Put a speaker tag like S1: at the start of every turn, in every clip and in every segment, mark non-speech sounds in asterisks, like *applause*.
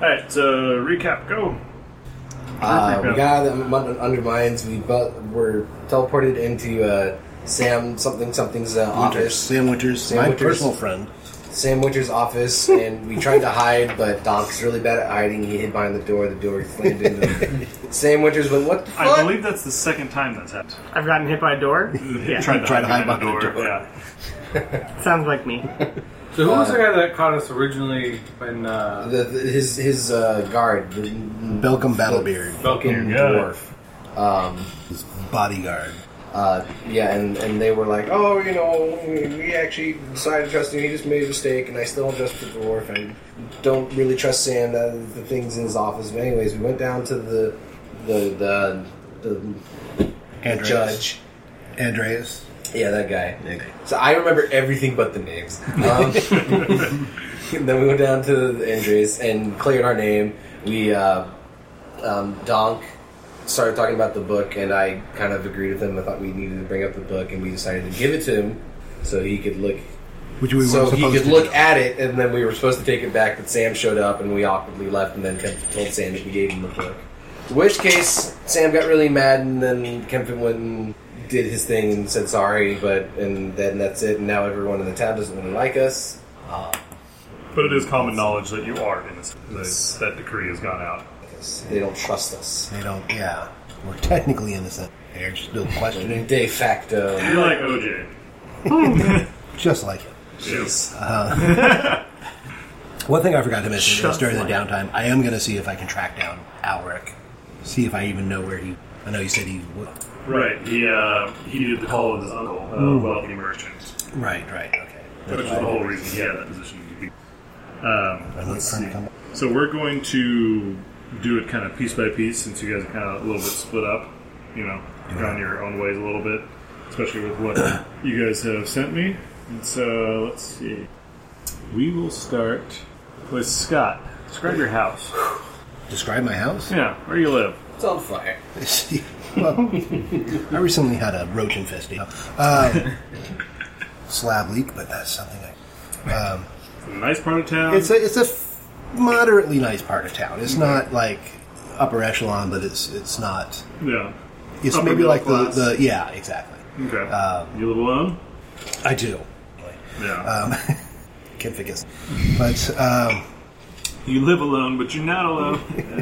S1: Alright, so recap, go.
S2: Uh, we
S1: Recap.
S2: got out of the Mud- undermines. We bu- were teleported into uh, Sam something something's uh,
S3: Winters.
S2: office.
S3: Sam Winters,
S2: Sam
S3: my
S2: Winters.
S3: personal friend.
S2: Sam
S1: *laughs*
S2: Winter's office, and we tried to hide, but Doc's really bad at hiding. He hid behind the door. The door slammed
S1: *laughs*
S2: into him. Sam Winters went, "What the fuck?"
S1: I believe that's the second time that's happened.
S4: I've gotten hit by a door.
S1: Yeah,
S3: Tried to hide
S1: behind
S3: behind the door.
S1: Yeah.
S4: Sounds like me.
S5: So who was the guy that caught us originally when uh,
S2: the, the, his his uh, guard, the
S3: Belcom Battlebeard,
S2: fucking
S1: Yeah.
S2: dwarf. Um,
S3: his bodyguard.
S2: uh, yeah, and, and they were like, "Oh, you know, we, we actually decided to trust him. He just made a mistake, and I still don't trust the dwarf. I don't really trust Sam. uh, the things in his office." But anyways, we went down to the the the, the, the
S3: Andreas.
S2: judge.
S3: Andreas.
S2: Yeah, that guy. So I remember everything but the names. Um, *laughs* then we went down to the injuries and cleared our name. We uh, um, Donk started talking about the book, and I kind of agreed with him. I thought we needed to bring up the book, and we decided to give it to him so he could look.
S3: Which we
S2: so
S3: were
S2: he
S3: supposed
S2: could
S3: to
S2: look
S3: do.
S2: at it, and then we were supposed to take it back. But Sam showed up, and we awkwardly left, and then Kemp told Sam that we gave him the book. In which case, Sam got really mad, and then Kempton went and did his thing and said sorry. But and then that's it. And now everyone in the town doesn't really like us.
S1: But it is common knowledge that you are innocent. That, that decree has gone out.
S2: They don't trust us.
S3: They don't. Yeah, we're technically innocent. They're still questioning,
S2: De facto.
S1: You're like OJ.
S3: just like it.
S1: Yes.
S3: One thing I forgot to mention
S4: Just
S3: is during
S4: like
S3: the downtime, I am going to see if I can track down Alric, see if I even know where he. I know you said he. would.
S1: Right. He uh, he did the call of his uncle, a wealthy merchant,
S3: Right. Right. Okay.
S1: which is the whole reason he had that position. Um, let's see.
S3: Come-
S1: So we're going to do it kind of piece by piece, since you guys are kind of a little bit split up. You know, gone your own ways a little bit, especially with
S3: *clears throat*
S1: what you guys have sent me. And so let's see. We will start with Scott. Describe your house.
S3: Describe my house. *laughs*
S1: Yeah, where you live.
S2: It's on fire.
S3: well, I recently had a roach infestation. Um, *laughs* slab leak, but that's something I.
S1: It's a nice part of town.
S3: It's a it's a f- moderately nice part of town. It's not like upper echelon, but it's it's not.
S1: yeah.
S3: It's
S1: Upper
S3: maybe
S1: middle
S3: like the,
S1: class.
S3: the yeah exactly.
S1: Okay.
S3: Um,
S1: you live alone?
S3: I do.
S1: Yeah.
S3: Um, *laughs* can't figure this. But um,
S1: you live alone, but you're not
S3: *laughs*
S1: alone.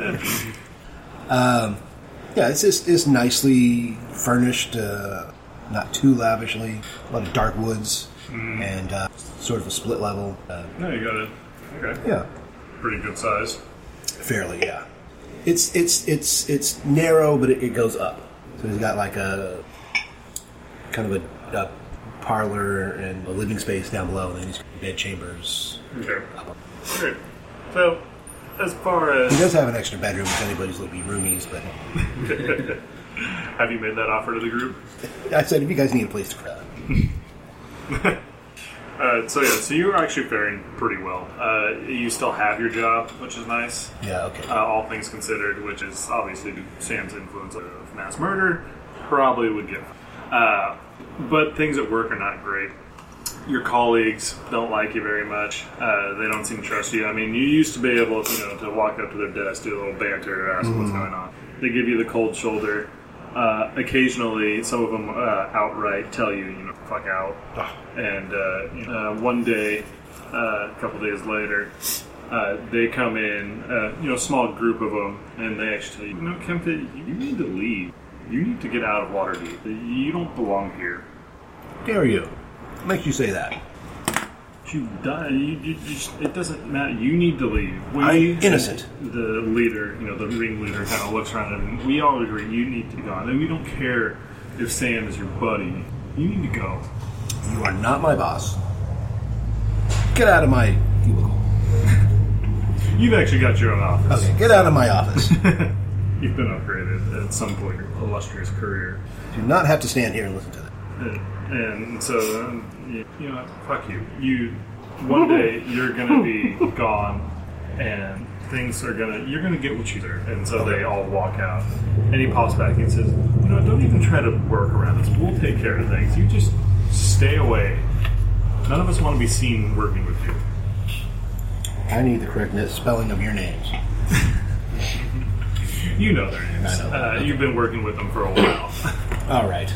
S3: yeah, it's just it's nicely furnished, uh, not too lavishly. A lot of dark woods
S1: Mm.
S3: and uh, sort of a split level. Uh,
S1: no, you got it. Okay.
S3: yeah.
S1: Pretty good size.
S3: fairly yeah it's it's it's it's narrow but it, it goes up so it's got like a kind of a, a parlor and a living space down below and then these bed chambers
S1: Okay.
S3: Uh-huh.
S1: Great. So, as far
S3: it
S1: as
S3: does have an extra bedroom if anybody's looking for roomies but
S1: have you made that offer to the group?
S3: i said if you guys need a place to crowd
S1: Uh, so yeah, so you're actually faring pretty well. Uh, you still have your job, which is nice.
S3: yeah okay
S1: Uh, all things considered, which is obviously Sam's influence of mass murder, probably would get. Uh, but things at work are not great. Your colleagues don't like you very much. Uh, they don't seem to trust you. I mean, you used to be able, you know, to walk up to their desk, do a little banter, ask what's going on. They give you the cold shoulder. Uh, occasionally, some of them uh, outright tell you, you know, fuck out. And uh, you know, uh, one day, uh, a couple days later, uh, they come in, uh, you know, a small group of them, and they actually tell you, you know, Kempit, you need to leave. You need to get out of Waterdeep. You don't belong here.
S3: dare you make you say that
S1: You die. You, you just, it doesn't matter. You need to leave. We,
S3: I'm innocent.
S1: The leader, you know, the ringleader, kind of looks around and we all agree you need to be gone. And we don't care if Sam is your buddy. You need to go.
S3: you are not my boss get out of my cubicle
S1: You've actually got your own office.
S3: okay get out of my office
S1: You've been upgraded at some point in your illustrious career.
S3: do not have to stand here and listen to that
S1: And, Uh, and so, um, you, you know, fuck you. You, one day you're gonna
S3: *laughs*
S1: be gone, and things are gonna, you're gonna get what you deserve. And so they all walk out, and he pops back and says, you know, don't even try to work around this. We'll take care of things. You just stay away. None of us want to be seen working with you.
S3: I need the correct spelling of your names.
S1: You know their names.
S3: I know.
S1: Uh, you've been working with them for a while.
S3: All right.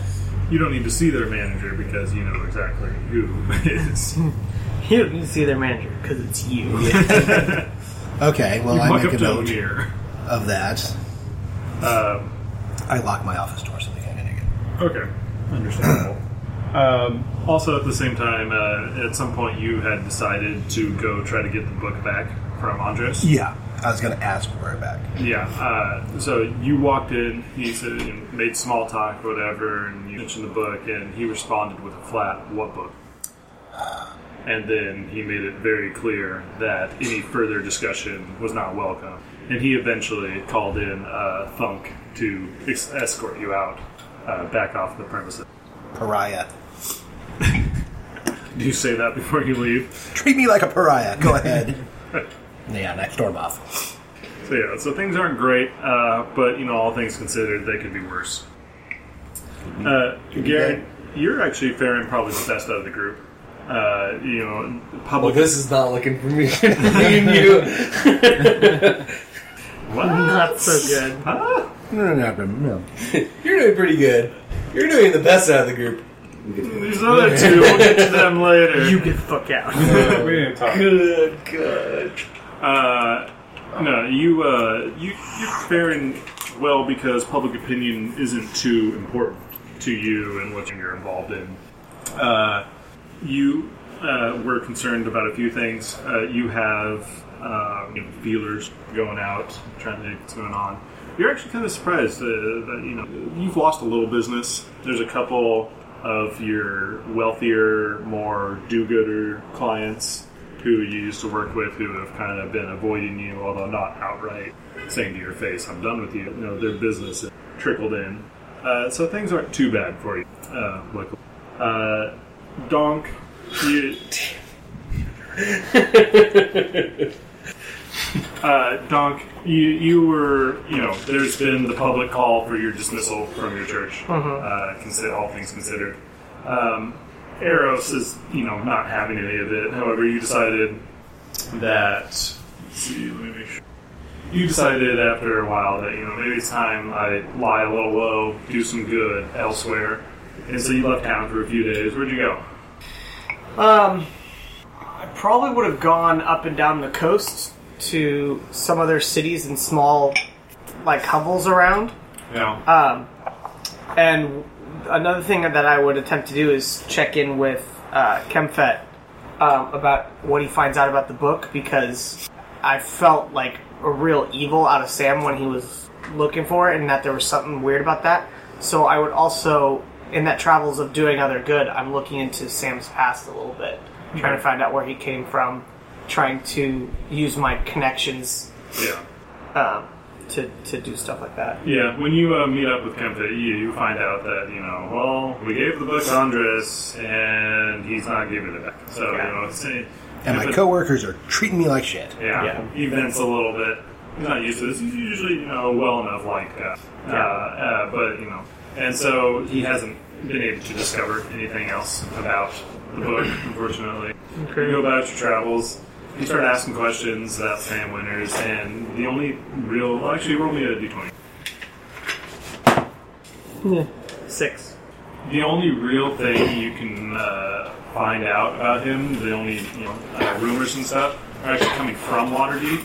S1: you don't need to see their manager because you know exactly who *laughs* it is.
S4: You don't need to see their manager because it's you. *laughs*
S3: Okay. Well,
S1: you
S3: I
S1: muck
S3: make
S1: up
S3: a
S1: to
S3: note
S1: here.
S3: of that.
S1: Uh,
S3: Um, I lock my office door so they can't get in.
S1: okay, understandable. um, also, at the same time, uh, at some point, you had decided to go try to get the book back from Andres.
S3: Yeah. I was gonna ask for it back.
S1: Yeah. Uh, so you walked in. He said and made small talk, whatever, and you mentioned the book, and he responded with a flat "What book?" And then he made it very clear that any further discussion was not welcome. And he eventually called in uh, Thunk to ex- escort you out, uh, back off the premises.
S3: Pariah.
S1: Do you say that *laughs* before you leave?
S3: Treat me like a pariah. *laughs* Go ahead. yeah, and I storm off.
S1: So yeah. So things aren't great, uh, but you know, all things considered, they could be worse. Uh, Garrett, you're actually faring probably the best out of the group. Uh, you know,
S2: Well,
S1: public.
S2: this is not looking for me. *laughs* me and you.
S1: *laughs* What?
S4: Not so good.
S1: Huh?
S3: No, no, no, no.
S2: You're doing pretty good. You're doing the best out of the group.
S1: These other two, we'll get to them later.
S4: You get the fuck out.
S5: we didn't talk.
S2: Good, good.
S1: Uh, no, you, uh, you, you're faring well because public opinion isn't too important to you and what you're involved in. Uh, you uh, were concerned about a few things. Uh, you have um, you know, feelers going out, trying to think what's going on. You're actually kind of surprised uh, that you know you've lost a little business. There's a couple of your wealthier, more do-gooder clients who you used to work with who have kind of been avoiding you, although not outright saying to your face, "I'm done with you." You know, their business has trickled in, uh, so things aren't too bad for you. Uh, luckily. Uh, Donk, you. uh, Donk, you, you were, you know, there's been the public call for your dismissal from your church, uh, consider, all things considered. Um, Eros is, you know, not having any of it. However, you decided that. Let's see, let me make sure. You decided after a while that, you know, maybe it's time I lie a little low, do some good elsewhere. And so you left town for a few days. Where'd you go?
S4: Um, I probably would have gone up and down the coast to some other cities and small, like hovels around.
S5: Yeah.
S4: Um, and another thing that I would attempt to do is check in with uh, Kemfet um, about what he finds out about the book because I felt like a real evil out of Sam when he was looking for it, and that there was something weird about that. So I would also, in that travels of doing other good, I'm looking into Sam's past a little bit, trying to find out where he came from, trying to use my connections
S1: Yeah.
S4: um, to to do stuff like that.
S1: Yeah, when you uh, meet up with Kempta, you, you find out that, you know, well, we gave the book to Andres, and he's not giving it back. So, you know, it's,
S3: And my
S1: if it-
S3: coworkers are treating me like shit.
S1: yeah,
S4: Yeah.
S1: events a little bit. He's not used to this. He's usually, you know, well enough like that. Uh, uh, but, you know, and so he hasn't been able to discover anything else about the book, unfortunately. You go about your travels. You start asking questions about Sam Winters, and the only real, well, actually, roll me a d20.
S4: Six.
S1: The only real thing you can uh, find out about him, the only you know, uh, rumors and stuff, are actually coming from Waterdeep.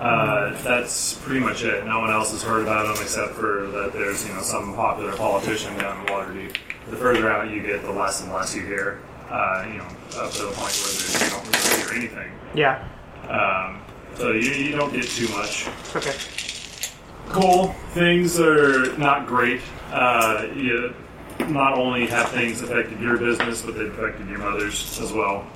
S1: Uh, that's pretty much it. No one else has heard about him except for that there's you know some popular politician down in Waterdeep. The further out you get, the less and less you hear. Uh, you know, up to the point where there's, you don't really hear anything.
S4: Yeah.
S1: Um, so you, you don't get too much.
S4: Okay.
S1: Cole, things are not great. Uh, you not only have things affected your business, but they've affected your mother's as well.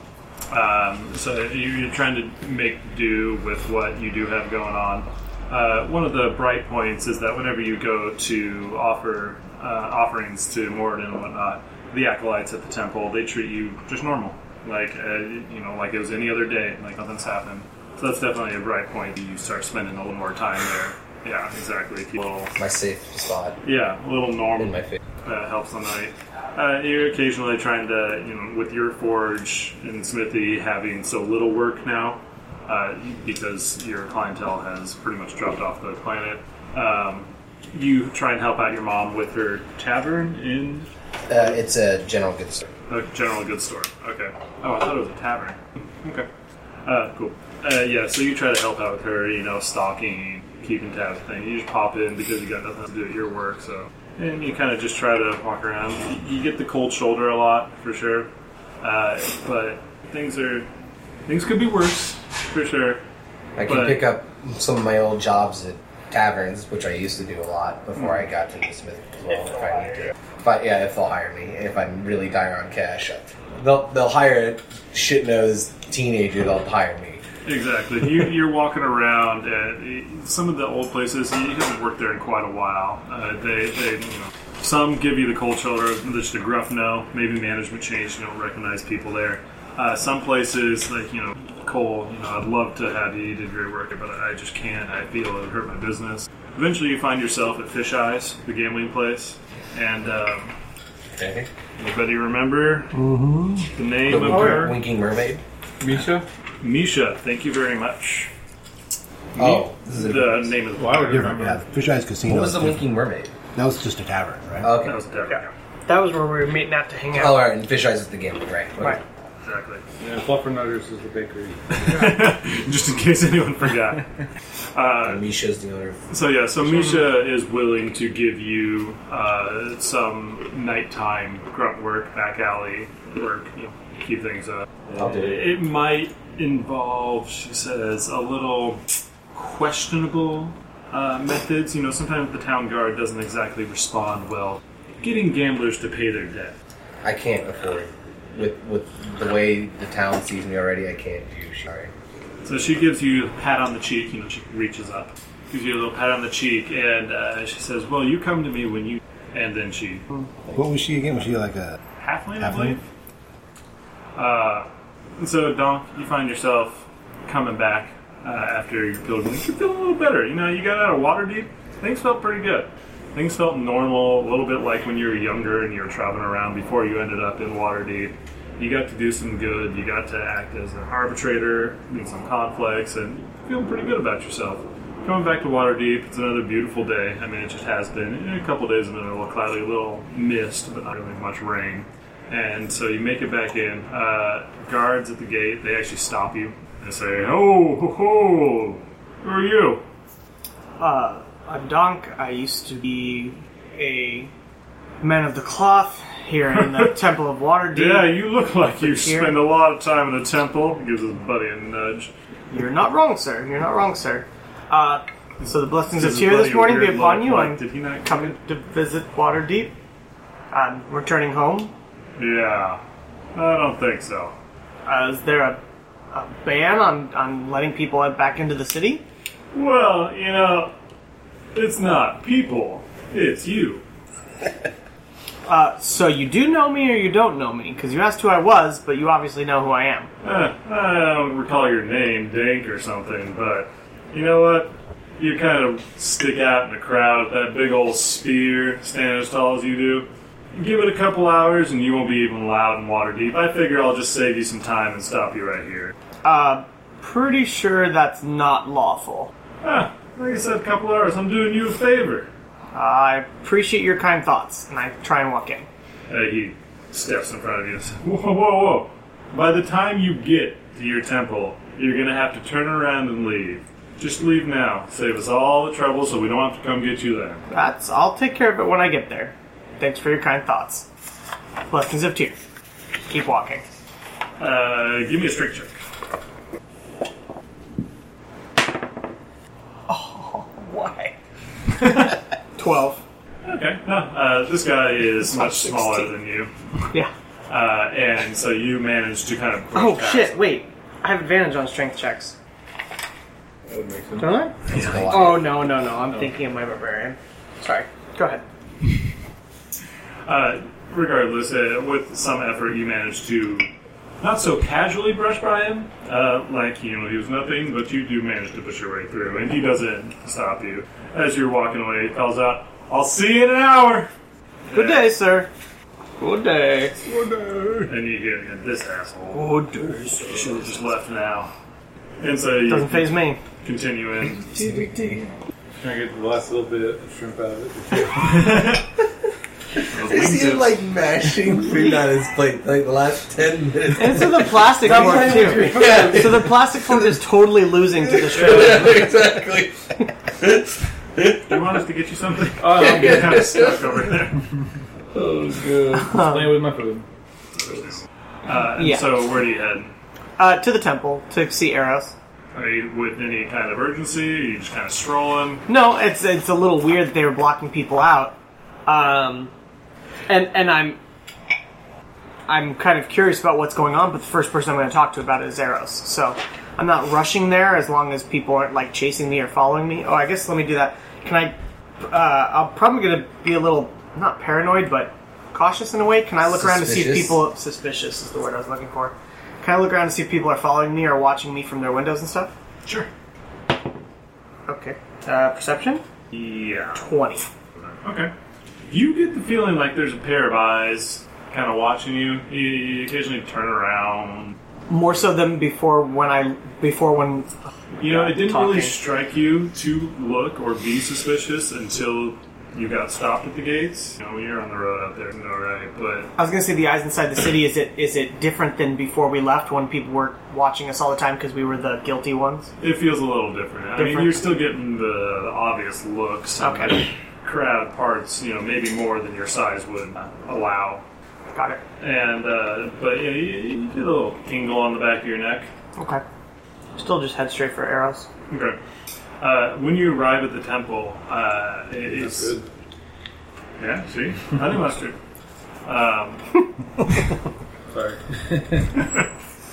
S1: Um, so you- you're trying to make do with what you do have going on. Uh, one of the bright points is that whenever you go to offer uh, offerings to Morden and whatnot, the acolytes at the temple they treat you just normal, like uh, you know, like it was any other day, like nothing's happened. So that's definitely a bright point. You start spending a little more time there. Yeah, exactly. A little,
S2: My safe spot
S1: yeah, a little
S2: in
S1: normal
S2: my face.
S1: uh, helps on the night. Uh, you're occasionally trying to, you know, with your forge and smithy having so little work now, uh, because your clientele has pretty much dropped off the planet. Um, you try and help out your mom with her tavern in
S2: Uh, it's a general good store.
S1: a general goods store. Okay. Oh, I thought it was a tavern. *laughs* Okay. Uh, cool. Uh, yeah, so you try to help out with her, you know, stocking, keeping tabs, thing. You just pop in because you got nothing to do at your work, so. And you kind of just try to walk around. You get the cold shoulder a lot, for sure. Uh, but things are. Things could be worse, for sure.
S2: I can
S1: But-
S2: pick up some of my old jobs at taverns, which I used to do a lot before I got to Smith as well. If, I need to, but yeah, if they'll hire me, if I'm really dire on cash, they'll they'll hire a shit nosed teenager. They'll hire me.
S1: Exactly. You, you're walking around at uh, some of the old places. You haven't worked there in quite a while. Uh, they, they, you know, some give you the cold shoulder, just a gruff no. Maybe management changed. You don't recognize people there. Uh, some places, like you know, Cole. You know, I'd love to have you. You did great work, but I just can't. I feel it would hurt my business. Eventually, you find yourself at Fish Eyes, the gambling place, and um,
S2: Okay.
S1: anybody remember the name
S2: The
S1: of her?
S2: winking mermaid.
S5: Misha?
S1: Misha. Thank you very much.
S2: Oh, this is a
S1: The name of the
S5: Why would you
S3: Different,
S5: remember?
S3: yeah. Fish Eyes Casino.
S2: What was
S3: is
S2: the
S3: different.
S2: winking mermaid?
S3: That was just a tavern, right?
S1: That
S2: Okay.
S1: was a tavern.
S4: That was where we were meeting out to hang
S2: Oh, all
S4: out.
S2: right. And fish eyes is the game, right? okay.
S4: Right.
S1: Exactly.
S5: Yeah, Fluffernutters is the bakery.
S1: *laughs* Just in case anyone forgot.
S2: And Misha's the owner. Of,
S1: *laughs* So yeah, so Misha is willing to give you uh, some nighttime grunt work, back alley work, you know, keep things up.
S2: I'll do it.
S1: It might involve, she says, a little questionable uh, methods. You know, sometimes the town guard doesn't exactly respond well. Getting gamblers to pay their debt.
S2: I can't afford with with the way the town sees me already. I can't do. Sorry.
S1: So she gives you a pat on the cheek. You know, she reaches up, gives you a little pat on the cheek, and uh, she says, "Well, you come to me when you." And then she
S3: What was she again? Was she like a
S1: halfling, I
S3: Halfling.
S1: believe. Uh, and so Donk, you find yourself coming back uh, after your pilgrimage. You're feeling a little better. You know, you got out of Waterdeep. Things felt pretty good. Things felt normal, a little bit like when you were younger and you were traveling around before you ended up in Waterdeep. You got to do some good. You got to act as an arbitrator in some conflicts, and feeling pretty good about yourself. Coming back to Waterdeep, it's another beautiful day. I mean, it just has been. In a couple days, it's been a little cloudy, a little mist, but not really much rain. And so you make it back in. Uh, guards at the gate, they actually stop you and say, Oh, ho, ho, who are you?
S4: Uh, I'm Donk. I used to be a man of the cloth here in the Temple of Waterdeep.
S1: Yeah, you look like you
S4: Here.
S1: spend a lot of time in the temple. Gives his buddy a nudge.
S4: You're not wrong, sir. You're not wrong, sir. Uh, so the blessings of
S1: Gives his
S4: cheer
S1: buddy
S4: this
S1: a
S4: morning be
S1: weird
S4: upon
S1: look,
S4: you.
S1: like,
S4: I'm
S1: Did he not come
S4: coming to visit Waterdeep. I'm returning home.
S1: Yeah, I don't think so.
S4: Uh, is there a, a ban on, on letting people back into the city?
S1: Well, you know, it's not people, it's you.
S4: Uh, so you do know me or you don't know me? Because you asked who I was, but you obviously know who I am.
S1: Uh, I don't recall your name, Dink or something, but you know what? You kind of stick out in the crowd with that big old spear, standing as tall as you do. Give it a couple hours and you won't be even loud and water deep. I figure I'll just save you some time and stop you right here.
S4: Uh, pretty sure that's not lawful.
S1: Ah, like I said, a couple hours. I'm doing you a favor.
S4: I appreciate your kind thoughts, and I try and walk in.
S1: Uh, he steps in front of you and says, Whoa, whoa, whoa. By the time you get to your temple, you're going to have to turn around and leave. Just leave now. Save us all the trouble so we don't have to come get you then.
S4: That's. I'll take care of it when I get there. Thanks for your kind thoughts. Blessings of tear. Keep walking.
S1: Uh, give me a strength check.
S4: Why? *laughs* Twelve.
S1: Okay. No, uh, this guy is much smaller
S4: 16.
S1: than you,
S4: Yeah.
S1: uh, and so you manage to kind of. push
S4: Oh
S1: past
S4: shit!
S1: him.
S4: Wait, I have advantage on strength checks. Don't I?
S2: Goliath.
S4: Oh no no no! I'm thinking of my barbarian. Sorry. Go ahead.
S1: Uh, regardless, uh, with some effort, you manage to not so casually brush by him, uh, like you know he was nothing, but you do manage to push your way through, and he doesn't stop you. As you're walking away, he calls out, "I'll see you in an hour."
S4: Good day, sir. Good day.
S1: And you hear "This asshole
S4: Good day.
S1: should have just left now." And so you
S4: Doesn't phase me.
S1: continue in.
S5: Can I get the last little bit of shrimp out of it?
S1: Those
S2: Is he
S1: wingtips.
S2: like mashing *laughs* food on his plate like the last ten minutes?
S4: And so the plastic fork too. *laughs*
S2: Yeah,
S4: So the plastic fork is totally losing to the shrimp.
S2: exactly.
S1: Do you want us to get you
S4: *laughs*
S1: something?
S5: Oh, I'm
S1: You're kind of stuck over there.
S5: oh, good. Just playing with my food.
S1: Uh, and
S4: Yeah.
S1: so where do you head?
S4: Uh, to the temple to see Eros.
S1: Are you with any kind of urgency? Are you just kind of strolling?
S4: No, it's it's a little weird that they were blocking people out. Um, and and I'm I'm kind of curious about what's going on, but the first person I'm going to talk to about it is Eros. So I'm not rushing there as long as people aren't like chasing me or following me. Oh, I guess let me do that. Can I? Uh, I'm probably going to be a little not paranoid, but cautious in a way. Can I look around to see if
S2: Suspicious?
S4: people suspicious is the word I was looking for? Can I look around to see if people are following me or watching me from their windows and stuff?
S1: Sure.
S4: Okay. Uh, perception
S1: Yeah.
S4: twenty.
S1: Okay. You get the feeling like there's a pair of eyes kind of watching you. You, you occasionally turn around.
S4: more so than before when I before when
S1: You know, it didn't
S4: Talking.
S1: really strike you to look or be suspicious until you got stopped at the gates. You know, you're on the road out there, no right, but
S4: I was gonna say the eyes inside the city is it is it different than before we left when people were watching us all the time because we were the guilty ones.
S1: it feels a little different. I mean,
S4: Different.
S1: you're still getting the, the obvious looks. and
S4: Okay.
S1: the Crowd parts, you know, maybe more than your size would allow.
S4: Got it.
S1: And, uh, but, you know, you, you get a little tingle on the back of your neck.
S4: Okay. Still just head straight for arrows.
S1: Okay. Uh, when you arrive at the temple, uh, it- it's
S5: Good.
S1: yeah. See, honey mustard. Um,
S5: Sorry.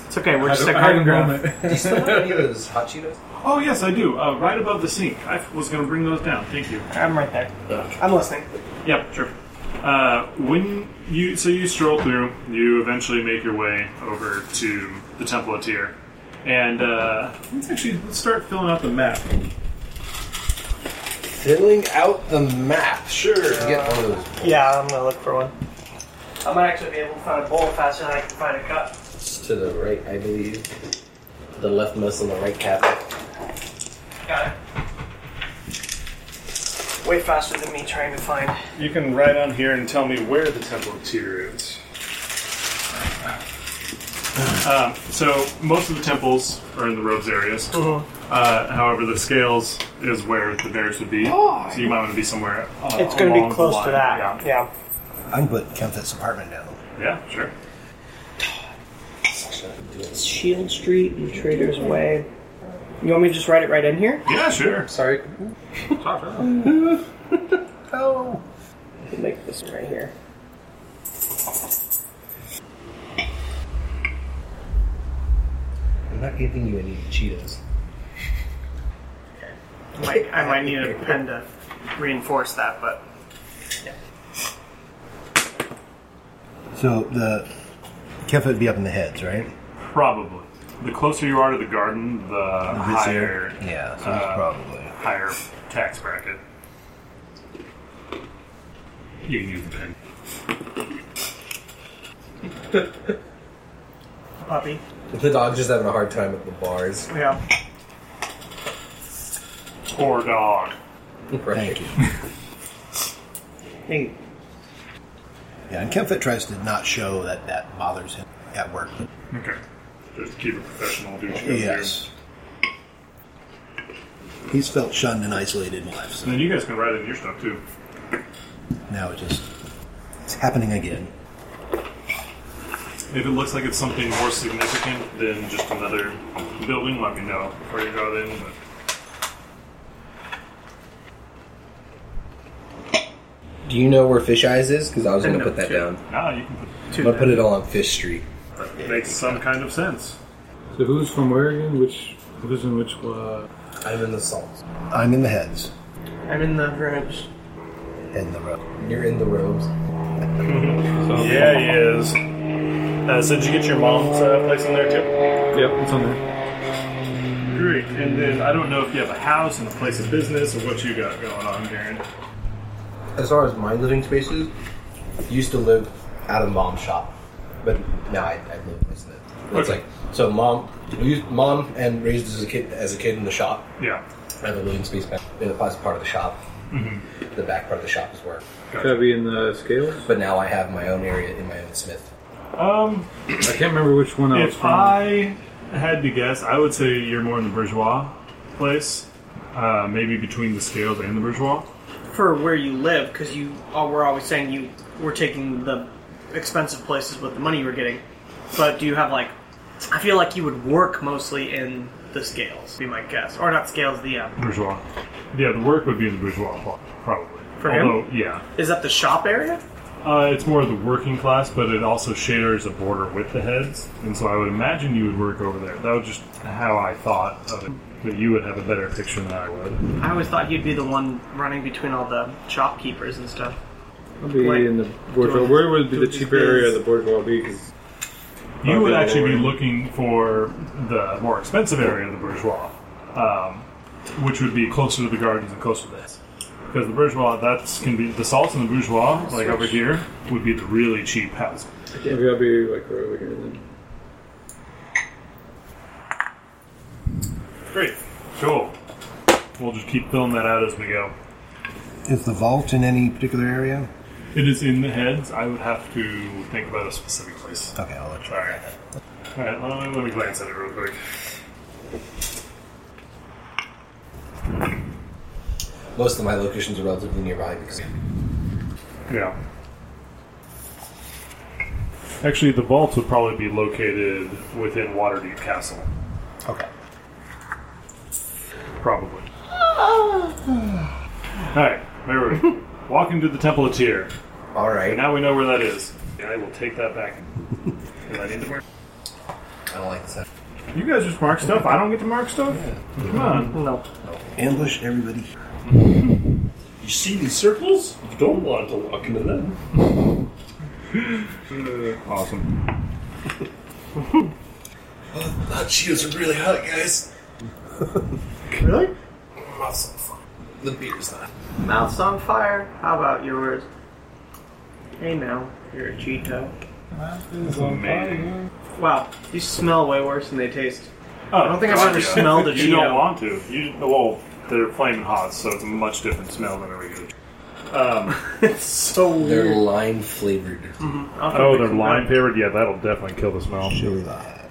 S4: It's okay. We're
S5: I
S4: just
S5: don't-
S4: a
S5: I had
S4: garden
S5: a
S4: grove.
S5: moment.
S2: Do you still have any of those hot Cheetos?
S1: oh yes, I do. Uh, right above the sink. I was going to bring those down. Thank you.
S4: I'm right there. I'm listening.
S1: Yep, sure. Uh, when you so you stroll through, you eventually make your way over to the Temple of Tyr, and uh, let's actually let's start filling out the map.
S2: Filling out the map. Sure. get one of those
S4: Yeah, I'm gonna look for one. I might actually be able to find a bowl faster than I can find a cup.
S2: to the right, I believe. The leftmost and the right cabinet.
S4: Got it. Way faster than me trying to find.
S1: You can write on here and tell me where the Temple of Tyr is. Um, so most of the temples are in the robes areas.
S4: Uh-huh.
S1: Uh, however, the scales is where the bears would be. So you might want to be somewhere. Uh,
S4: Oh. It's gonna
S1: along
S4: be
S1: the
S4: close to
S1: line.
S4: that. yeah.
S3: I can put Kempfet's apartment down.
S1: Yeah. yeah, sure.
S4: Shield Street and Trader's Way. You want me to just write it right in here?
S1: Yeah, sure.
S2: Sorry.
S3: Oh.
S4: Make this right here.
S2: I'm not giving you any Cheetos.
S4: I might, I might need a pen to reinforce that, but
S3: So the Kempfet would be up in the heads, right?
S1: Probably. The closer you are to the garden, the higher,
S3: Yeah, so
S1: uh,
S3: that's probably.
S1: higher tax bracket. You can use the pen.
S4: puppy.
S2: The dog's just having a hard time with the bars.
S4: Yeah.
S1: Poor dog.
S2: Right.
S3: Thank you.
S4: Hey,
S3: Yeah, and Kempfet tries to not show that that bothers him at work.
S1: Okay. Just keep it professional. Do what you gotta
S3: Yes. He's felt shunned and isolated in life,
S1: do. And
S3: so
S1: then you guys can write in your stuff too.
S3: now it just it's happening again.
S1: If it looks like it's something more significant than just another building, let me know before you go in. But
S2: Do you know where Fish Eyes is? Because I was going to
S4: No,
S2: put that
S4: sure.
S2: down.
S1: nah, you can
S2: I'm going to put it all on Fish Street.
S1: put that makes some kind of sense.
S5: So who's from where again? Which who's in which? Uh,
S2: I'm in the salt.
S3: I'm in the heads.
S4: I'm in the rooms.
S3: Head in the road.
S2: You're in the robes.
S5: so
S1: Yeah, he is. Uh, so did you get your mom's uh, place in there too?
S5: Yep, it's on there.
S1: Great. And then I don't know if you have a house and a place of business or what you got going on, Darren.
S2: As far as my living spaces, used to live out of mom's shop, but now I, I live with it. It's
S1: Okay.
S2: like So mom, you- mom, and raised as a kid as a kid in the shop.
S1: Yeah.
S2: I have a living space back in the pos- part of the shop. The back part of the shop is work.
S5: Should I be in the scales?
S2: But now I have my own area in my own smith.
S1: Um,
S5: I can't remember which one I was
S1: if
S5: from.
S1: I had to guess, I would say you're more in the bourgeois place, uh, maybe between the scales and the bourgeois.
S4: for where you live because you oh, we're always saying you were taking the expensive places with the money you were getting. But do you have like? I feel like you would work mostly in the scales. Be my guess, or not scales. The um,
S1: Bourgeois. Yeah, the work would be in the bourgeois pl- probably.
S4: For him?
S1: Although, yeah,
S4: is that the shop area?
S1: uh, it's more of the working class, but it also shares a border with the heads, and so I would imagine you would work over there. That was just how I thought of it. But you would have a better picture than I would.
S4: I always thought you'd be the one running between all the shopkeepers and stuff.
S5: I'd be
S4: Like,
S5: in the bourgeois.
S4: doing-
S5: Where would be the
S4: doing
S5: cheaper
S4: things.
S5: area of the bourgeois be? 'Cause
S1: You
S5: Probably
S1: would actually be
S5: lower.
S1: looking for the more expensive area of the bourgeois, um, which would be closer to the gardens and closer to this. Because the bourgeois, that's can be the salt and the bourgeois, like over here, would be the really cheap housing.
S5: Maybe I'll be like right over here then.
S1: Great, cool. We'll just keep filling that out as we go.
S3: Is the vault in any particular area?
S1: It is in the heads. I would have to think about a specific place.
S3: Okay, I'll let you.
S1: Sorry. All right, let me, let me glance at it real quick.
S2: Most of my locations are relatively nearby because
S1: Yeah. Actually, the vault would probably be located within Waterdeep Castle.
S3: Okay.
S1: Probably. All right, there we *laughs* go. Walking to the Temple of Tyr.
S2: all
S1: And
S2: right,
S1: now we know where that is. And I will take that *laughs* back. 'Cause I need to mark.
S2: I don't like this.
S1: You guys just mark stuff. I don't get to mark stuff. Come on.
S4: No.
S3: Ambush everybody.
S1: You see these circles? You don't want to walk into *laughs* them. awesome.
S2: Hot Cheetos are Oh, really hot, guys.
S4: Really?
S2: Mouth's on fire. The beer's not.
S4: Mouth's on fire. How about yours? Hey, now you're a Cheeto.
S1: Amazing.
S4: Wow, you smell way worse than they taste.
S1: Oh,
S4: I don't think I've ever smelled a
S1: You don't
S4: Cheeto.
S1: want to. You well, they're flaming hot, so it's a much different smell than a regular.
S4: *laughs*
S1: Um,
S4: So
S2: They're
S4: weird.
S2: lime flavored.
S1: oh, they're lime flavored. Yeah, that'll definitely kill the smell.
S3: Chili live.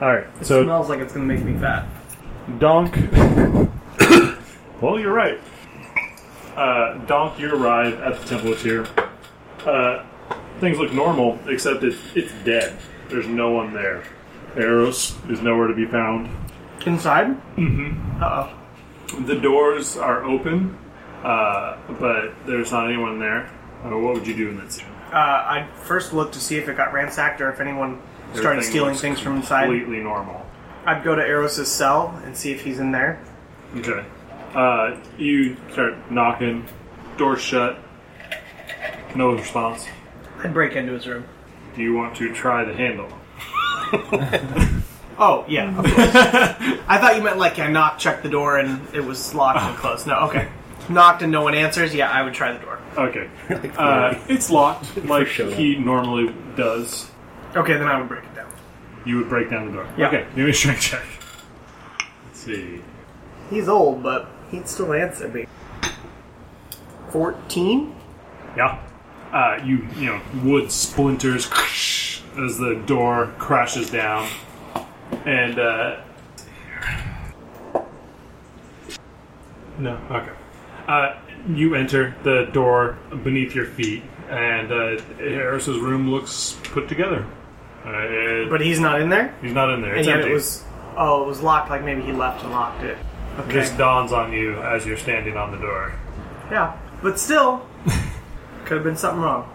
S1: All right,
S4: It
S1: so
S4: smells like it's gonna make me fat. *laughs*
S1: Donk. well, you're right. Uh, Donk, you arrive at the temple here. Uh, things look normal, except it's, it's dead. There's no one there. Eros is nowhere to be found.
S4: Inside? Mm-hmm. Uh oh.
S1: The doors are open, uh, but there's not anyone there. Uh, what would you do in that situation?
S4: Uh, I first looked to see if it got ransacked or if anyone started
S1: Everything
S4: stealing
S1: looks
S4: things from inside.
S1: Completely normal.
S4: I'd go to Eros's cell and see if he's in there.
S1: Okay. Uh, you start knocking. Door shut. No response.
S4: I'd break into his room.
S1: Do you want to try the handle?
S4: Oh yeah,
S1: *laughs*
S4: of course. I thought you meant like I knocked, checked the door, and it was locked and closed. No,
S1: *laughs*
S4: okay. Knocked and no one answers. Yeah, I would try the door. *laughs*
S1: Okay. Uh, it's locked, like
S3: sure.
S1: he normally does.
S4: Okay, then I would break it down.
S1: You would break down the door.
S4: Yeah.
S1: Okay, give me a strength check. Let's see.
S4: He's old, but he'd still answer me. Fourteen.
S1: Yeah. Uh, you you know wood splinters *laughs* as the door crashes down, and uh, no okay. Uh, you enter the door beneath your feet, and uh, Harris's room looks put together. Uh, it-
S4: But he's not in there,
S1: he's not in there.
S4: and
S1: It's
S4: yet
S1: empty.
S4: it was. Oh, it was locked. Like maybe he left and locked it. Okay.
S1: This dawns on you as you're standing on the door,
S4: yeah, but still, could have been something wrong.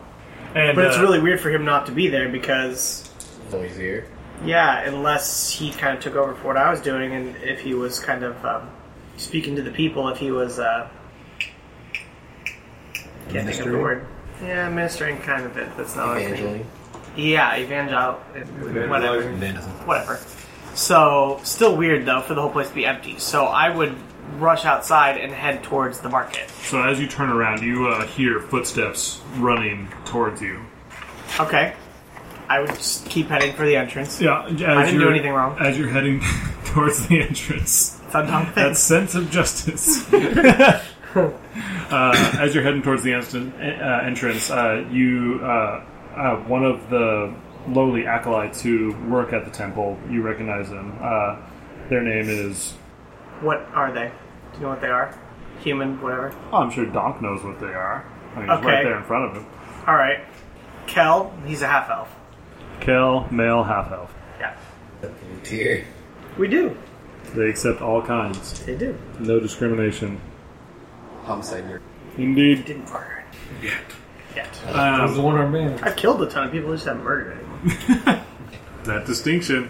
S1: and
S4: But it's
S1: uh,
S4: really weird for him not to be there because
S2: Noise here.
S4: Yeah, unless he kind of took over for what I was doing, and if he was kind of um, speaking to the people, if he was uh, can't think of the
S3: Ministering?
S4: word. Yeah, ministering kind of it. That's not what I think.
S2: Evangeline.
S4: Yeah, evangel. Whatever.
S3: Vandalism.
S4: Whatever. So, still weird though for the whole place to be empty. So I would rush outside and head towards the market.
S1: so as you turn around, you uh, hear footsteps running towards you.
S4: Okay. I would just keep heading for the entrance. *laughs*
S1: Yeah, as
S4: I didn't do
S1: you're-
S4: anything wrong.
S1: As you're heading *laughs* towards the entrance, that
S4: Thundong things.
S1: sense of justice.
S4: *laughs*
S1: uh, as you're heading towards the instant, uh, entrance, uh, you uh, uh, one of the lowly acolytes who work at the temple. You recognize them. Uh, their name is.
S4: What are they? Do you know what they are? Human, whatever.
S1: oh, I'm sure Donk knows what they are. I mean, he's
S4: Okay.
S1: right there in front of him.
S4: All right. Kel, he's a half elf.
S1: Kel, male half elf.
S4: Yeah.
S2: Dear.
S4: We do.
S1: They accept all kinds,
S4: They do.
S1: no discrimination.
S2: Homicide nerd.
S1: Indeed.
S4: Didn't murder. Yet. Yet.
S5: He's the one armed man.
S4: I've killed a ton of people. Just haven't murdered anyone.
S1: that distinction.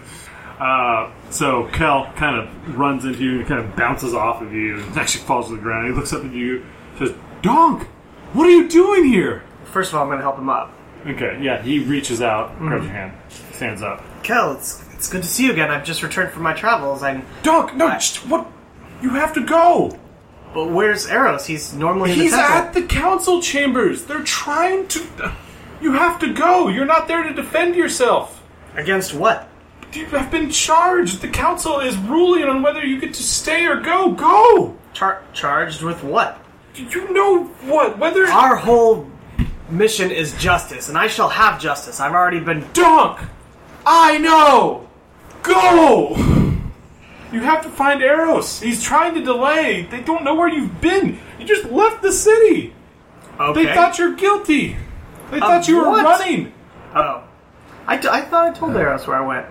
S1: Uh, so Kel kind of runs into you and kind of bounces off of you and *laughs* actually falls to the ground. He looks up at you, says, Donk, what are you doing here?
S4: First of all, I'm going to help him up.
S1: Okay, yeah, he reaches out, grabs your hand, stands up.
S4: Kel, it's it's good to see you again. I've just returned from my travels. I'm.
S1: Donk, no, just- what? You have to go.
S4: But where's Eros? He's normally in
S1: He's
S4: the temple.
S1: at the council chambers. They're trying to. You have to go. You're not there to defend yourself.
S4: Against what?
S1: You have been charged. The council is ruling on whether you get to stay or go. Go.
S4: Char- charged with what?
S1: You know what? Whether
S4: Our whole mission is justice, and I shall have justice. I've already been.
S1: Dunk! I know! Go! You have to find Eros. He's trying to delay. They don't know where you've been. You just left the city.
S4: Okay.
S1: They thought you're guilty. They thought you were
S4: what?
S1: running.
S4: Oh. I, t- I thought I told Eros where I went.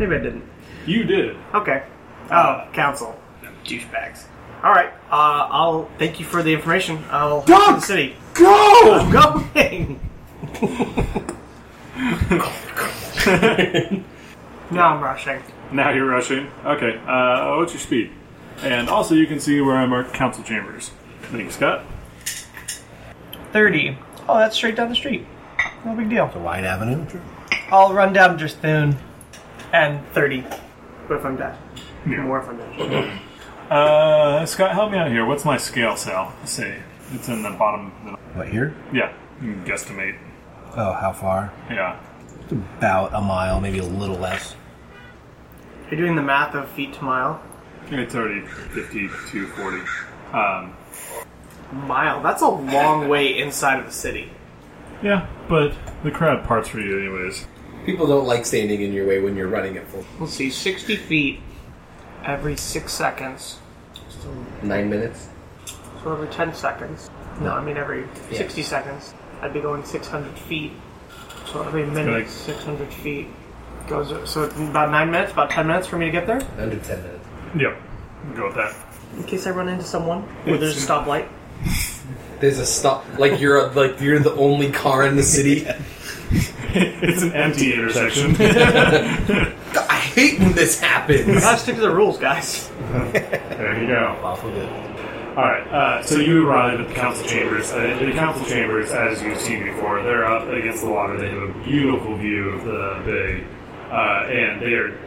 S4: Maybe I didn't.
S1: You did.
S4: Okay. Oh, council. Douchebags. Alright, uh, I'll thank you for the information. I'll head to the
S1: Dunk!
S4: city.
S1: *laughs* Go!
S4: I'm
S1: *laughs*
S4: going! no, I'm rushing.
S1: Now you're rushing. Okay, uh, what's your speed? And also, you can see where I marked council chambers. Thanks, Scott.
S4: 30. Oh, that's straight down the street. No big deal.
S3: The Wide Avenue. Sure.
S4: I'll run down Dristhun. And 30. What if I'm dead? More if I'm dead.
S1: Uh, Scott, help me out here. What's my scale cell? Say, it's in the bottom. middle.
S3: What here?
S1: Yeah, you can guesstimate.
S3: Oh, how far?
S1: Yeah.
S3: About a mile, maybe a little less.
S4: You're doing the math of feet to mile.
S1: It's already 52, 40. Um,
S4: Mile. That's a long way inside of a city.
S1: yeah, but the crowd parts for you, anyways.
S2: People don't like standing in your way when you're running at full
S4: Let's see, 60 feet every 6 seconds. So,
S2: nine minutes.
S4: so every 10 seconds. No, I mean every
S2: Yeah.
S4: 60 seconds. I'd be going 600 feet. So every minute,
S1: like-
S4: 600 feet goes. So it's about 9 minutes, about 10 minutes for me to get there.
S2: Under ten minutes.
S1: Yep. Go with that.
S4: In case I run into someone or there's a stoplight.
S2: There's a stop. Like you're like you're the only car in the city.
S1: It's an empty intersection.
S2: I hate when this happens.
S4: Gotta stick to the rules, guys.
S1: there you go.
S3: Awful good.
S1: All right. Uh, so you arrive at the council chambers. Uh, the council chambers, as you've seen before, they're up against the water. They have a beautiful view of the bay, uh, and they are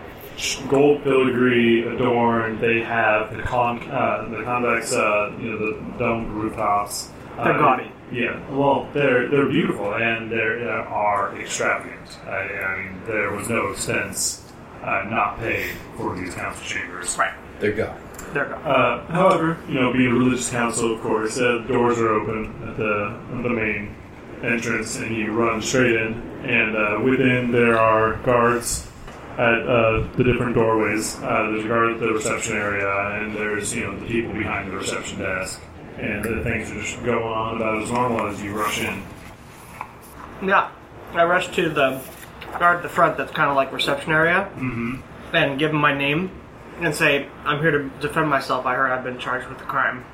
S1: gold filigree adorned. They have the con uh, the convex, uh, you know, the domed rooftops.
S4: They're
S1: Uh,
S4: gaudy.
S1: Yeah. Well, they're they're beautiful and they're, they are extravagant. I, I mean, there was no expense uh, not paid for these council chambers.
S4: Right.
S2: They're gone.
S4: There we go.
S1: Uh, however, you know, being a religious council, of course, uh, doors are open at the, at the main entrance, and you run straight in. And uh, within, there are guards at uh, the different doorways. Uh, there's a guard at the reception area, and there's you know the people behind the reception desk, and the things are just going on about as normal as you rush in.
S4: Yeah. I rush to the guard at the front that's kind of like reception area and give him my name and say, I'm here to defend myself. I heard I've been charged with a crime.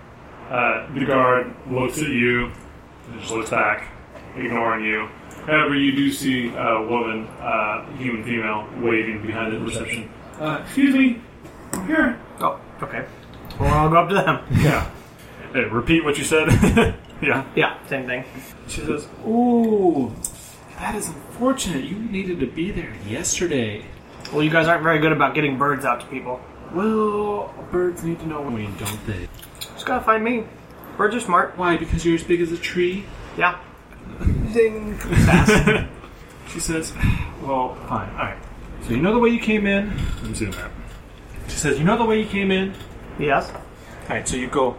S1: Uh, the guard looks at you, and just looks back, ignoring you. However, you do see a woman, uh, human female, waving behind the reception. Uh, excuse me, I'm here.
S4: Oh, okay. Well, I'll go up to them.
S1: Yeah. Hey, repeat what you said. *laughs* yeah.
S4: Yeah, same thing.
S1: She says, "Ooh, that is unfortunate. You needed to be there yesterday."
S4: Well, you guys aren't very good about getting birds out to people.
S1: Well, birds need to know when, don't they?
S4: Just gotta find me. Birds are smart.
S1: Why? Because you're as big as a tree.
S4: Yeah.
S1: She says, *sighs* Well, fine. All right. So you know the way you came in. Let me see the map. She says, "You know the way you came in."
S4: Yes.
S1: All right. So you go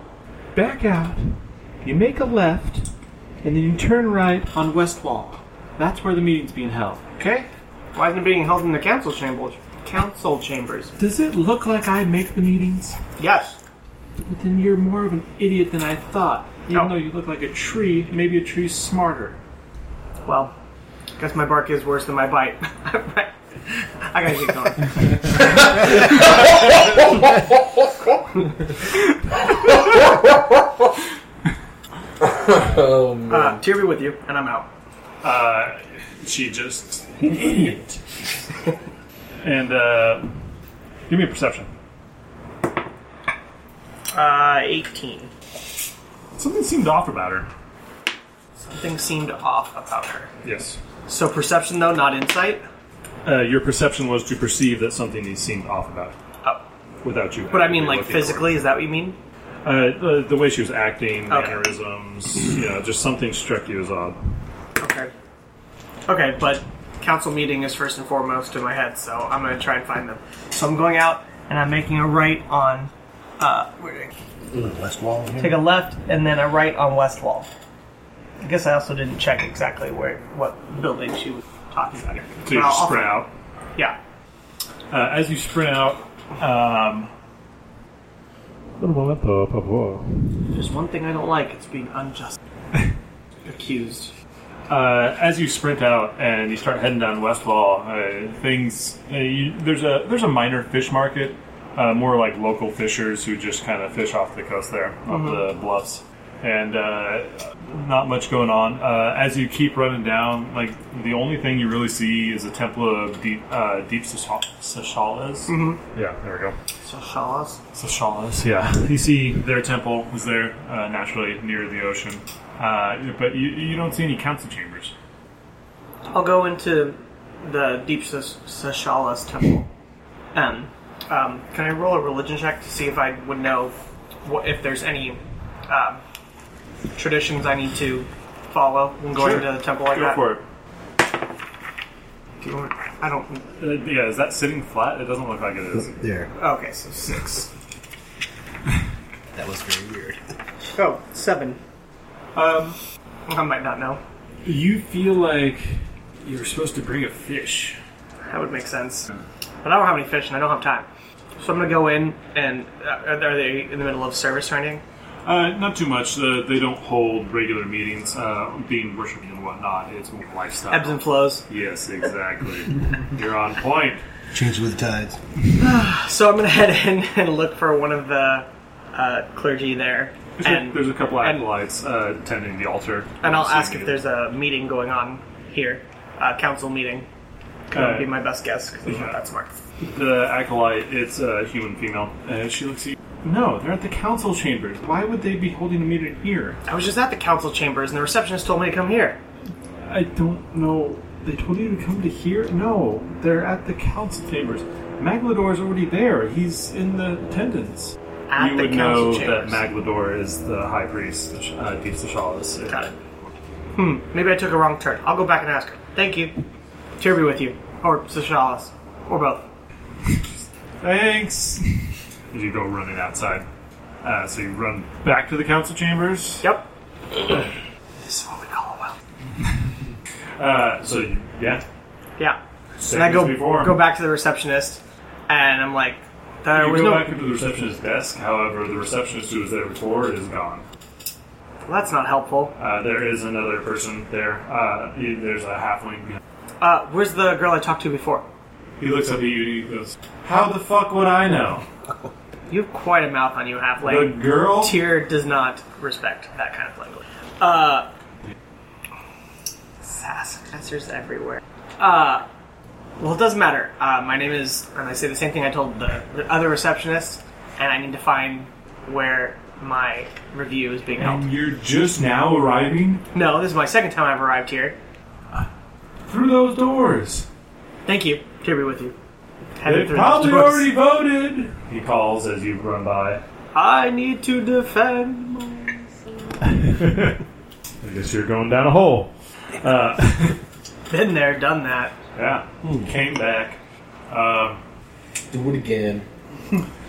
S1: back out. You make a left, and then you turn right on West Wall. That's where the meeting's being held. Okay.
S4: Why isn't it being held in the council chambers? Council chambers.
S1: Does it look like I make the meetings?
S4: Yes.
S1: But then you're more of an idiot than I thought. Even
S4: No.
S1: though you look like a tree, maybe a tree's smarter.
S4: Well, guess my bark is worse than my bite. *laughs* I gotta get going.
S2: Um,
S4: Uh, Tear be with you, and I'm out.
S1: Uh, she just idiot. *laughs* and uh, give me a perception.
S4: Uh, 18.
S1: Something seemed off about her.
S4: Something seemed off about her.
S1: Yes.
S4: So perception, though, not insight.
S1: Uh, your perception was to perceive that something seemed off about her
S4: Oh,
S1: without you.
S4: but I mean,
S1: actively
S4: like
S1: looking
S4: physically, is that what you mean?
S1: for it. Uh, the, the way she was acting,
S4: Okay.
S1: mannerisms, you know, just something struck you as odd.
S4: Okay. Okay, but council meeting is first and foremost in my head, so I'm gonna try and find them. So I'm going out, and I'm making a right on. Uh, where did I
S3: West wall here.
S4: take a left and then a right on West Wall. I guess I also didn't check exactly where what building she was talking about.
S1: So you
S4: But I'll-
S1: just
S4: I'll-
S1: spread out.
S4: Yeah.
S1: Uh, as you sprint out, um,
S4: There's one thing I don't like. It's being unjust. *laughs* Accused.
S1: uh, as you sprint out and you start heading down West Wall, uh, things uh, you, there's a there's a minor fish market, uh, more like local fishers who just kind of fish off the coast there, off the bluffs, and uh, not much going on. Uh, as you keep running down, like the only thing you really see is a temple of deep uh, deep Sasha- Sashalas. Mm-hmm. Yeah, there we go.
S4: So Shalas.
S1: Sashalas, yeah. You see their temple was there, uh, naturally, near the ocean. Uh, but you, you don't see any council chambers.
S4: I'll go into the Deep Sas- Sashalas temple. Um, um, can I roll a religion check to see if I would know what, if there's any um, traditions I need to follow when going
S1: Sure.
S4: to the temple like
S1: Go
S4: that?
S1: for it.
S4: Do you want- I don't
S1: Uh, yeah, is that sitting flat? It doesn't look like it is.
S3: There.
S4: Okay, so six.
S3: That was very weird.
S4: *laughs* Oh, seven. Um, I might not know.
S1: You feel like you're supposed to bring a fish.
S4: That would make sense.
S3: Hmm.
S4: But I don't have any fish, and I don't have time. So I'm gonna go in, and uh, are are they in the middle of service or anything?
S1: Uh, not too much. Uh, they don't hold regular meetings, uh, being worshipped and whatnot. It's more lifestyle.
S4: Ebbs and flows.
S1: Yes, exactly. *laughs* you're on point.
S3: Changes with the tides.
S4: So I'm gonna *laughs* head in and look for one of the uh, clergy there,
S1: There's, a, *laughs*
S4: and
S1: there's a couple
S4: and-
S1: acolytes uh, attending the altar.
S4: and I'll ask if there's a meeting going on here, uh, council meeting. That would be my best guess because I'm
S1: Yeah.
S4: not that smart.
S1: Uh, The acolyte, it's a human female. Uh, she looks at you. No, they're at the council chambers. Why would they be holding a meeting here?
S4: I was just at the council chambers, and the receptionist told me to come here.
S1: I don't know. They told you to come to here? No, they're at the council chambers. Maglador's already there. He's in the attendance.
S4: At
S1: you
S4: the
S1: would
S4: council
S1: know
S4: chambers.
S1: that Maglador is the high priest, uh, Deep Sashalis.
S4: Got it. Hmm, maybe I took a wrong turn. I'll go back and ask her. Thank you. Tear be with you. Or Sashalas. Or both.
S1: Thanks! As you go running outside. Uh, so you run back to the council chambers.
S4: Yep. *coughs* this is what we call a well.
S1: Uh, so, you- yeah.
S4: Yeah. and I
S1: as
S4: go
S1: before.
S4: go back to the receptionist, and I'm like, there
S1: You
S4: was
S1: go
S4: no.
S1: back into the receptionist's desk. However, the receptionist who was there before is gone.
S4: Well, that's not helpful.
S1: Uh, there is another person there. Uh, he- there's a halfling.
S4: Uh, where's the girl I talked to before?
S1: He looks up at you and he goes, "How the fuck would I know?"
S4: You have quite a mouth on you,
S1: The
S4: halfling.
S1: girl.
S4: Tyr does not respect that kind of language. Uh, sasscasters everywhere. Uh, well, it doesn't matter. Uh, my name is, and I say the same thing I told the, the other receptionist, and I need to find where my review is being held.
S1: And you're just now arriving
S4: No, this is my second time I've arrived here.
S1: through those doors.
S4: Thank you. Tyr be with you. Headed
S1: They
S4: through
S1: probably
S4: those doors.
S1: already voted. He calls as you run by.
S4: I need to defend. my-
S1: I guess you're going down a hole. Uh,
S4: Been there, done that.
S1: Yeah. Came back. Um,
S2: Do it again.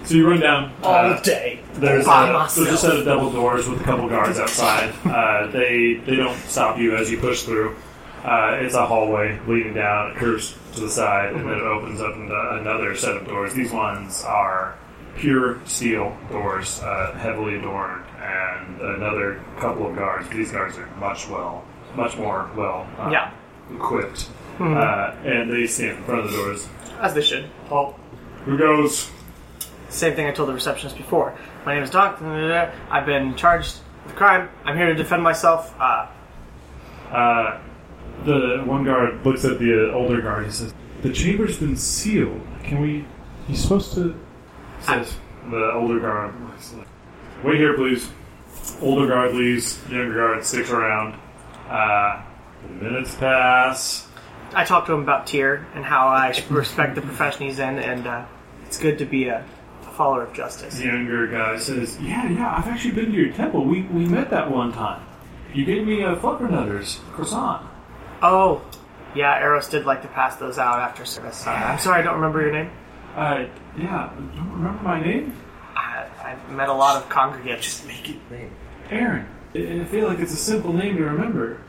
S1: so you run down.
S4: All
S1: uh,
S4: day.
S1: There's
S4: by
S1: a,
S4: myself.
S1: there's a set of double doors with a couple guards
S4: *laughs*
S1: outside. Uh, they they don't stop you as you push through. Uh, it's a hallway leading down. It curves to the side, and then it opens up into another set of doors. These ones are pure steel doors, uh, heavily adorned, and another couple of guards. These guards are much well, much more well uh,
S4: Yeah. Mm-hmm.
S1: equipped, uh, and they stand in front of the doors.
S4: As they should.
S1: Oh, who goes?
S4: Same thing I told the receptionist before. My name is Doc. da, da, da. I've been charged with crime. I'm here to defend myself. Uh,
S1: Uh, the one guard looks at the older guard. He says, "The chamber's been sealed. Can we?" He's supposed to. Says the older guard. looks like, Wait here, please. Older guard leaves. Younger guard sticks around. Uh, minutes pass.
S4: I talked to him about Tyr and how I respect the profession he's in, and uh, it's good to be a, a follower of justice.
S1: The younger guy says, "Yeah, yeah. I've actually been to your temple. We we met that one time. You gave me a fluffernutters croissant."
S4: Oh, yeah, Eros did like to pass those out after service. Uh, I'm sorry, I don't remember your name.
S1: Uh, yeah. Don't remember my name?
S4: I, I've met a lot of congregants.
S1: Make it rain. Aaron. And I feel like it's a simple name to remember.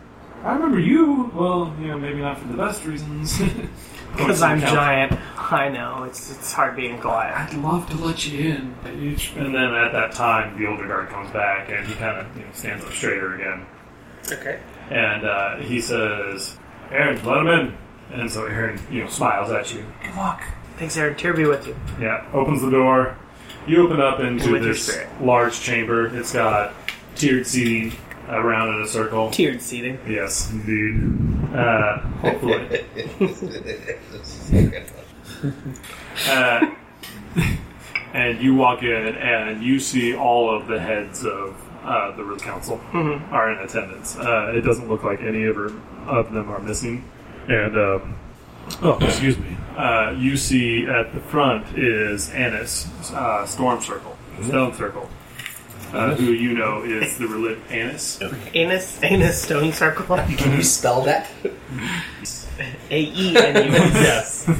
S1: I remember you. Well, you know, maybe not for the best reasons. *laughs*
S4: Because I'm giant. I know, it's, it's hard being Goliath.
S1: I'd love to let you in. And then at that time, the older guard comes back and he kind of you know, stands up straighter again.
S4: Okay.
S1: And uh, he says, Aaron, let him in. And so Aaron, you know, smiles at you. Good luck.
S4: Thanks, Aaron. Tyr be with you.
S1: Yeah, opens the door. You open up into
S4: With your
S1: this
S4: spirit.
S1: large chamber. It's got tiered seating around in a circle.
S4: Tiered seating.
S1: Yes, indeed. Uh, *laughs* hopefully. uh, and you walk in and you see all of the heads of uh, the Root Council are in attendance. Uh, it doesn't look like any of, her, of them are missing. And, um, oh, excuse me. Uh, you see at the front is Annis, uh, Storm Circle, Stone Circle, uh, who you know is the religion Annis.
S4: Anus, anus, stone circle.
S2: Can you spell that?
S4: A E N U S.
S1: yes.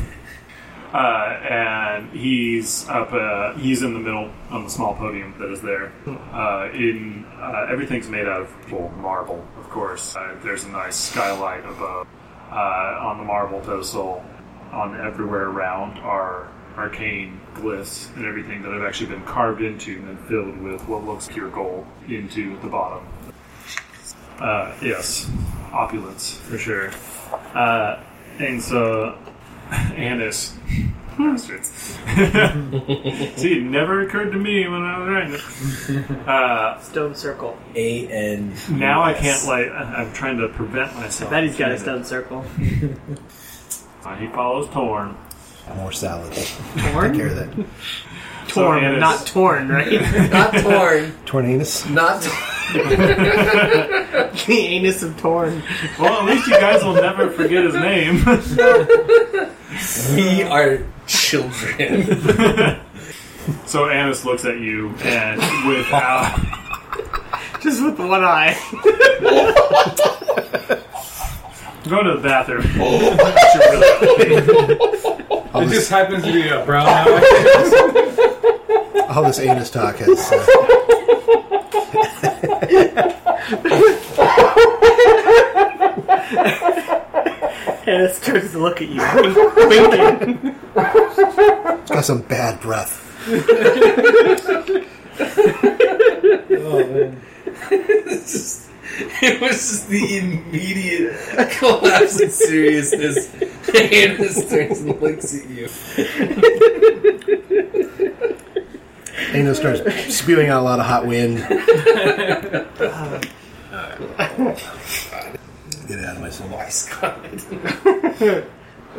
S1: Uh, and he's up. Uh, he's in the middle on the small podium that is there. Uh, in uh, everything's made out of well, marble, of course. Uh, there's a nice skylight above uh, on the marble pedestal. On everywhere around are arcane glyphs and everything that have actually been carved into and then filled with what looks pure gold into the bottom. Uh, yes, opulence for sure. Uh, and so *laughs* Annis. Bastards. *laughs* See, it never occurred to me when I was writing it. Uh,
S4: Stone circle.
S2: A N.
S1: now I can't, like, I- I'm trying to prevent myself.
S4: Betty's got a stone circle.
S1: Uh, He follows Torn.
S3: More salad. Take care
S4: *laughs* Torn?
S3: of that.
S4: Torn,
S1: So Annis-
S4: not torn, right?
S2: Not torn.
S3: Tornadoes.
S2: Not.
S4: the anus of torn.
S1: Well, at least you guys will never forget his name. *laughs*
S2: we are children. *laughs*
S1: so Annis looks at you and without.
S4: Just with one eye. *laughs*
S1: Go to the bathroom. You're really-
S5: It just happens to be a brown eye.
S3: All this anus talk has. Uh,
S4: Anus turns to look at you, wink- winking.
S3: got some bad breath.
S2: it was just the immediate *laughs* collapse in seriousness. *laughs* And this turns and looks at you.
S3: Anus starts spewing out a lot of hot wind. Get it out of my soul.
S2: Nice comment.
S4: Uh,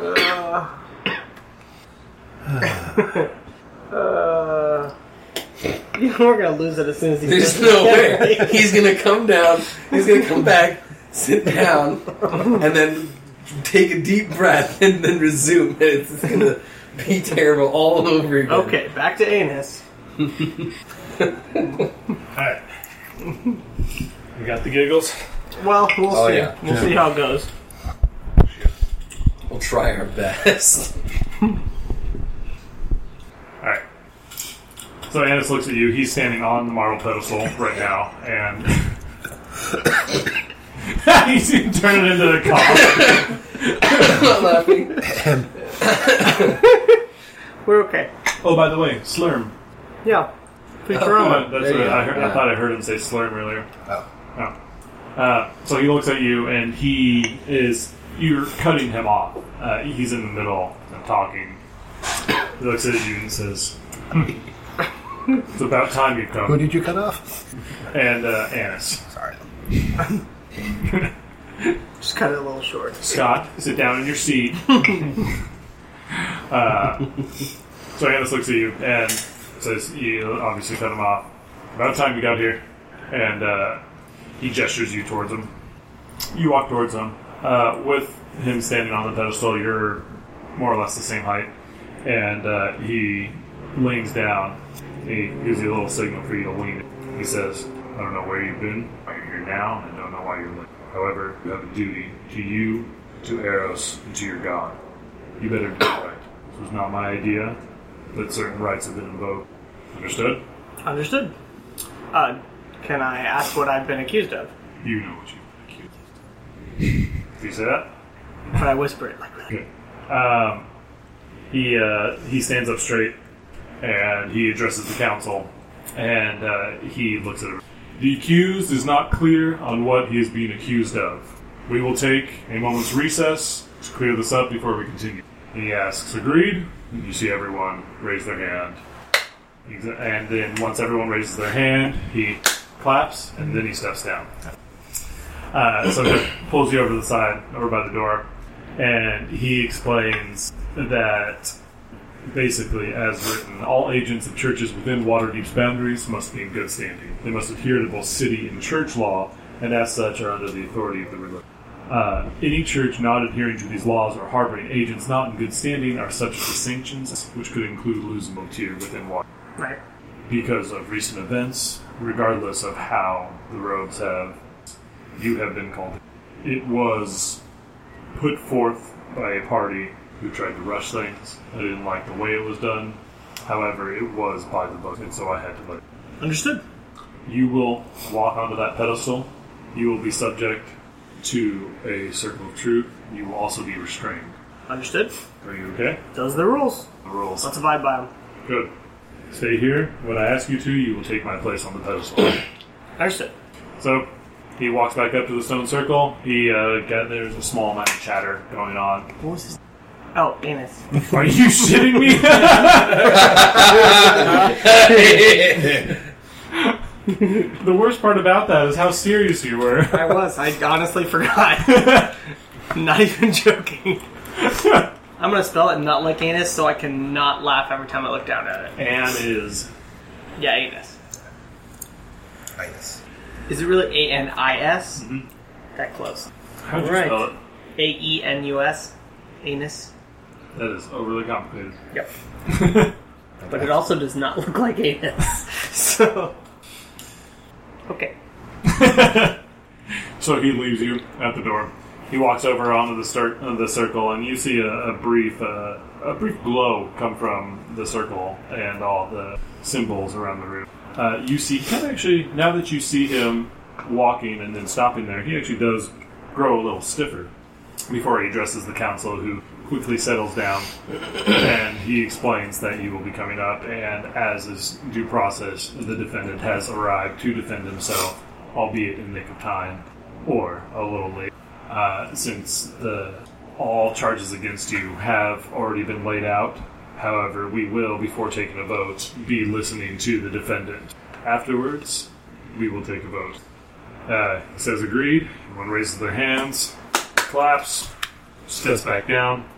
S4: *laughs* you know, we're gonna lose it as soon as he
S2: There's
S4: says
S2: no way.
S4: it.
S2: He's gonna come down, he's gonna come back, sit down, and then take a deep breath and then resume. And It's just gonna be terrible all over again.
S4: Okay, back to anus.
S1: Alright. You got the giggles?
S4: Well, we'll
S2: Oh,
S4: see.
S2: yeah.
S4: We'll see how it goes.
S2: will try our best.
S1: Alright. So Annis looks at you. He's standing on the marble pedestal right now, and. *laughs* He's turning into the cop.
S2: Not laughing.
S4: We're okay.
S1: Oh, by the way, slurm.
S4: Yeah. Please
S1: Uh,
S4: Roma.
S1: that's
S2: There
S1: what
S2: you go.
S1: I, heard, I
S2: Yeah.
S1: thought I heard him say slurm earlier.
S3: Oh.
S1: Oh. Uh, so he looks at you, and he is. You're cutting him off. Uh, he's in the middle of talking. He looks at you and says, "Hmm, It's about time you
S3: Who
S1: come.
S3: did you cut off?
S1: And uh, Annis.
S3: Sorry.
S4: Just cut it a little short.
S1: Scott, sit down in your seat. uh, so Annis looks at you and says, "You obviously cut him off. About time you got here." And uh, he gestures you towards him. You walk towards him. Uh, with him standing on the pedestal, you're more or less the same height, and uh, he leans down. He gives you a little signal for you to lean. He says, "I don't know where you've been. Why you're here now? and I don't know why you're late. However, you have a duty to you, to Eros, and to your god. You better do it right. This was not my idea, but certain rights have been invoked. Understood?
S4: Understood. Uh, can I ask what I've been accused of?
S1: You *laughs* know what you've been accused of. Do you say that?"
S4: But I whisper it like that.
S1: Good. Um, he uh, he stands up straight and he addresses the council and uh, he looks at him. The accused is not clear on what he is being accused of. We will take a moment's recess to clear this up before we continue. He asks, "Agreed?" You see everyone raise their hand, Exa- and then once everyone raises their hand, he claps and then he steps down. Uh, so he pulls you over to the side, over by the door, and he explains that basically, as written, all agents of churches within Waterdeep's boundaries must be in good standing. They must adhere to both city and church law, and as such are under the authority of the religion. Uh, any church not adhering to these laws or harboring agents not in good standing are subject to sanctions, which could include losing a tier within Waterdeep
S4: Right.
S1: because of recent events, regardless of how the roads have you have been called. It was put forth by a party who tried to rush things. I didn't like the way it was done. However, it was by the book, and so I had to let it.
S4: Understood.
S1: You will walk onto that pedestal. You will be subject to a circle of truth. You will also be restrained.
S4: Understood.
S1: Are you okay?
S4: Those are the rules.
S1: The rules.
S4: Let's abide by them.
S1: Good. Stay here. When I ask you to, you will take my place on the pedestal.
S4: Understood.
S1: So he walks back up to the stone circle. He uh, got, there's a small amount of chatter going on.
S4: What was his? Oh, Anus.
S1: Are you shitting me? *laughs* the worst part about that is how serious you were.
S4: I was. I honestly forgot. *laughs* not even joking. I'm gonna spell it not like anus so I can not laugh every time I look down at
S1: *laughs*
S4: it.
S1: Anne is
S4: Yeah, anus.
S3: Nice.
S4: Is it really A N I S? That close.
S1: how do you
S4: Right.
S1: spell it?
S4: A E N U S? Anus?
S1: That is overly complicated.
S4: *laughs* Yep. but it also does not look like anus. so. Okay.
S1: So he leaves you at the door. He walks over onto the, cir- uh, the circle, and you see a, a brief uh, a brief glow come from the circle and all the symbols around the room. Uh, you see him actually now that you see him walking and then stopping there, he actually does grow a little stiffer before he addresses the council, who quickly settles down, and he explains that you will be coming up, and as is due process, the defendant has arrived to defend himself, albeit in nick of time, or a little late, uh, since the all charges against you have already been laid out. However, we will, before taking a vote, be listening to the defendant. Afterwards, we will take a vote. Uh, he says agreed. Everyone raises their hands claps, steps back down,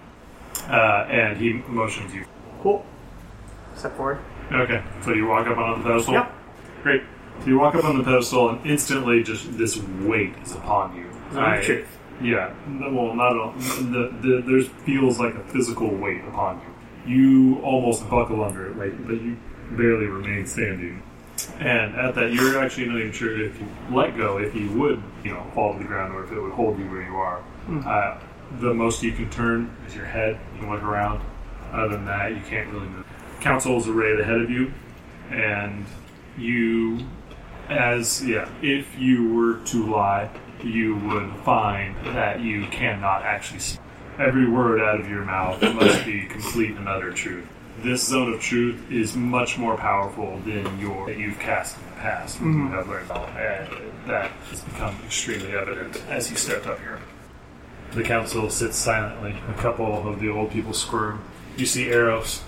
S1: uh, and he motions you.
S4: Cool. Step forward.
S1: Okay, so you walk up on the pedestal.
S4: Yep.
S1: Great. So you walk up on the pedestal, and instantly, just this weight is upon you.
S4: that
S1: I-
S4: true?
S1: Yeah. No, Well, not at all. The, the, there's feels like a physical weight upon you. You almost buckle under it, like, but you barely remain standing. And at that, you're actually not even sure if you let go, if you would, you know, fall to the ground or if it would hold you where you are. Uh, the most you can turn is your head. You can look around. Other than that, you can't really move. Council is arrayed ahead of you, and you, as yeah, if you were to lie, you would find that you cannot actually see. Every word out of your mouth must be complete and utter truth. This zone of truth is much more powerful than your that you've cast in the past. which You have learned about, and that has become extremely evident as you stepped up here. The council sits silently. A couple of the old people squirm. You see Eros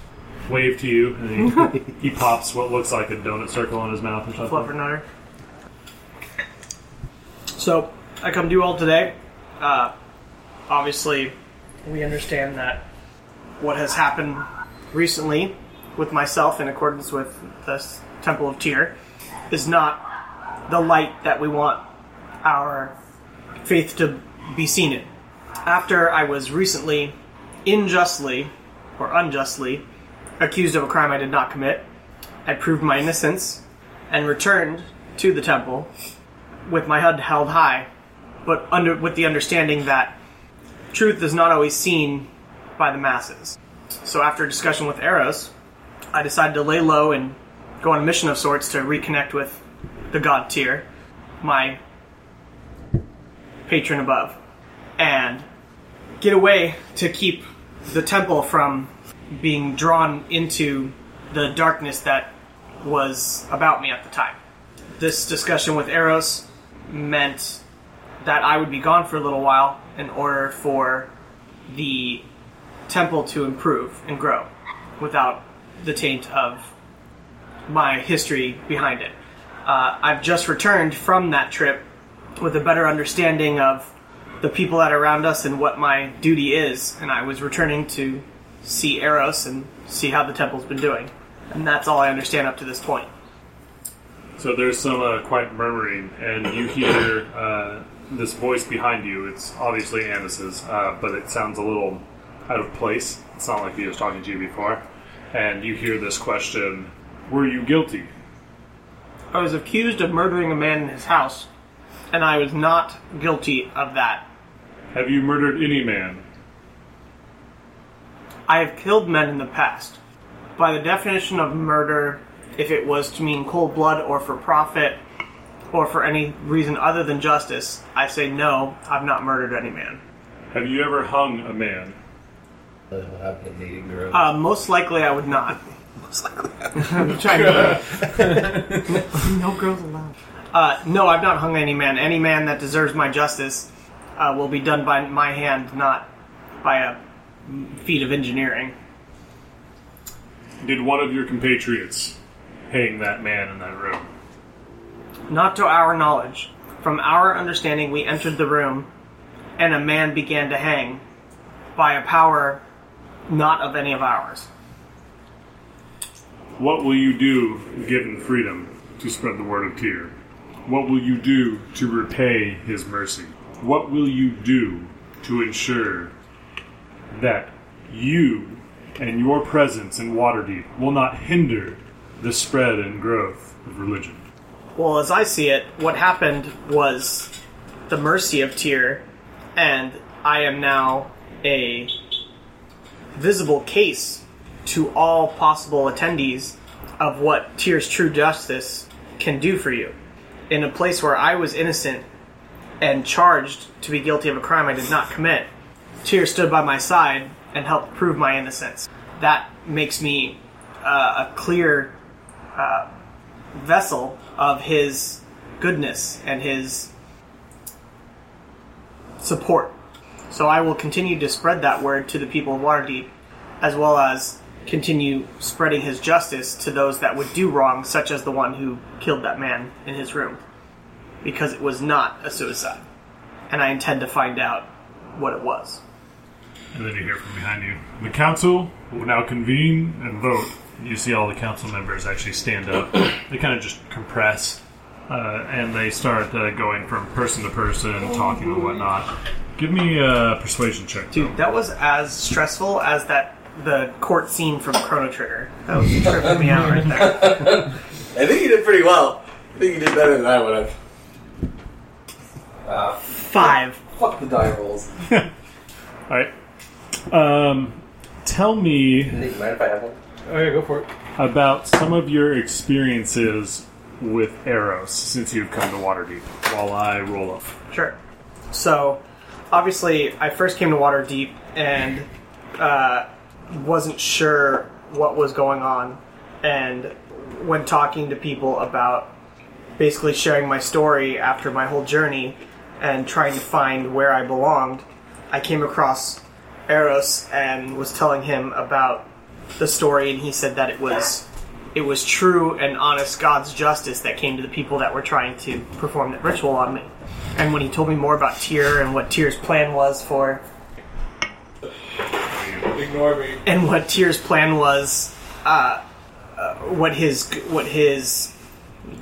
S1: wave to you, and he, he pops what looks like a donut circle in his mouth. Or something.
S4: Fluffernutter. So I come to you all today. Uh, obviously, we understand that what has happened recently with myself, in accordance with the s- Temple of Tyr, is not the light that we want our faith to be seen in. After I was recently, unjustly or unjustly, accused of a crime I did not commit, I proved my innocence and returned to the temple with my head held high, but under with the understanding that truth is not always seen by the masses. So after a discussion with Eros, I decided to lay low and go on a mission of sorts to reconnect with the god Tyr, my patron above, and get away to keep the temple from being drawn into the darkness that was about me at the time this discussion with Eros meant that I would be gone for a little while in order for the temple to improve and grow without the taint of my history behind it. Uh, I've just returned from that trip with a better understanding of the people that are around us and what my duty is, and I was returning to see Eros and see how the temple's been doing. And that's all I understand up to this point.
S1: So there's some uh, quiet murmuring, and you hear uh, this voice behind you. It's obviously Annis's, uh, but it sounds a little out of place. It's not like he was talking to you before. And you hear this question: "Were you guilty?"
S4: I was accused of murdering a man in his house, and I was not guilty of that.
S1: Have you murdered any man?
S4: I have killed men in the past. By the definition of murder, if it was to mean cold blood or for profit or for any reason other than justice, I say no, I've not murdered any man.
S1: Have you ever hung a man?
S2: That's what happened to Dating Girl.
S4: Uh, most likely I would not. Most likely. *laughs* I'm trying to. *laughs* no girls allowed. Uh, no, I've not hung any man. Any man that deserves my justice uh, will be done by my hand, not by a feat of engineering.
S1: Did one of your compatriots hang that man in that room?
S4: Not to our knowledge. From our understanding, we entered the room, and a man began to hang by a power not of any of ours.
S1: What will you do, given freedom, to spread the word of Tyr? What will you do to repay his mercy? What will you do to ensure that you and your presence in Waterdeep will not hinder the spread and growth of religion?
S4: Well, as I see it, what happened was the mercy of Tyr, and I am now a visible case to all possible attendees of what Tyr's true justice can do for you. In a place where I was innocent and charged to be guilty of a crime I did not commit, Tyr stood by my side and helped prove my innocence. That makes me uh, a clear vessel of his goodness and his support. So I will continue to spread that word to the people of Waterdeep, as well as continue spreading his justice to those that would do wrong, such as the one who killed that man in his room, because it was not a suicide. And I intend to find out what it was.
S1: And then you hear from behind you. The council will now convene and vote. You see all the council members actually stand
S4: *coughs*
S1: up. They kind of just compress, uh, and they start uh, going from person to person, talking and whatnot. Give me a persuasion check. though.
S4: Dude, that was as stressful as that the court scene from Chrono Trigger. That was tripping me out right there.
S2: I think you did pretty well. I think you did better than I would have.
S4: Five.
S2: Fuck the die rolls.
S1: All right. Um, tell me
S2: Nick, mind if I have one?
S5: Okay, Oh, go for it.
S1: about some of your experiences with Eros since you've come to Waterdeep. While I roll up.
S4: Sure. So, obviously, I first came to Waterdeep and uh, wasn't sure what was going on. And when talking to people about basically sharing my story after my whole journey and trying to find where I belonged, I came across Eros and was telling him about the story, and he said that it was it was true and honest God's justice that came to the people that were trying to perform that ritual on me. And when he told me more about Tyr and what Tyr's plan was for,
S5: Ignore me.
S4: and what Tyr's plan was, uh, uh, what his what his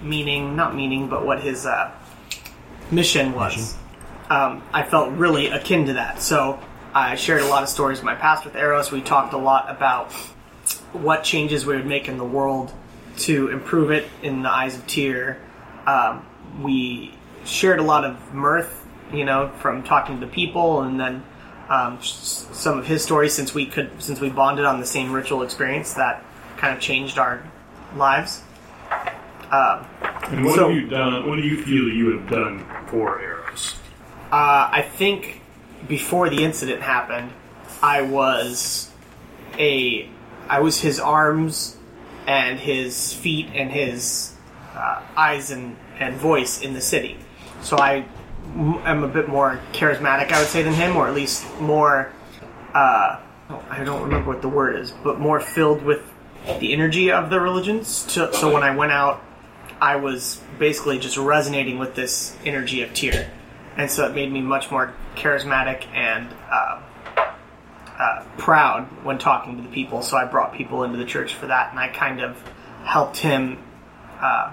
S4: meaning, not meaning, but what his uh, mission was, Um, I felt really akin to that. So I shared a lot of stories of my past with Eros. We talked a lot about what changes we would make in the world to improve it in the eyes of Tyr. Um, we shared a lot of mirth, you know, from talking to people, and then um, s- some of his stories since we could since we bonded on the same ritual experience that kind of changed our lives.
S1: And what
S4: So-
S1: have you done? What do you feel you have done for Eros?
S4: Uh, I think before the incident happened, I was a I was his arms and his feet and his uh, eyes and, and voice in the city. So I m- am a bit more charismatic, I would say, than him, or at least more. Uh, I don't remember what the word is, but more filled with the energy of the religions. To, so when I went out, I was basically just resonating with this energy of Tyr. And so it made me much more charismatic and uh, uh, proud when talking to the people. So I brought people into the church for that, and I kind of helped him, uh,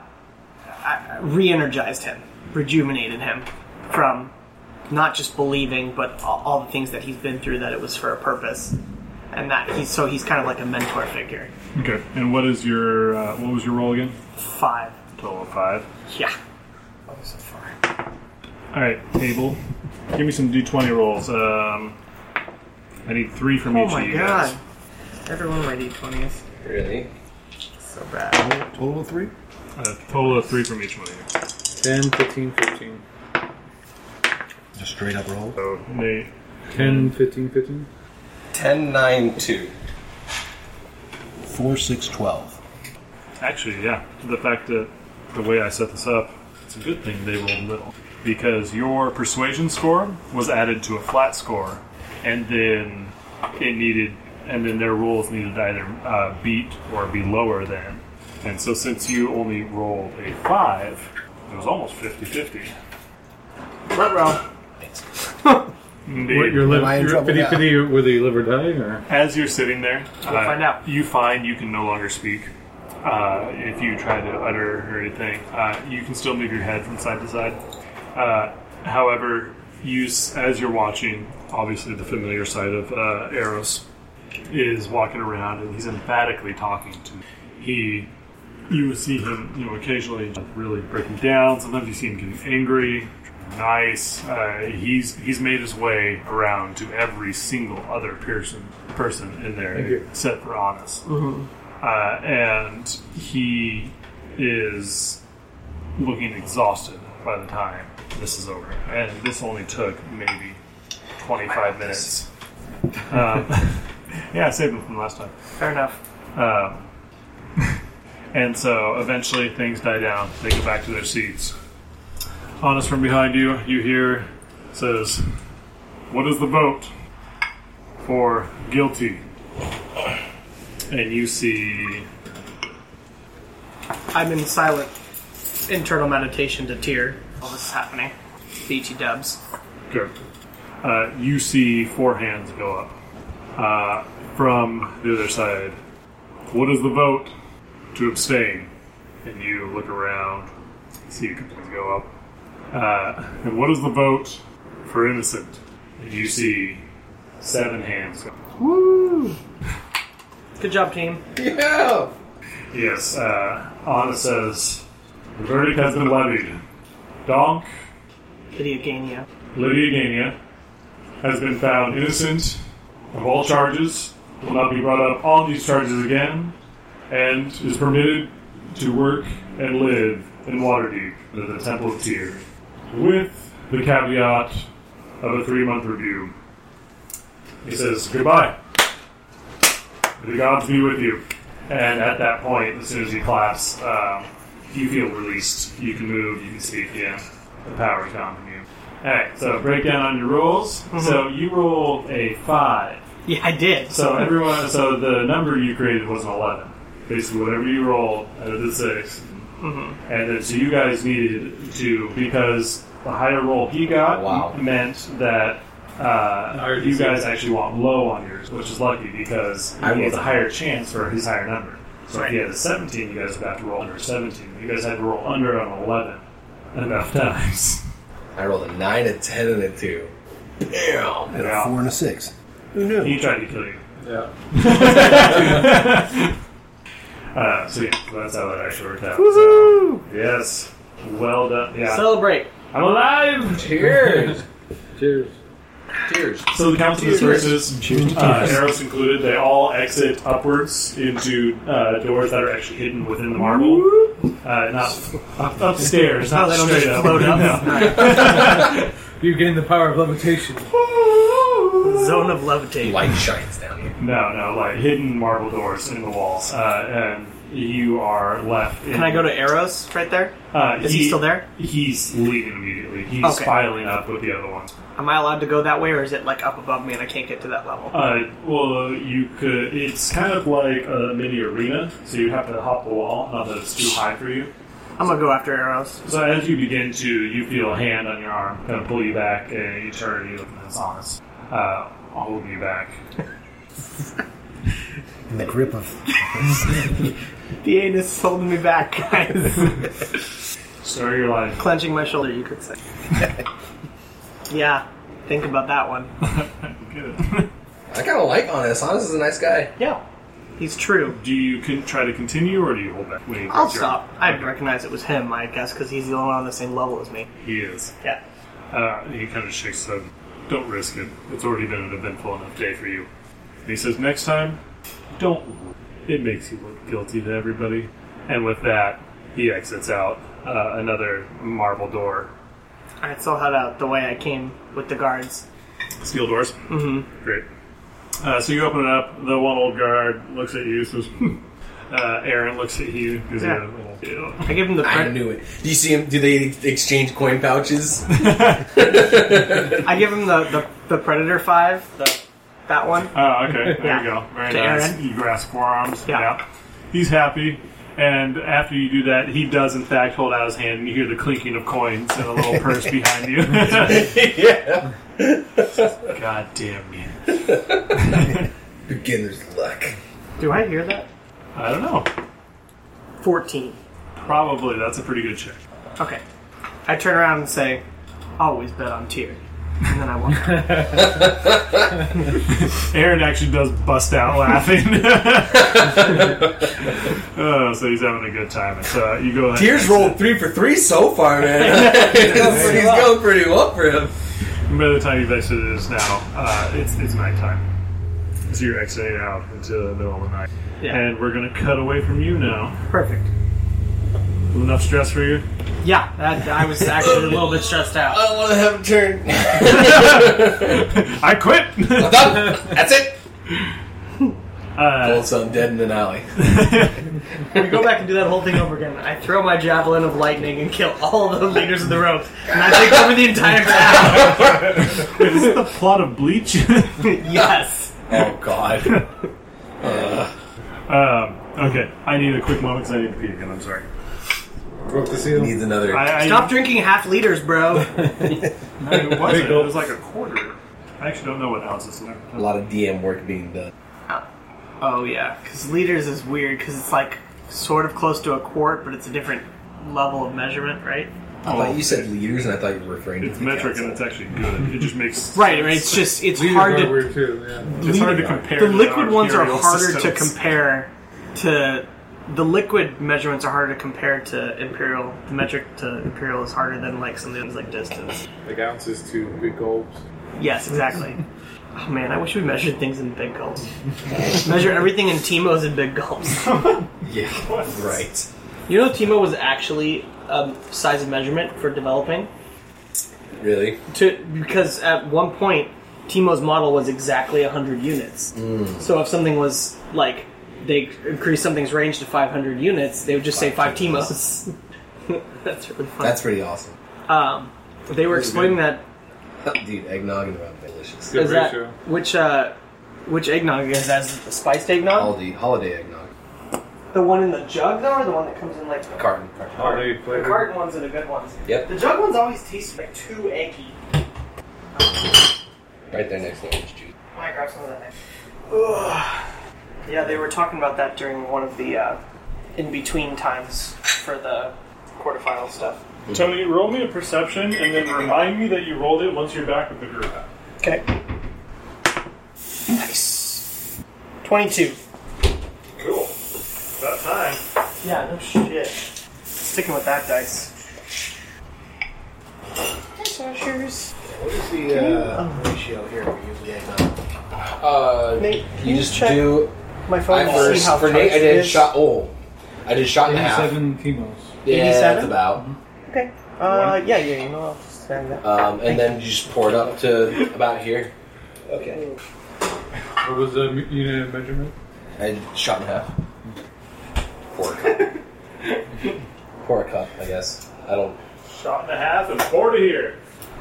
S4: I- I re energized him, rejuvenated him from not just believing, but all, all the things that he's been through, that it was for a purpose. And that he's so he's kind of like a mentor figure.
S1: Okay. And what is your uh, what was your roll again?
S4: Five.
S1: Total of five.
S4: Yeah.
S1: All right, table. Give me some d20 rolls. Um, I need three from
S4: Oh
S1: each of
S4: my
S1: you
S4: god.
S1: guys.
S4: Everyone, my d20s.
S2: Really?
S4: So bad.
S3: Total of three?
S1: A total of three from each one of you.
S5: 10, 15, 15.
S3: Just straight up roll.
S1: So Nate,
S5: 10, 15, 15.
S2: 10, 9, 2.
S3: Four, six, twelve.
S1: actually, yeah, the fact that the way I set this up, it's a good thing they rolled little because your persuasion score was added to a flat score, and then it needed, and then their rolls needed to either uh, beat or be lower than. And so since you only rolled a five, it was almost 50-50.
S4: Front row.
S5: What, your
S3: Am I in
S5: liver, your
S3: trouble
S5: pity,
S3: now?
S5: pity, were the liver dying or?
S1: As you're sitting there, we'll
S4: find out.
S1: You find you can no longer speak. Uh, if you try to utter anything, uh, you can still move your head from side to side. Uh, however, you, s- as you're watching, obviously the familiar sight of uh, Eros is walking around and he's emphatically talking to. He, you would see him, you know, occasionally really breaking down. Sometimes you see him getting angry. Nice. Uh, he's he's made his way around to every single other person person in there
S5: you.
S1: except for Honest, uh, and he is looking exhausted by the time this is over. And this only took maybe 25 minutes. Um, *laughs* yeah, I saved them from last time.
S4: Fair enough.
S1: Um, and so eventually things die down. They go back to their seats. Honest from behind you, you hear says, What is the vote for guilty? And you see
S4: I'm in silent internal meditation to tear. All this is happening. BT dubs.
S1: Good. Uh, you see four hands go up uh, from the other side. What is the vote to abstain? And you look around, see your hands go up. Uh, and what is the vote for innocent? And you see seven hands. go up.
S4: Good job, team.
S2: Yeah!
S1: Yes. Uh, Anna says the verdict has been levied. Donk,
S4: Lydia Gania.
S1: Lydia Gania, has been found innocent of all charges, will not be brought up on these charges again, and is permitted to work and live in Waterdeep, the the Temple of Tyr, with the caveat of a three month review. He says, Goodbye. The gods be with you. And at that point, as soon as you collapse, um, you feel released. You can move, you can speak, yeah. The power's gone from you. Alright, so breakdown on your rolls. So you rolled a 5.
S4: Yeah, I did.
S1: So everyone, so the number you created was an eleven. Basically, whatever you roll out of the 6 and then so you guys needed to because the higher roll he got
S2: Wow.
S1: meant that uh,
S5: Higher
S1: you
S5: DC.
S1: guys actually want low on yours, which is lucky because
S2: I
S1: he has a
S2: rolled-
S1: higher chance for his higher number. So if he had a seventeen, you guys would have to roll under seventeen. You guys had to roll under an eleven enough times.
S2: I rolled a nine, a ten, and a two. Damn.
S3: And
S1: Yeah.
S3: a four and a six. Who knew?
S1: He tried to kill you.
S5: Yeah.
S1: *laughs* Uh, so yeah, that's how that actually worked out.
S4: Woohoo!
S1: So, yes. Well done. Yeah.
S4: Celebrate.
S1: I'm alive!
S2: Cheers.
S5: Cheers.
S2: Cheers.
S1: So the council
S2: Cheers.
S1: disperses, uh, arrows included. They all exit upwards into uh, doors that are actually hidden within the marble. Uh, not up, upstairs, not
S4: they don't
S1: straight
S4: just
S1: up.
S4: float up?
S1: No.
S5: You gain the power of levitation.
S4: Zone of levitation.
S2: Light shines down here.
S1: *laughs* no, no, like hidden marble doors in the walls. Uh, and you are left. In,
S4: Can I go to Eros right there?
S1: Uh,
S4: Is he still there?
S1: He's leaving immediately. He's
S4: Okay.
S1: filing up with the other ones.
S4: Am I allowed to go that way, or is it like up above me and I can't get to that level?
S1: Uh, well, you could. It's kind of like a mini arena, so you have to hop the wall. Not that it's too high for you.
S4: I'm gonna go after Eros.
S1: So as you begin to, you feel a hand on your arm kind of pull you back, and you turn, you look, and it's honest. Uh, I'll hold you back.
S3: In the grip of
S4: The anus holding me
S1: *laughs*
S4: back, guys.
S1: Start your life.
S4: Clenching my shoulder, you could say. *laughs* yeah, think about that one.
S1: *laughs* Good. *laughs*
S2: I kind of like Honest. Honest is a nice guy.
S4: Yeah, he's true.
S1: do you con- try to continue, or do you hold back? When you
S4: I'll
S1: your-
S4: stop. I recognize it was him, I guess, because he's the only one on the same level as me.
S1: He is.
S4: Yeah.
S1: Uh, he kind of shakes his head. Don't risk it. It's already been an eventful enough day for you. And he says, next time, don't. It makes you look guilty to everybody. And with that, he exits out uh, another marble door.
S4: I still head out the way I came with the guards.
S1: Steel doors? Mm-hmm. Great. Uh, so you open it up. The one old guard looks at you, says, *laughs* hmm. Uh, Aaron looks at you, gives
S4: Yeah.
S1: you a little...
S4: I give him the
S2: I
S4: credit.
S2: knew it. Do you see him? Do they exchange coin pouches?
S4: I give him the, the, the Predator 5, the, that one.
S2: Uh.
S1: Oh, okay. There
S4: Yeah.
S1: you go. Very
S4: To
S1: nice.
S4: Aaron.
S1: You grasp forearms.
S4: Yeah.
S1: He's happy. And after you do that, he does, in fact, hold out his hand, and you hear the clinking of coins and a little purse behind you.
S2: *laughs*
S1: *laughs*
S2: yeah.
S1: God damn you.
S2: Beginner's luck.
S4: Do I hear that?
S1: I don't know.
S4: 14.
S1: Probably. That's a pretty good check.
S4: Okay. I turn around and say, always bet on tier. And then I walk.
S2: *laughs*
S4: out.
S1: Aaron actually does bust out *laughs* laughing. oh, so he's having a good time. And so uh, you go ahead.
S2: Tears rolled three for three so far, man. *laughs* He's going pretty well for him.
S1: By the time you've exited this now, uh, it's, it's nighttime. So you're exiting out into the middle of the night.
S4: Yeah.
S1: And we're going to cut away from you now.
S4: Perfect.
S1: Enough stress for you?
S4: Yeah, that, I was actually a little bit stressed
S2: I *laughs*
S4: out.
S2: don't want to have a turn.
S1: I quit! *laughs*
S2: Done. That's it.
S1: uh,
S2: Well, so I'm dead in an alley.
S4: We go back and do that whole thing over again. I throw my javelin of lightning and kill all the leaders of the ropes. And I take over the entire
S2: *laughs*
S4: town.
S1: is this the plot of Bleach? *laughs*
S4: yes.
S2: Oh God. *laughs*
S1: um, okay, I need a quick moment because I need to pee again. I'm sorry.
S5: Broke the seal.
S2: Needs another.
S1: I, I,
S4: Stop drinking half liters, bro. *laughs*
S1: No, it wasn't. It was like a quarter. I actually don't know what ounce is in there.
S2: A lot of DM work being done.
S4: Oh yeah, because liters is weird because it's like sort of close to a quart, but it's a different level of measurement, right?
S2: I thought you said leaders, and I thought you were referring to
S1: It's
S2: the
S1: metric
S2: council.
S1: and it's actually good. It just makes.
S4: *laughs* Right. right, It's just it's hard
S5: Leaders are
S4: to
S5: weird too. Yeah.
S1: It's hard to compare.
S4: the
S1: to
S4: liquid ones are
S1: arterial
S4: harder to
S1: systems.
S4: compare to the liquid measurements are harder to compare to imperial. The metric to imperial is harder than like something like distance.
S5: Like ounces to big gulps.
S4: Yes, *laughs* exactly. oh man, I wish we measured things in big gulps. Measure everything in Timos and big gulps.
S2: Yeah, right.
S4: You know, Timo was actually a size of measurement for developing.
S2: Really?
S4: to because at one point Timo's model was exactly 100 units.
S2: Mm.
S4: So if something was like they increase something's range to 500 units, they would just say five Timos. *laughs* That's really funny.
S2: That's pretty awesome. *laughs*
S4: um, they were explaining that
S2: Dude, eggnog and rum, delicious.
S5: Good
S4: is that
S5: ratio.
S4: which uh, which eggnog is as the spiced eggnog,
S2: Aldi, holiday eggnog. Oh.
S4: the one in the jug though, or the one that comes in like the
S2: Carton.
S5: Holiday flavor.
S4: carton ones are the good ones.
S2: Yep.
S4: The jug ones always taste like too eggy.
S2: Right there next to orange juice.
S4: I grab some of that next. Ugh. Yeah, they were talking about that during one of the uh, in between times for the quarterfinal stuff.
S1: Tony, roll me a perception and then remind me that you rolled it once you're back with the group.
S4: Okay. Nice. Twenty-two.
S1: Cool. About time.
S4: Yeah, no shit. Sticking with that dice.
S3: What is the uh, ratio here we usually eggnog?
S2: Uh,
S4: Nate, can
S2: you
S4: you
S2: just
S4: check
S2: do.
S4: My phone
S2: I
S4: will
S2: first.
S4: see how
S2: For Nate, I
S4: toast it
S2: did
S4: is.
S2: shot. Oh. I did shot and a half.
S5: Eighty-seven Timos.
S2: Yeah,
S4: 87?
S2: that's about.
S4: Okay. Uh, yeah, yeah, you know, I'll just stand that.
S2: Um, and then you just pour it up to about here.
S4: Okay.
S5: What was the m- unit of measurement?
S2: I did shot and a half. Pour a cup. pour a cup, I guess. I don't.
S1: Shot and a half and four to here.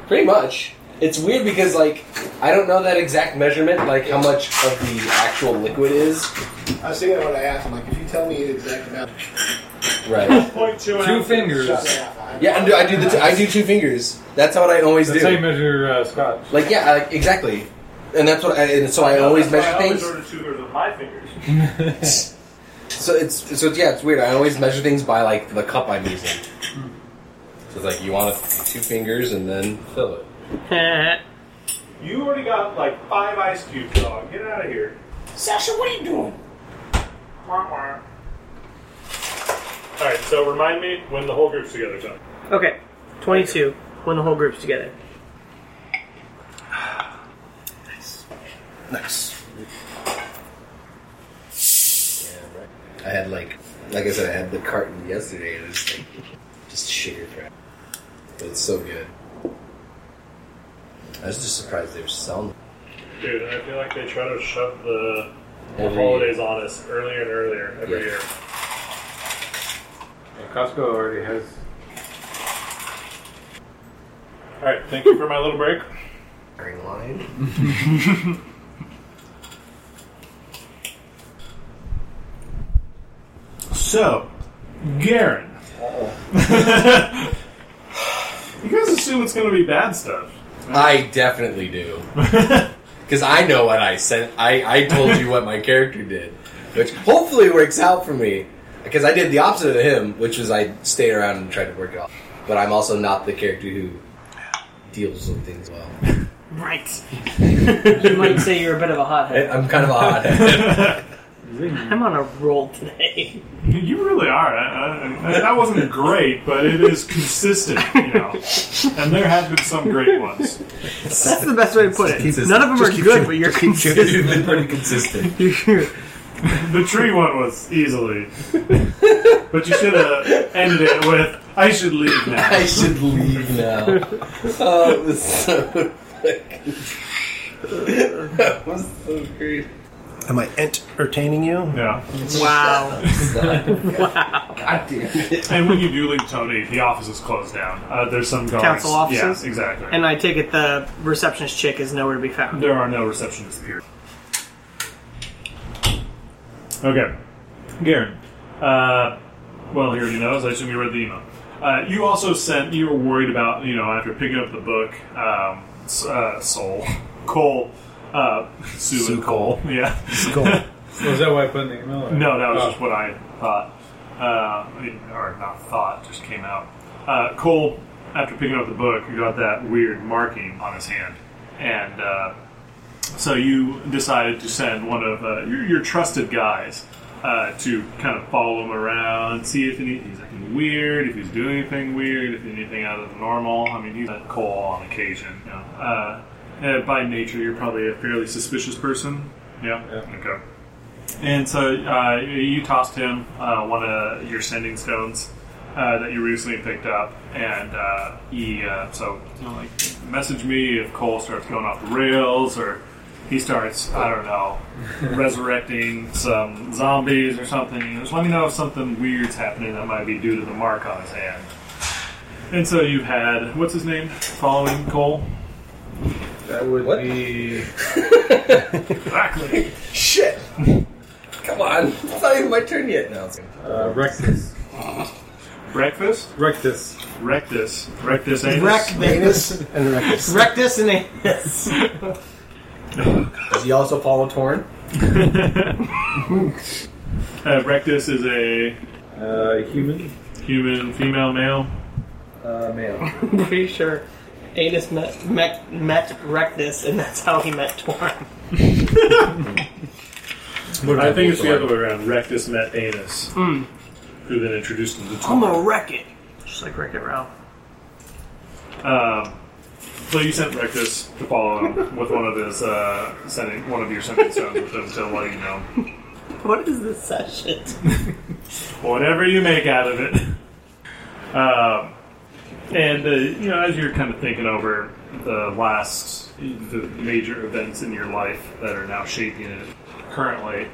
S2: Pretty much. It's weird because like I don't know that exact measurement, like how much of the actual liquid is.
S6: I was thinking what I asked him, like, if you tell me the exact amount,
S2: Right.
S1: Point two
S5: Two
S1: ounces.
S5: fingers.
S6: shut
S5: That's
S6: that off.
S2: Yeah, I do. I do, the t- I do two fingers. That's what I always
S5: how you
S2: do.
S5: measure uh, scotch.
S2: Like yeah, I, exactly. And that's what. I, and so I always
S1: That's why
S2: measure things.
S1: I always order two fingers with my fingers.
S2: *laughs* So it's so it's, yeah, it's weird. I always measure things by like the cup I'm using. So it's like you want to two fingers and then fill it.
S1: You already got like five ice cubes, dog. Get out of here.
S4: Sasha, what are you doing?
S1: All right. So remind me when the whole group's together, Tony.
S4: *laughs* Okay, 22 when the whole group's together.
S3: Nice.
S2: I had like like I said, I had the carton yesterday. and It was like just sugar crap. But it's so good. I was just surprised they were selling.
S1: Dude, I feel like they try to shove the, the
S2: Every-
S1: holidays on us earlier and earlier every
S2: Yeah.
S1: year.
S5: Yeah, Costco already has.
S1: All right. Thank you for my little break.
S2: Hiring line.
S1: So, Garen. you guys assume it's going to be bad stuff.
S2: I definitely do because I know what I sent. I I told you what my character did, which hopefully works out for me. Because I did the opposite of him, which was I stayed around and tried to work it off. But I'm also not the character who deals with things well.
S4: *laughs* Right. you might say you're a bit of a
S2: I-
S4: hothead.
S2: I'm kind of odd. *laughs*
S4: I'm on a roll today.
S1: You really are. I, I, I, that wasn't great, but it is consistent, you
S4: *laughs*
S1: know. And there have been some great ones.
S4: *laughs* That's the best way to put it.
S2: Consistent.
S4: None of them are good, but you're consistent.
S2: You've been pretty consistent.
S1: The tree one was
S4: *laughs*
S1: easily. But you should have ended it with, I should leave now.
S4: *laughs*
S2: I should leave now. Oh, it was so fucking. *laughs* that was so great.
S3: Am I entertaining you?
S1: Yeah.
S4: wow.
S1: And when you do leave Tony, the office is closed down. Uh, there's some guards.
S4: Council offices?
S1: Yeah, exactly.
S4: And I take it the receptionist chick is nowhere to be found.
S1: There are no receptionists here. Okay. Garen. Uh, well, he already knows. I assume you read the email. Uh, you also sent, you were worried about, you know, after picking up the book, um, S- uh, Soul, Cole, uh, *laughs* Sue, and Cole. *laughs* Yeah.
S3: Cool.
S6: *laughs*
S5: Was Oh, that why I put in the email? or-
S1: No, that was
S5: Oh.
S1: just what I thought. Uh, I mean, or not thought, just came out. Uh, Cole, after picking up the book, got that weird marking on his hand. And uh, so you decided to send one of uh, your, your trusted guys uh, to kind of follow him around, see if any, he's acting weird, if he's doing anything weird, if anything out of the normal. I mean, he's a Cole on occasion. You know. uh, Uh, by nature, you're probably a fairly suspicious person. Yeah.
S5: Yeah.
S1: Okay. And so uh, you tossed him uh, one of your sending stones uh, that you recently picked up, and uh, he uh, so you know, like message me if Cole starts going off the rails or he starts I don't know resurrecting some zombies or something. You know, just let me know if something weird's happening that might be due to the mark on his hand. And so you had what's his name following Cole.
S5: Oh, That would
S2: What?
S5: be.
S1: Exactly.
S2: Shit! Come on, it's not even my turn yet. No, it's
S5: Uh, Rectus.
S1: Breakfast.
S5: Rectus.
S1: Rectus. Rectus anus.
S4: Wreck *laughs* this.
S3: Anus and rectus.
S4: Wreck this and *laughs* anus.
S2: Does he also follow Torn?
S1: Uh, rectus is a
S5: Uh, human.
S1: human, female, male.
S5: Uh, male.
S4: I'm pretty sure Anus met, met, met wreck this, and that's how he met Torn.
S1: I think it's the other way around. Rectus met anus, who then introduced him to
S4: I'm
S1: Tom.
S4: gonna wreck it. Just like Wreck It Ralph.
S1: Um, so you sent Rectus to follow him with one of his uh, sending one of your sending stones with him to let you know
S4: What is this session?
S1: whatever you make out of it. *laughs* Um, and uh, you know, as you're kind of thinking over the last the major events in your life that are now shaping it currently,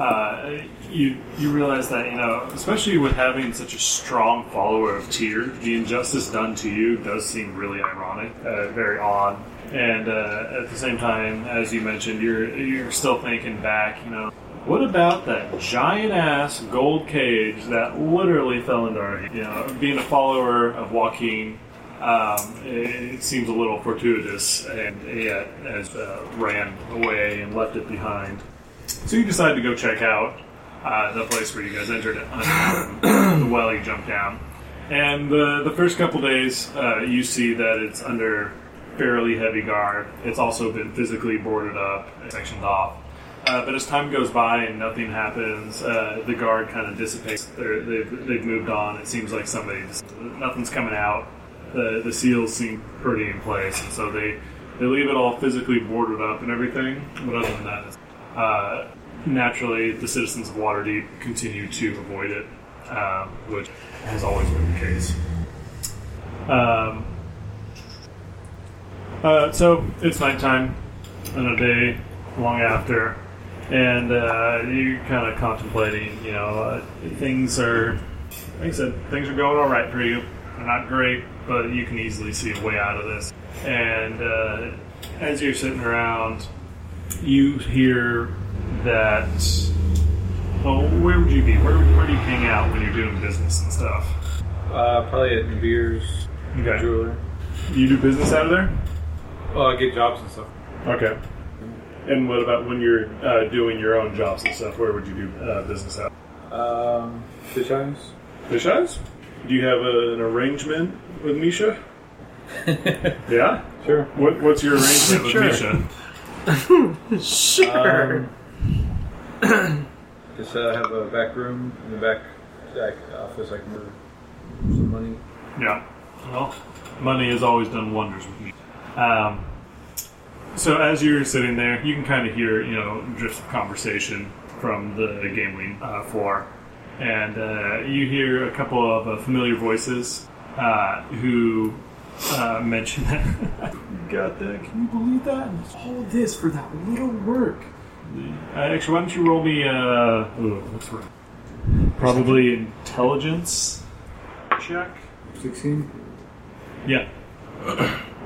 S1: uh, you you realize that you know, especially with having such a strong follower of Tyr, the injustice done to you does seem really ironic, uh, very odd. And uh, at the same time, as you mentioned, you're you're still thinking back, you know, what about that giant ass gold cage that literally fell into our hand? You know, being a follower of Joaquin, um, it, it seems a little fortuitous, and yet as uh, ran away and left it behind. So you decide to go check out uh, the place where you guys entered it, the well you jumped down. And the, the first couple days, uh, you see that it's under fairly heavy guard. It's also been physically boarded up, sectioned off. Uh, but as time goes by and nothing happens, uh, the guard kind of dissipates. They're, they've, they've moved on. It seems like somebody's nothing's coming out. The, the seals seem pretty in place, and so they they leave it all physically boarded up and everything. But other than that, it's uh, naturally, the citizens of Waterdeep continue to avoid it, um, which has always been the case. Um, uh, so it's nighttime, and a day long after, and uh, you're kind of contemplating. You know, uh, things are, like I said, things are going all right for you. They're not great, but you can easily see a way out of this. And uh, as you're sitting around, you hear that. Well, where would you be? Where, where do you hang out when you're doing business and stuff?
S5: Uh, probably at Nabir's
S1: Okay.
S5: jeweler.
S1: You do business out of there?
S5: Well, I get jobs and stuff.
S1: Okay. And what about when you're uh, doing your own jobs and stuff? Where would you do uh, business out?
S5: Um, fish eyes?
S1: Fish eyes? Do you have a, an arrangement with Misha? yeah?
S5: Sure.
S1: What, what's your arrangement with
S4: Sure.
S1: Misha?
S4: Sure.
S1: *laughs*
S5: Um, just uh, have a back room in the back, back office. I can move some money.
S1: Yeah. Well, money has always done wonders with me. Um, so as you're sitting there, you can kind of hear, you know, drifts of conversation from the gambling uh, floor, and uh, you hear a couple of uh, familiar voices uh, who uh, mention *laughs* that. God, that! Can you believe that? All this for that little work. Uh, actually, why don't you roll me? Uh, ooh, what's the word? Probably intelligence check.
S5: 16?
S1: Yeah. *clears throat*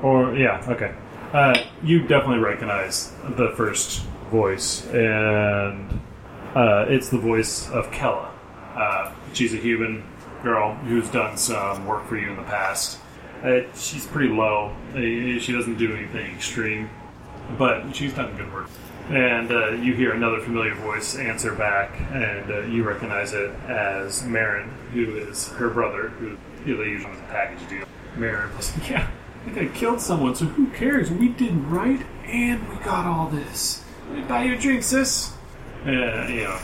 S1: or yeah, okay. Uh, you definitely recognize the first voice, and uh, it's the voice of Kella. Uh, she's a human girl who's done some work for you in the past. Uh, she's pretty low. Uh, She doesn't do anything extreme, but she's done good work. And uh, you hear another familiar voice answer back, and uh, you recognize it as Marin, who is her brother, who you know, they usually have a package deal. Marin was like, Yeah, I think I killed someone, so who cares? We did right, and we got all this. Let me buy you a drink, sis. Uh, you know,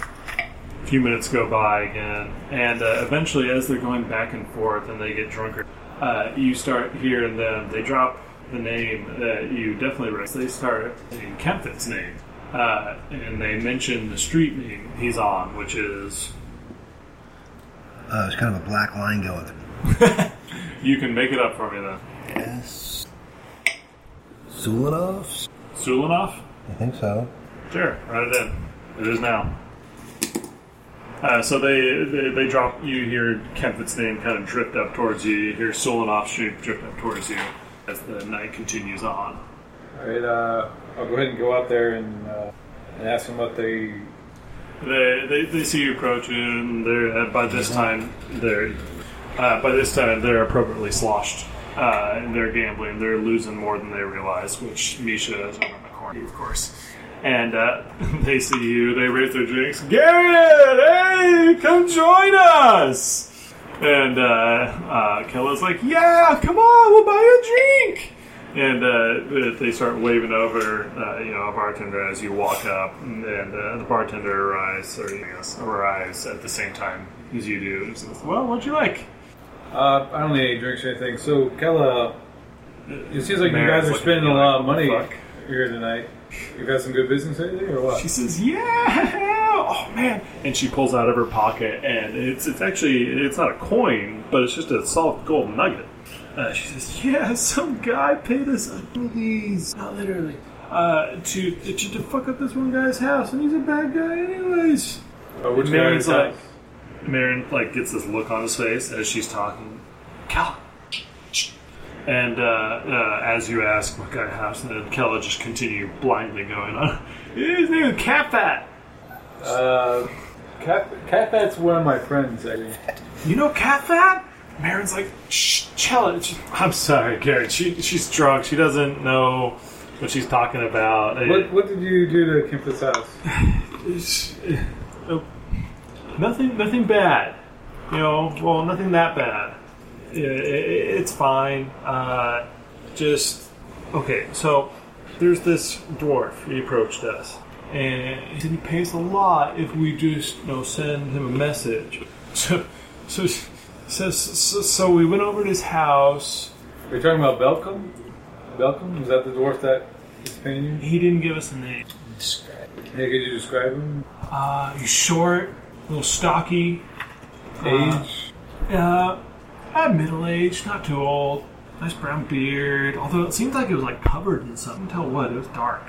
S1: a few minutes go by again, and uh, eventually, as they're going back and forth and they get drunker, uh, you start hearing them. They drop the name that you definitely recognize. They start in Kempfit's name, uh, and they mention the street name he's on, which is
S3: Uh, it's kind of a black line going through.
S1: you can make it up for me then.
S3: Yes. Zulanov?
S1: Sulanov?
S3: I think so.
S1: Sure, write it in. It is now. Uh, so they, they they drop you hear Kempfit's name kind of drift up towards you. You hear Solonov's shape drift up towards you as the night continues on.
S5: All right, uh, I'll go ahead and go out there and uh, and ask them what they.
S1: They, they, they see you approaching. They're uh, by this time they're uh, by this time they're appropriately sloshed. Uh, and they're gambling. They're losing more than they realize, which Misha is around the corner, of course. And uh, *laughs* they see you. They raise their drinks. Garrett, hey, come join us! And uh, uh, Kella's like, yeah, come on, we'll buy a drink. And uh, they start waving over, uh, you know, a bartender as you walk up, and uh, the bartender arrives or you know, arrives at the same time as you do. And says, well, what'd you like?
S5: Uh, I don't need any drinks or anything. So, Kella, it seems like you
S1: Mary's
S5: guys are
S1: looking
S5: spending a
S1: at me
S5: lot of
S1: like,
S5: money
S1: "What the
S5: here tonight. You've had some good business lately, or what?
S1: She says, "Yeah, oh man!" And she pulls out of her pocket, and it's it's actually it's not a coin, but it's just a soft gold nugget. Uh, she says, "Yeah, some guy paid us a these, not literally, uh, to, to to fuck up this one guy's house, and he's a bad guy, anyways."
S5: Or which
S1: Mary's
S5: guy
S1: like, Marin like gets this look on his face as she's talking. Kella. And uh, uh, as you ask what guy house, and then Kella just continue blindly going on. *laughs* His name is Catfat.
S5: Uh, Cat, Catfat's one of my friends. eh? I think.
S1: You know Catfat? Marin's like, shh, chill it. She- I'm sorry, Garrett. She, she's drunk. She doesn't know what she's talking about.
S5: What, what did you do to Kemp's house?
S1: It's- uh, nothing, nothing bad. You know, well, nothing that bad. I- i- it's fine. Uh, just okay. So there's this dwarf. He approached us, and he said he pays a lot if we just you know send him a message. *laughs* So, so, so, so, so we went over to his house.
S5: Are you talking about Belcom? Belcom? Is that the dwarf that is paying you?
S1: He didn't give us a name.
S5: Yeah, could you describe him?
S1: Uh, he's short, a little stocky,
S5: Age?
S1: Uh, I'm middle aged, not too old. Nice brown beard. Although it seemed like it was like covered in something. Tell what, it was dark.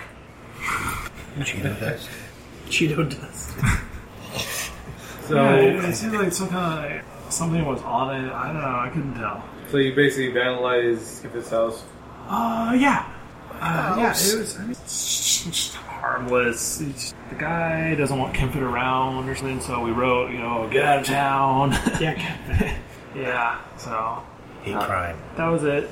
S3: Cheeto dust.
S4: Cheeto dust.
S1: Yeah,
S5: so,
S3: Oh.
S1: it, it seemed like some kind of like, something was on it. I don't know. I couldn't tell.
S5: so you basically vandalized Kemp's house.
S1: Uh, yeah.
S4: Oh.
S1: Uh, yeah, it was I mean, it's just harmless. It's- the guy doesn't want Kempit around or something, so we wrote, you know, get out of town. *laughs*
S4: Yeah.
S1: yeah, so
S3: Hate crime.
S1: that was it.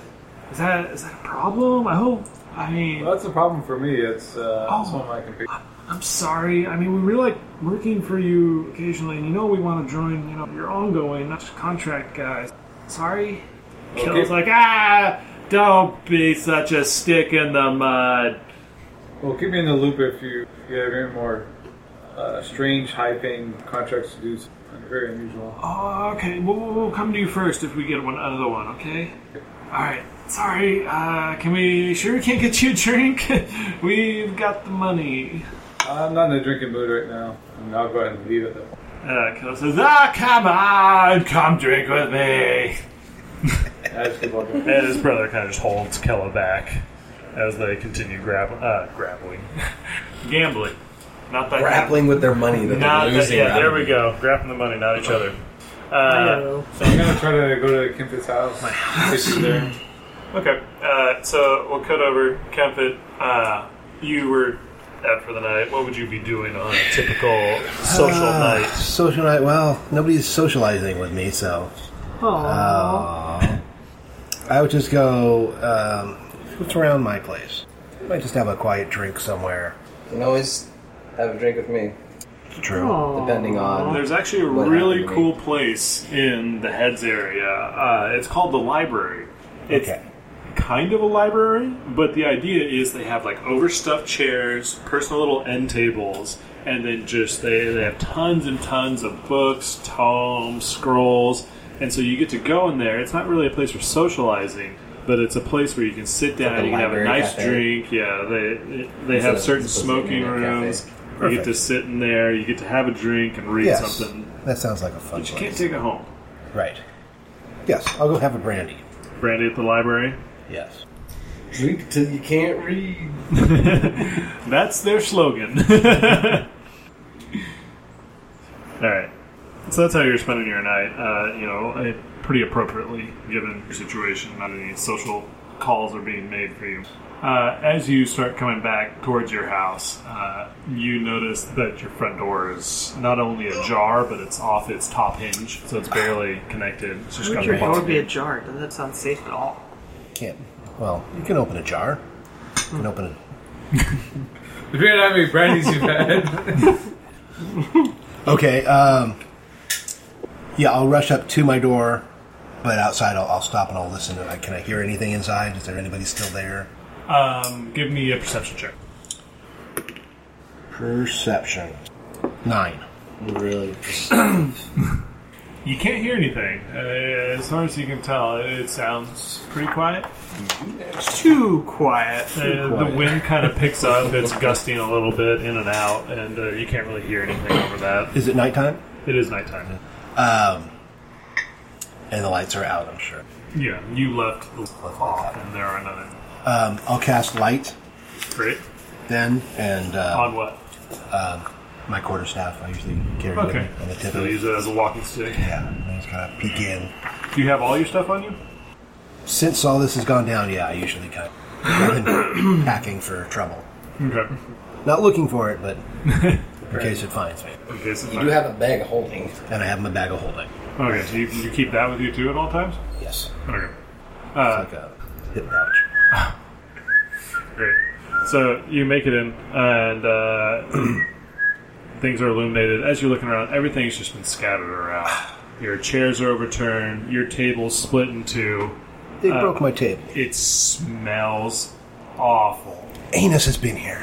S1: Is that is that a problem? I hope. I mean,
S5: Well, that's a problem for me. It's, uh,
S1: Oh.
S5: it's one of my computers.
S1: I'm sorry. I mean, we really like working for you occasionally, and you know we want to join, you know, your ongoing, not just contract guys. Sorry.
S5: Okay.
S1: Kill's like, ah, don't be such a stick in the mud.
S5: Well, keep me in the loop if you, if you have any more uh, strange, high paying contracts to do. Something very unusual.
S1: Oh, okay. We'll, we'll we'll come to you first if we get one another one, okay? All right. Sorry. Uh, can we? Sure, we can't get you a drink. *laughs* We've got the money.
S5: I'm not in a drinking mood right now. And I'll go ahead and leave it though.
S1: Uh, Kill says, ah, come on, come drink with me.
S5: I just keep on drinking.
S1: And his brother kind of just holds Kella back as they continue grab- uh, grappling. *laughs* Gambling. Not that
S2: Grappling with their money that
S1: Not
S2: they're
S1: that,
S2: losing.
S1: yeah,
S2: out
S1: there
S2: of
S1: we
S2: it.
S1: go. Grappling the money, not each other. Uh,
S5: So I'm gonna try to go to Kemp's house. My house. There.
S1: okay, uh, so we'll cut over. Kempit, uh, you were out for the night. What would you be doing on a typical social
S2: Uh,
S3: Ah,
S1: night?
S3: *laughs* Social night. Well, nobody's socializing with me, so Uh, I would just go. Um, what's around my place? I might just have a quiet drink somewhere.
S2: You can always have a drink with me,
S3: True.
S2: depending on.
S1: There's actually a
S2: What
S1: really
S2: happened to
S1: cool
S2: me?
S1: place in the heads area. Uh, it's called the library. It's
S3: Okay.
S1: kind of a library, but the idea is they have like overstuffed chairs, personal little end tables, and then just they, they have tons and tons of books, tomes, scrolls, and so you get to go in there. It's not really a place for socializing, But it's a place where you can sit down,
S2: like a
S1: you can have a
S2: library
S1: nice
S2: cafe.
S1: drink. Yeah, they they
S2: It's
S1: have
S2: a-
S1: certain
S2: it's supposed to be
S1: smoking
S2: a cafe.
S1: rooms. You get
S3: Perfect.
S1: to sit in there. You get to have a drink and read
S3: Yes.
S1: something.
S3: That sounds like a fun
S1: But you can't
S3: place.
S1: take it home.
S3: Right. Yes, I'll go have a brandy.
S1: Brandy at the library.
S3: Yes.
S2: Drink till you can't read.
S1: *laughs* That's their slogan. *laughs* All right. So that's how you're spending your night. Uh, you know, it, pretty appropriately given your situation. Not any social calls are being made for you. Uh, as you start coming back towards your house, uh, you notice that your front door is not only ajar, but it's off its top hinge, so it's barely connected. It's just got
S4: Your
S1: a
S4: door
S1: bar.
S4: would be ajar. Doesn't that sound safe at all?
S3: Can't. Well, you can open a jar. You can open it.
S5: Depending on how many brandies you've had.
S3: Okay. Um, yeah, I'll rush up to my door, but outside I'll, I'll stop and I'll listen. To, like, can I hear anything inside? Is there anybody still there?
S1: Um, give me a perception check.
S3: Perception. Nine.
S2: Really?
S1: You can't hear anything. Uh, as far as you can tell, it sounds pretty quiet.
S4: Too quiet.
S1: Uh, the wind kind of picks up. It's gusting a little bit in and out, and uh, you can't really hear anything over that.
S3: Is it nighttime?
S1: It is nighttime.
S3: Um, and the lights are out. I'm sure.
S1: Yeah, you left the off, and there are none.
S3: Um, I'll cast light
S1: Great.
S3: then, and uh,
S1: On what?
S3: my quarterstaff. I usually carry with
S1: Okay.
S3: me on the tip
S1: So
S3: of it.
S1: use it as a walking stick.
S3: Yeah, and I just kind of peek in.
S1: Do you have all your stuff on you?
S3: Since all this has gone down, yeah, I usually kind of *coughs* I've been packing for trouble.
S1: Okay.
S3: Not looking
S1: *laughs*
S3: for it, but in case it finds me.
S1: In case it's
S2: You do
S1: not-
S2: have a bag of holding.
S3: And I have my bag of holding.
S1: okay, so you, you keep that with you too at all times?
S3: Yes.
S1: Okay.
S3: Like a hip pouch.
S1: Great. So you make it in, and uh, *clears throat* things are illuminated. As you're looking around, everything's just been scattered around. *sighs* Your chairs are overturned. Your table's split in two.
S3: They broke my table.
S1: It smells awful. *laughs*
S3: Anus has been here.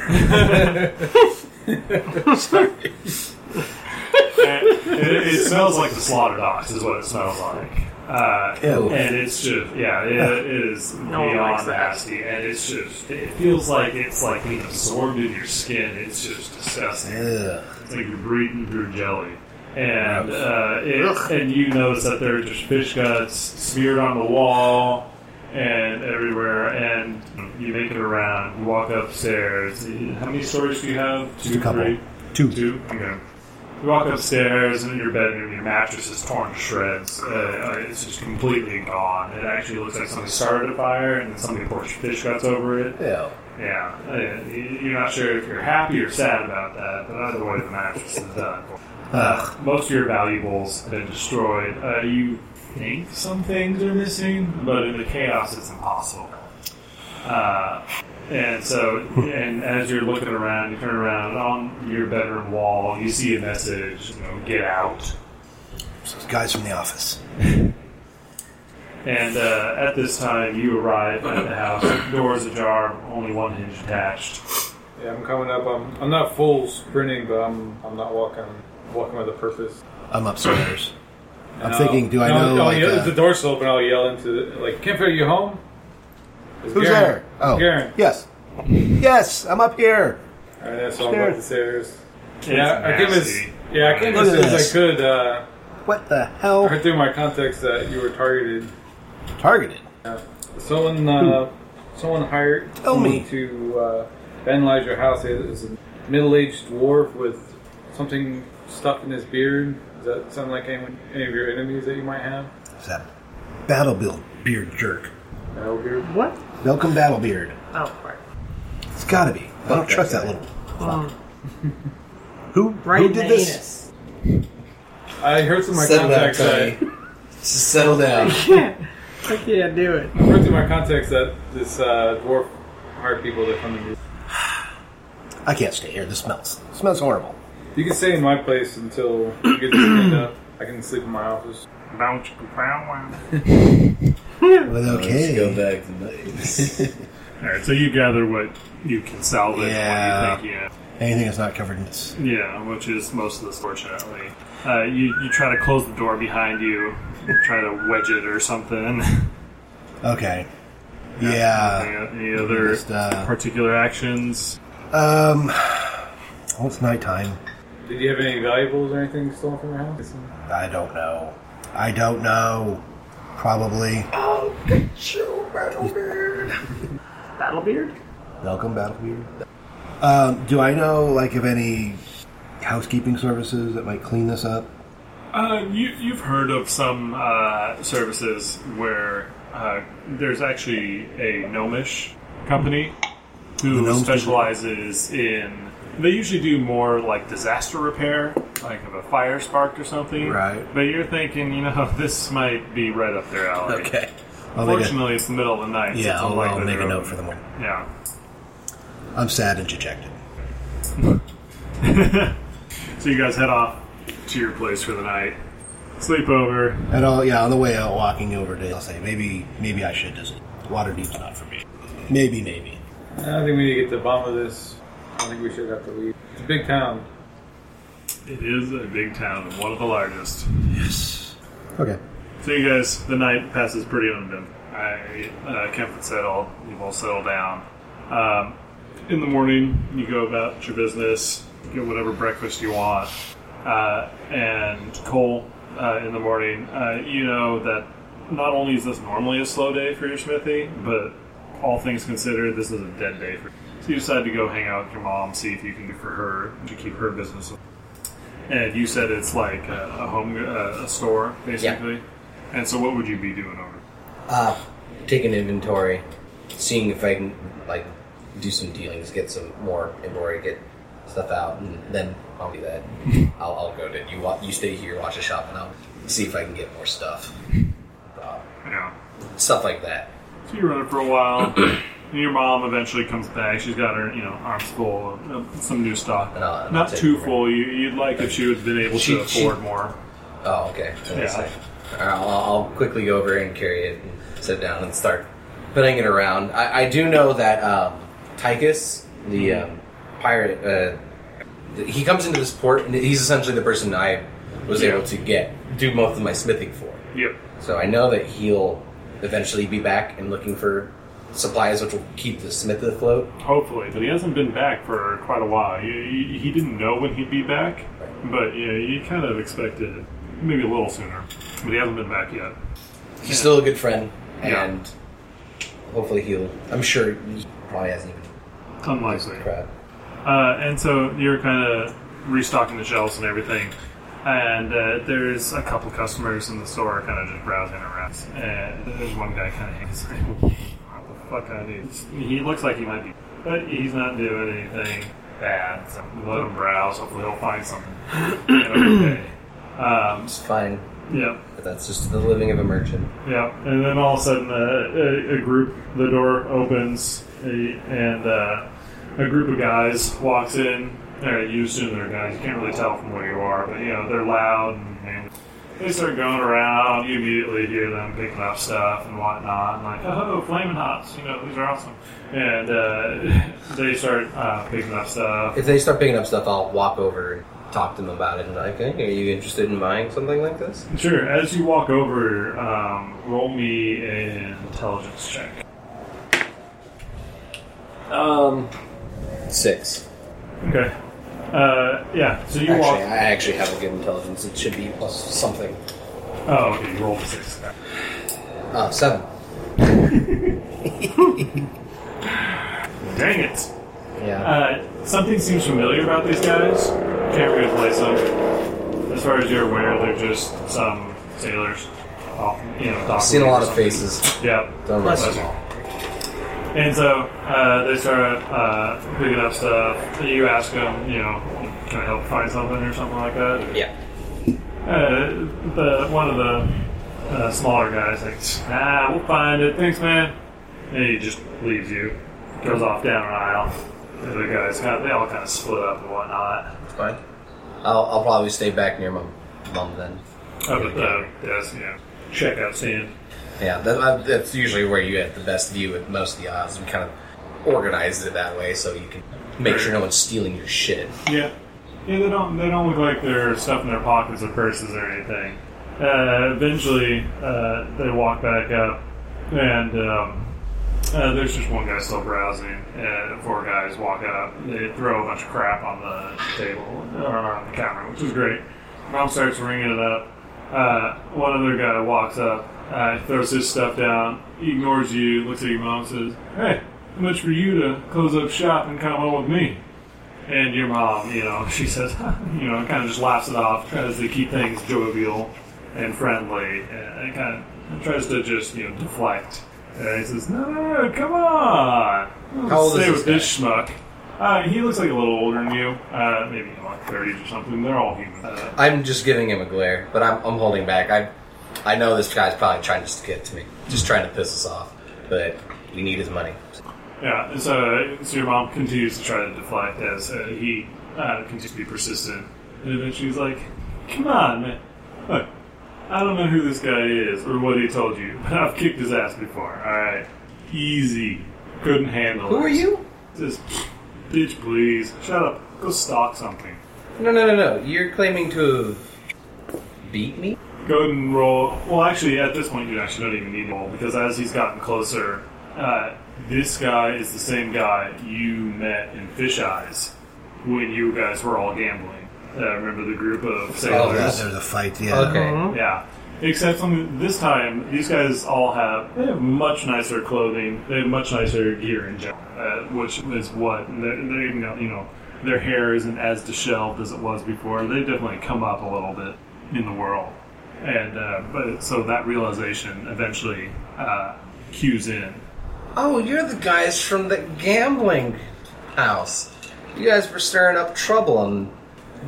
S1: It, it smells like the slaughtered ox, is what it smells like. Uh,
S3: *laughs* Ew.
S1: and it's just, yeah, it, it
S4: *laughs*
S1: is
S4: one likes
S1: beyond
S4: that.
S1: nasty. And it's just, it feels like it's like being absorbed in your skin. It's just disgusting.
S3: Ugh.
S1: It's like you're breathing through jelly. And uh, it, and you notice that there are just fish guts smeared on the wall and everywhere. And you make it around. You walk upstairs. How many stories do you have? Two,
S3: a couple.
S1: three?
S3: Two.
S1: Two? Okay. You walk upstairs and in your bedroom, your mattress is torn to shreds. Uh, it's just completely gone. It actually looks like somebody started a fire and then somebody poured fish guts over it.
S3: Ew.
S1: Yeah, uh, you're not sure if you're happy or sad about that, but either way, the mattress is done. Uh, most of your valuables have been destroyed. Uh, you think some things are missing, but in the chaos, it's impossible. Uh, and so, and as you're looking around, you turn around on your bedroom wall, you see a message, you know, get out.
S3: It's guys from the office.
S1: And uh, at this time, you arrive at the house, doors ajar, only one hinge attached.
S5: *laughs* yeah, I'm coming up. I'm, I'm not full sprinting, but I'm I'm not walking. I'm walking with a purpose.
S3: I'm upstairs. I'm
S5: And I'll-
S3: thinking, do I
S5: and I'll-
S3: know,
S5: I'll
S3: like,
S5: yell-
S3: uh,
S5: if the door's open, I'll yell into the, like, "Can't figure you home." It's
S3: Who's
S5: Garen.
S3: there? Oh.
S5: Garen.
S3: Yes. Yes, I'm up here.
S5: All right, that's all about the stairs.
S1: It's
S5: Yeah, I came as
S1: nasty.
S5: yeah, I came
S3: Look at
S5: as soon as
S3: this.
S5: I could. Uh,
S3: What the
S5: I
S3: hell?
S5: heard through my contacts that you were targeted.
S3: Targeted.
S5: Someone, uh, someone hired
S3: Hmm. Tell me.
S5: to uh, vandalize your house. It is a middle-aged dwarf with something stuck in his beard. Does that sound like anyone, any of your enemies that you might have?
S3: It's that battle build beard jerk.
S5: No beard.
S4: What?
S3: Welcome battle beard.
S4: Oh, right.
S3: It's gotta be. I don't
S2: that
S3: trust
S2: guy.
S3: that little.
S4: Um,
S3: Who,
S4: right
S3: who
S4: in
S3: did
S4: the
S3: this?
S4: anus.
S5: I heard through my
S2: Settle down,
S5: contacts that
S2: Tony. Just settle *laughs* down.
S4: Yeah. I can't do it.
S5: I heard through my contacts that this uh, dwarf hired people to come and.
S3: I can't stay here. This smells. It smells horrible.
S5: You can stay in my place until you get this cleaned up. I can sleep in my office.
S1: Bounce, bow, wow.
S3: But
S2: Let's go
S3: okay.
S2: back to nice. *laughs*
S1: All right, so you gather what you can salvage,
S3: Yeah.
S1: what you think
S3: Anything that's not covered in this.
S1: you yeah, which is most of this, fortunately. Uh, you you try to close the door behind you, try to wedge it or something.
S3: Okay. Yeah.
S1: *laughs* Any, any other
S3: Just, uh,
S1: particular actions?
S3: Um. Well, it's nighttime.
S5: Did you have any valuables or anything stolen from your house?
S3: I don't know. I don't know. Probably.
S4: *laughs* Battlebeard?
S3: Welcome, Battlefield. Um, do I know, like, of any housekeeping services that might clean this up?
S1: Uh, you, you've heard of some uh, services where uh, there's actually a gnomish company
S3: The
S1: who
S3: gnomes do-
S1: specializes in. They usually do more like disaster repair, like if a fire sparked or something.
S3: Right.
S1: But you're thinking, you know, *laughs* this might be right up their alley.
S3: I'll make a-
S1: Fortunately, it's the middle of the night. so
S3: yeah,
S1: it's
S3: I'll,
S1: unlikely
S3: I'll make
S1: they're
S3: a note
S1: open.
S3: for the morning.
S1: Yeah.
S3: I'm sad and dejected.
S1: *laughs* So you guys head off to your place for the night, sleep over.
S3: And I'll, yeah, on the way out, walking over to, I'll say, maybe, maybe I should just. Waterdeep's not for me. Maybe, maybe.
S5: I think we need to get to the bottom of this. I think we should have to leave. It's a big town.
S1: It is a big town, one of the largest.
S3: Okay.
S1: So you guys, the night passes pretty uneventful. I, uh, Kemp had settled. You've all settled down. Um, in the morning, you go about your business, get whatever breakfast you want. Uh, and Cole, uh, in the morning, uh, you know that not only is this normally a slow day for your smithy, but all things considered, this is a dead day for. So you decide to go hang out with your mom, see if you can do for her to keep her business. And you said it's like a, a home, uh, a store, basically. And so, what would you be doing over?
S2: Uh, take an inventory, seeing if I can like do some dealings, get some more inventory, get stuff out, and then I'll do *laughs* that. I'll, I'll go to you. Wa- you stay here, watch the shop, and I'll see if I can get more stuff, uh,
S1: Yeah.
S2: stuff like that.
S1: So you run it for a while, and your mom eventually comes back. She's got her, you know, arms full of of some new stock.
S2: And I'll- and I'll
S1: Not
S2: take
S1: too
S2: it.
S1: full. You, you'd like if she would have been able
S2: She-
S1: to
S2: she-
S1: afford more.
S2: Oh, okay. That makes
S1: Yeah.
S2: sense. All right, I'll, I'll quickly go over and carry it and sit down and start putting it around. I, I do know that um, Tychus, the
S1: Mm-hmm.
S2: um, pirate, uh, he comes into this port and he's essentially the person I was
S1: Yeah.
S2: able to get, do most of my smithing for.
S1: Yep.
S2: So I know that he'll eventually be back and looking for supplies which will keep the smith afloat.
S1: Hopefully, but he hasn't been back for quite a while. You, you, he didn't know when he'd be back, but yeah, you kind of expected it. maybe a little sooner. But he hasn't been back yet.
S2: He's still a good friend,
S1: Yeah.
S2: and hopefully he'll. I'm sure he probably hasn't even
S1: Unlikely.
S2: crap.
S1: Uh, and so you're kind of restocking the shelves and everything. And uh, there's a couple customers in the store kind of just browsing around. And there's one guy kind of *laughs* hangs like, what the fuck I need? He looks like he might be, but he's not doing anything bad. So let him browse. Hopefully he'll find something. okay. Um,
S2: It's fine.
S1: yeah.
S2: But that's just the living of a merchant.
S1: Yeah, and then all of a sudden, uh, a, a group, the door opens, a, and uh, a group of guys walks in. They're used to their guys. You can't really tell from where you are, but you know they're loud and, and they start going around. You immediately hear them picking up stuff and whatnot, and like, oh, flaming hots! You know these are awesome. And uh, *laughs* they start uh, picking up stuff.
S2: If they start picking up stuff, I'll walk over and talk to them about it. And be like, hey, are you interested in buying something like this?
S1: Sure. As you walk over, um, roll me an intelligence check.
S2: Um, six.
S1: Okay. Uh, yeah. So you
S2: actually,
S1: walk.
S2: I actually have a good intelligence. It should be plus something.
S1: Oh, okay. You rolled a six.
S2: Uh, seven.
S1: Dang it!
S2: Yeah.
S1: Uh, something seems familiar about these guys. Can't really place them. As far as you're aware, they're just some sailors. Off, you know, dock
S2: I've seen a lot
S1: or
S2: of
S1: something.
S2: faces.
S1: Yeah.
S2: Don't
S1: Plus-
S2: listen.
S1: And so uh, they start uh, picking up stuff. You ask them, you know, can I help find something or something like that?
S2: Yeah.
S1: Uh, the one of the uh, smaller guys like, ah, we'll find it. Thanks, man. And he just leaves you, goes off down an aisle. The other guys, kind of, they all kind of split up and whatnot.
S2: It's fine. I'll, I'll probably stay back near my mom then.
S1: Up at the desk, you know, checkout stand.
S2: Yeah, that, I, that's usually where you get the best view at most of the odds. We kind of organized it that way so you can make sure no one's stealing your shit.
S1: Yeah, yeah. They don't. They don't look like they're stuffing their pockets or purses or anything. Uh, eventually, uh, they walk back up, and um, Uh, there's just one guy still browsing, and four guys walk up. They throw a bunch of crap on the table or on the counter, which is great. Mom starts ringing it up. Uh, one other guy walks up, uh, throws his stuff down, ignores you, looks at your mom, says, "Hey, how much for you to close up shop and come home with me?" And your mom, you know, she says, *laughs* you know, kind of just laughs it off, tries to keep things jovial and friendly, and kind of tries to just, you know, deflect. And he says, no, no, no, come on.
S2: How old is
S1: Stay
S2: this
S1: with this schmuck. Uh, he looks like a little older than you, uh, maybe you know, like 30s or something. They're all human. Uh,
S2: I'm just giving him a glare, but I'm, I'm holding back. I I know this guy's probably trying just to get to me, just trying to piss us off, but we need his money.
S1: Yeah, and so, so your mom continues to try to deflect as uh, he uh, continues to be persistent. And then she's like, Come on, man. Look, I don't know who this guy is or what he told you, *laughs* but I've kicked his ass before. Alright. Easy. Couldn't handle it.
S2: Who are you?
S1: Just, bitch, please. Shut up. Go stalk something.
S2: No, no, no, no. You're claiming to have beat me?
S1: Go ahead and roll. Well, actually, at this point, you actually don't even need to roll because as he's gotten closer, uh, this guy is the same guy you met in Fish Eyes when you guys were all gambling. Uh, remember the group of
S3: Oh,
S1: sailors?
S3: there's a fight. Yeah.
S2: Okay.
S1: Yeah. Except on this time, these guys all have they have much nicer clothing, they have much nicer gear in general, uh, which is what they you know, you know their hair isn't as disheveled as it was before. They've definitely come up a little bit in the world, and uh, but so that realization eventually uh, cues in.
S2: Oh, you're the guys from the gambling house. You guys were stirring up trouble and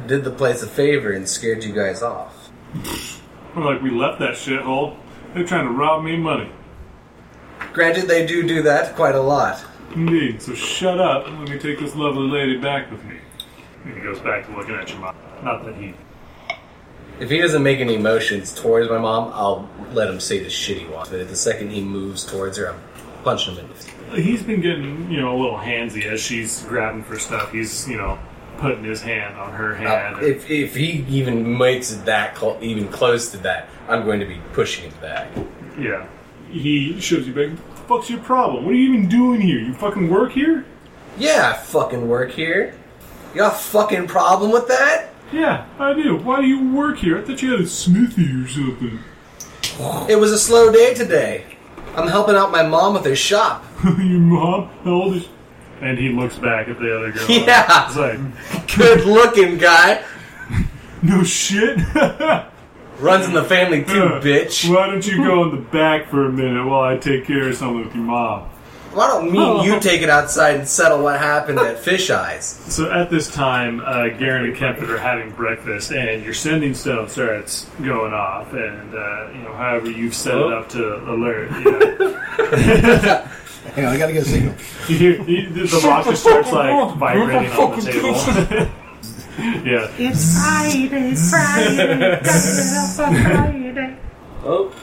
S2: did the place a favor and scared you guys off.
S1: We're like we left that shithole. They're trying to rob me of money.
S2: Granted, they do do that quite a lot.
S1: Indeed. So shut up and let me take this lovely lady back with me. And he goes back to looking at your mom. Not that he
S2: If he doesn't make any motions towards my mom, I'll let him say the shit he wants. But the second he moves towards her, I'm punching him in the face.
S1: He's been getting, you know, a little handsy as she's grabbing for stuff. He's, you know, putting his hand on her hand.
S2: Uh, if, if he even makes it that clo- even close to that, I'm going to be pushing him back.
S1: yeah. He shoves you back. Fuck's your problem? What are you even doing here? You fucking work here?
S2: Yeah, I fucking work here. You got a fucking problem with that?
S1: Yeah, I do. Why do you work here? I thought you had a smithy or something. *laughs*
S2: It was a slow day today. I'm helping out my mom with her shop.
S1: your mom? How old is And he looks back at the other girl.
S2: *laughs* Yeah.
S1: It's like,
S2: Good looking guy.
S1: no shit? *laughs*
S2: Runs in the family too, bitch.
S1: Why don't you go in the back for a minute while I take care of something with your mom?
S2: Why don't me and you take it outside and settle what happened at Fish Eyes?
S1: So at this time, uh, Garen and Kempit are having breakfast, and your sending stone starts going off, and uh, you know, however you've set it up to alert, you, know, *laughs*
S3: Hang on, I gotta get a signal.
S1: you, hear- you- the watch just starts *laughs* like vibrating on the table. yeah,
S4: It's Friday, Friday,
S1: *laughs*
S4: Friday.
S5: Oh,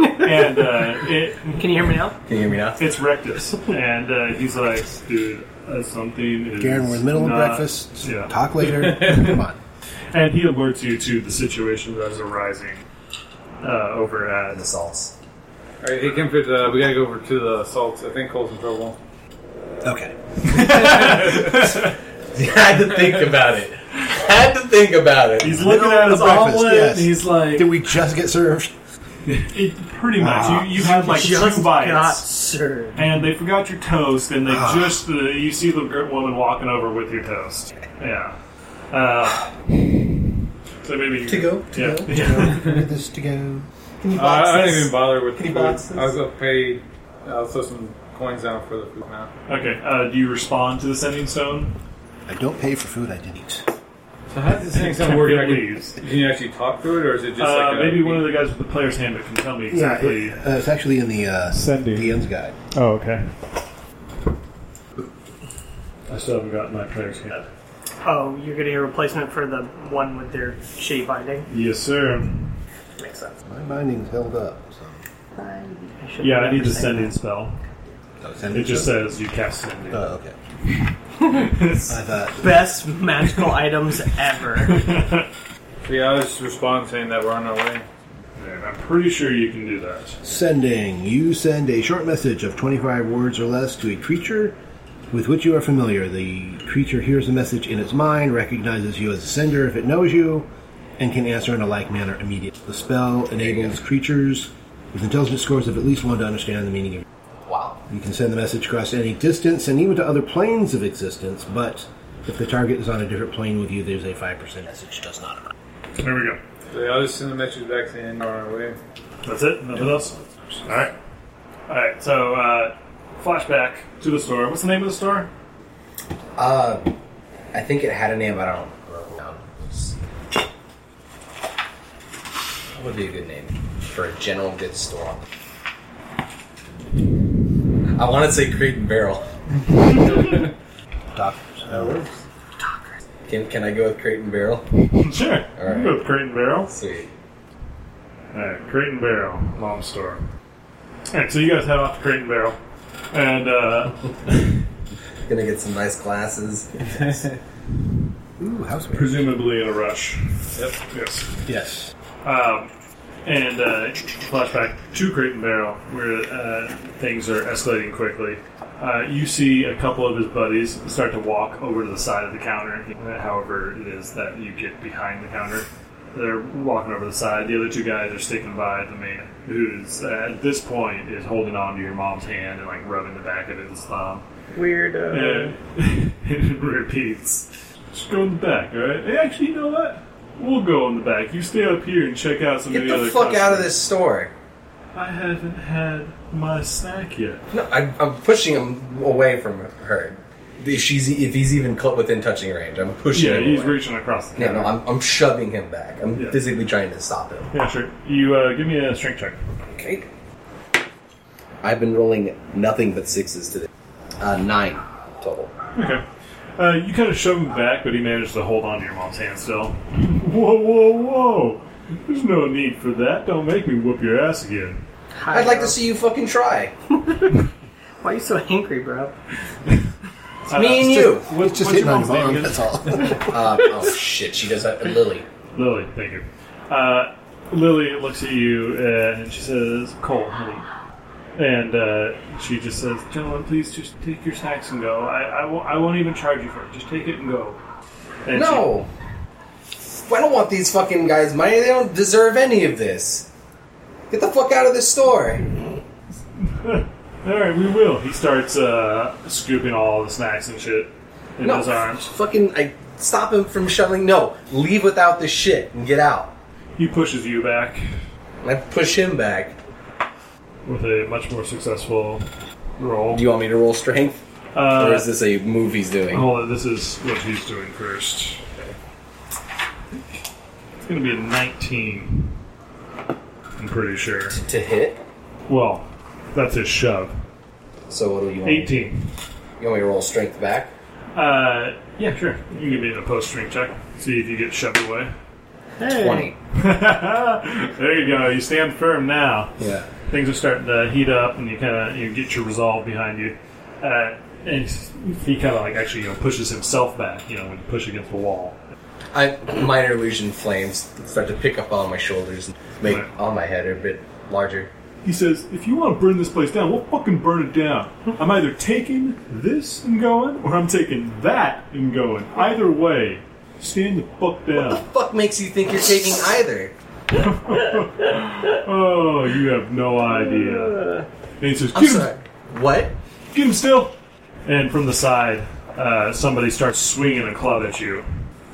S1: *laughs* and uh, it,
S4: Can you hear me now?
S2: Can you hear me now?
S1: it's Rectus, and uh, he's like, dude, uh, something is.
S3: Garen, we're in the middle
S1: not-
S3: of breakfast.
S1: Yeah. *laughs*
S3: Talk later. Come on.
S1: and he alerts you to the situation that is arising uh, over at
S2: The salts.
S5: all right. Hey, Kimfit, uh, we gotta go over to the salts. I think Cole's in trouble.
S3: Okay.
S2: *laughs* had to think about it. Had to think about it.
S1: He's looking at his
S3: Middle of breakfast,
S1: omelet,
S3: yes.
S1: and he's like,
S3: Did we just get served?
S1: It, pretty much.
S3: Ah.
S1: you, you had like two bites,
S4: Not served.
S1: and they forgot your toast, and they just uh, you see the gr- woman walking over with your toast. Yeah. Uh, so maybe you,
S2: To go, to
S1: yeah.
S2: go, to
S1: yeah.
S3: Get this to go.
S5: Uh, I didn't even bother with the
S2: Any
S5: food.
S2: boxes?
S5: I was gonna pay. I'll throw some coins down for the food now.
S1: okay. Uh, do you respond to the sending stone?
S3: I don't pay for food I didn't eat.
S5: So how does this thing sound working? I
S1: Please.
S5: Can, can you actually talk through it, or is it just
S1: Uh,
S5: like a,
S1: maybe one of the guys with the player's handbook can tell me exactly.
S3: Yeah, it- uh, it's actually in the uh,
S1: Sending.
S3: DM's guide.
S1: Oh, okay. I still haven't gotten my player's handbook.
S4: Oh, you're gonna get a replacement for the one with their shitty binding.
S1: Yes, sir.
S4: Makes sense.
S3: My binding's held up. So.
S4: I
S1: Yeah, I need the sending spell.
S3: Oh, sending
S1: It just
S3: stone?
S1: says you cast sending.
S3: Oh, okay.
S1: *laughs*
S3: I thought.
S4: Best magical items ever.
S5: Yeah, I was just responding saying that we're on our way.
S1: And I'm pretty sure you can do that.
S3: Sending. You send a short message of 25 words or less to a creature with which you are familiar. The creature hears the message in its mind, recognizes you as a sender if it knows you, and can answer in a like manner immediately. The spell enables creatures with intelligence scores of at least one to understand the meaning of
S2: Wow.
S3: You can send the message across any distance and even to other planes of existence, but if the target is on a different plane with you, there's a 5% message does not arrive.
S1: There we go.
S5: So I'll just send a message back saying, on our way.
S1: That's it. Nothing else.
S6: All right.
S1: All right. So uh, flashback to the store. What's the name of the store?
S2: Uh, I think it had a name. I don't remember. now. That would be a good name for a general goods store. I want to say Crate and Barrel.
S3: Doctors.
S2: Can, can I go with Crate and Barrel?
S1: Sure.
S2: All right.
S1: Go with Crate and Barrel.
S2: Sweet.
S1: All right. Crate and Barrel, mom store. All right. So you guys head off to Crate and Barrel, and uh,
S2: Gonna get some nice glasses.
S3: Ooh, housemaid.
S1: presumably in a rush. Yep. Yes.
S3: Yes.
S1: Um, and uh, flashback to Crate and Barrel, where uh, things are escalating quickly. Uh, you see a couple of his buddies start to walk over to the side of the counter, however, it is that you get behind the counter. They're walking over the side. The other two guys are sticking by the man, who's uh, at this point is holding on to your mom's hand and like rubbing the back of his thumb.
S4: Weirdo.
S1: And Uh, *laughs* it repeats. Just go in the back, alright? Hey, actually, you know what? We'll go in the back. You stay up here and check out some
S2: Get
S1: of
S2: the
S1: other
S2: fuck out of
S1: customers.
S2: this store.
S1: I haven't had my snack yet.
S2: No, I'm, I'm pushing him away from her. If she's if he's even cl- within touching range, I'm pushing
S1: Yeah,
S2: him.
S1: he's
S2: away.
S1: reaching across the
S2: Yeah, no,
S1: counter.
S2: I'm, I'm shoving him back. I'm
S1: Yeah.
S2: physically trying to stop him.
S1: Yeah, sure. You uh, give me a strength check.
S2: Okay. I've been rolling nothing but sixes today. Uh, nine total.
S1: Okay. Uh, you kind of shove him back, but he managed to hold on to your mom's hand still. *laughs* whoa, whoa, whoa! There's no need for that. Don't make me whoop your ass again.
S2: I'd like to see you fucking try.
S4: Why are you so angry, bro?
S1: It's
S2: me and you.
S1: What,
S3: It's just
S1: what's
S3: hitting
S1: your
S3: on
S1: mom's
S3: his
S1: name
S3: arm,
S1: again?
S3: that's all.
S2: Uh, oh shit, she does that. Lily.
S1: Lily, thank you. Uh, Lily looks at you uh, and she says, Cole, honey. And uh, she just says, Gentlemen, please just take your snacks and go. I, I, won't, I won't even charge you for it. Just take it and go. And
S2: No! I don't want these fucking guys' money. They don't deserve any of this. Get the fuck out of this store.
S1: She, All right, we will. He starts uh, scooping all the snacks and shit in
S2: no.
S1: his arms.
S2: Fucking, I stop him from shoveling. No, leave without this shit and get out.
S1: He pushes you back
S2: And I push him back.
S1: with a much more successful roll.
S2: Do you want me to roll strength?
S1: uh, oh.
S2: or is this a move he's doing?
S1: Hold on, this is what he's doing first. It's going to be a 19. I'm pretty sure.
S2: To hit?
S1: Well, that's his shove.
S2: So what do you want?
S1: 18.
S2: You want me to roll strength back?
S1: Uh, yeah, sure. You can give me a post string check. See if you get shoved away. *laughs*
S4: Hey.
S2: 20.
S1: there you go. You stand firm now.
S2: Yeah.
S1: Things are starting to heat up, and you kind of you get your resolve behind you. Uh, and he kind of like actually you know pushes himself back. You know when you push against the wall.
S2: I minor illusion flames start to pick up on my shoulders and make
S1: Right.
S2: on my head a bit larger.
S1: He says, "If you want to burn this place down, we'll fucking burn it down. I'm either taking this and going, or I'm taking that and going. Either way, stand the fuck down."
S2: Fuck makes you think you're taking either.
S1: Oh, you have no idea. And he says,
S2: I'm
S1: "Get him
S2: sorry. What?
S1: Get him still! And from the side, uh, somebody starts swinging a club at you.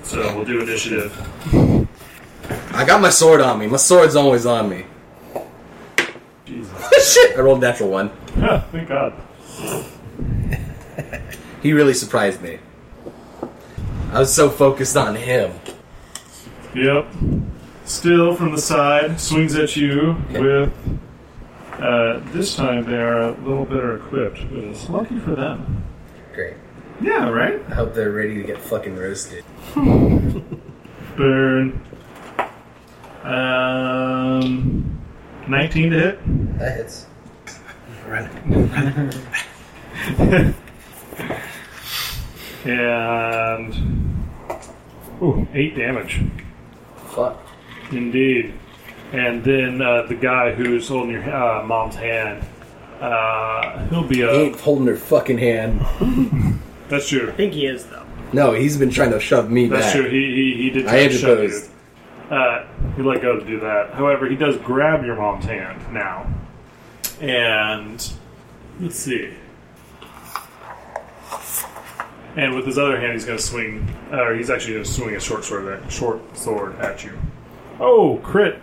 S1: So we'll do initiative.
S2: I got my sword on me. My sword's always
S1: *laughs*
S2: on me.
S1: Jesus. *laughs*
S2: Shit! I rolled a natural one.
S1: Thank God.
S2: He really surprised me. I was so focused on him.
S1: Yep. Still from the side, swings at you with. Uh, this time they are a little better equipped, but it's lucky for them.
S2: Great.
S1: Yeah, right?
S2: I hope they're ready to get fucking roasted.
S1: Burn. Um, 19 to hit.
S2: That hits.
S1: And. Ooh, 8 damage.
S2: Fuck.
S1: Indeed. And then uh, the guy who's holding your uh, mom's hand, uh, he'll be
S2: He
S1: up.
S2: ain't holding her fucking hand.
S1: That's true.
S4: I think he is though.
S2: No, he's been trying to shove me
S1: That's
S2: back.
S1: true. He he, he did.
S2: I
S1: try to shove you.
S2: interposed.
S1: Uh, he let go to do that. However, he does grab your mom's hand now, and let's see. And with his other hand, he's going to swing, or he's actually going to swing a short sword, at, short sword at you. Oh, crit!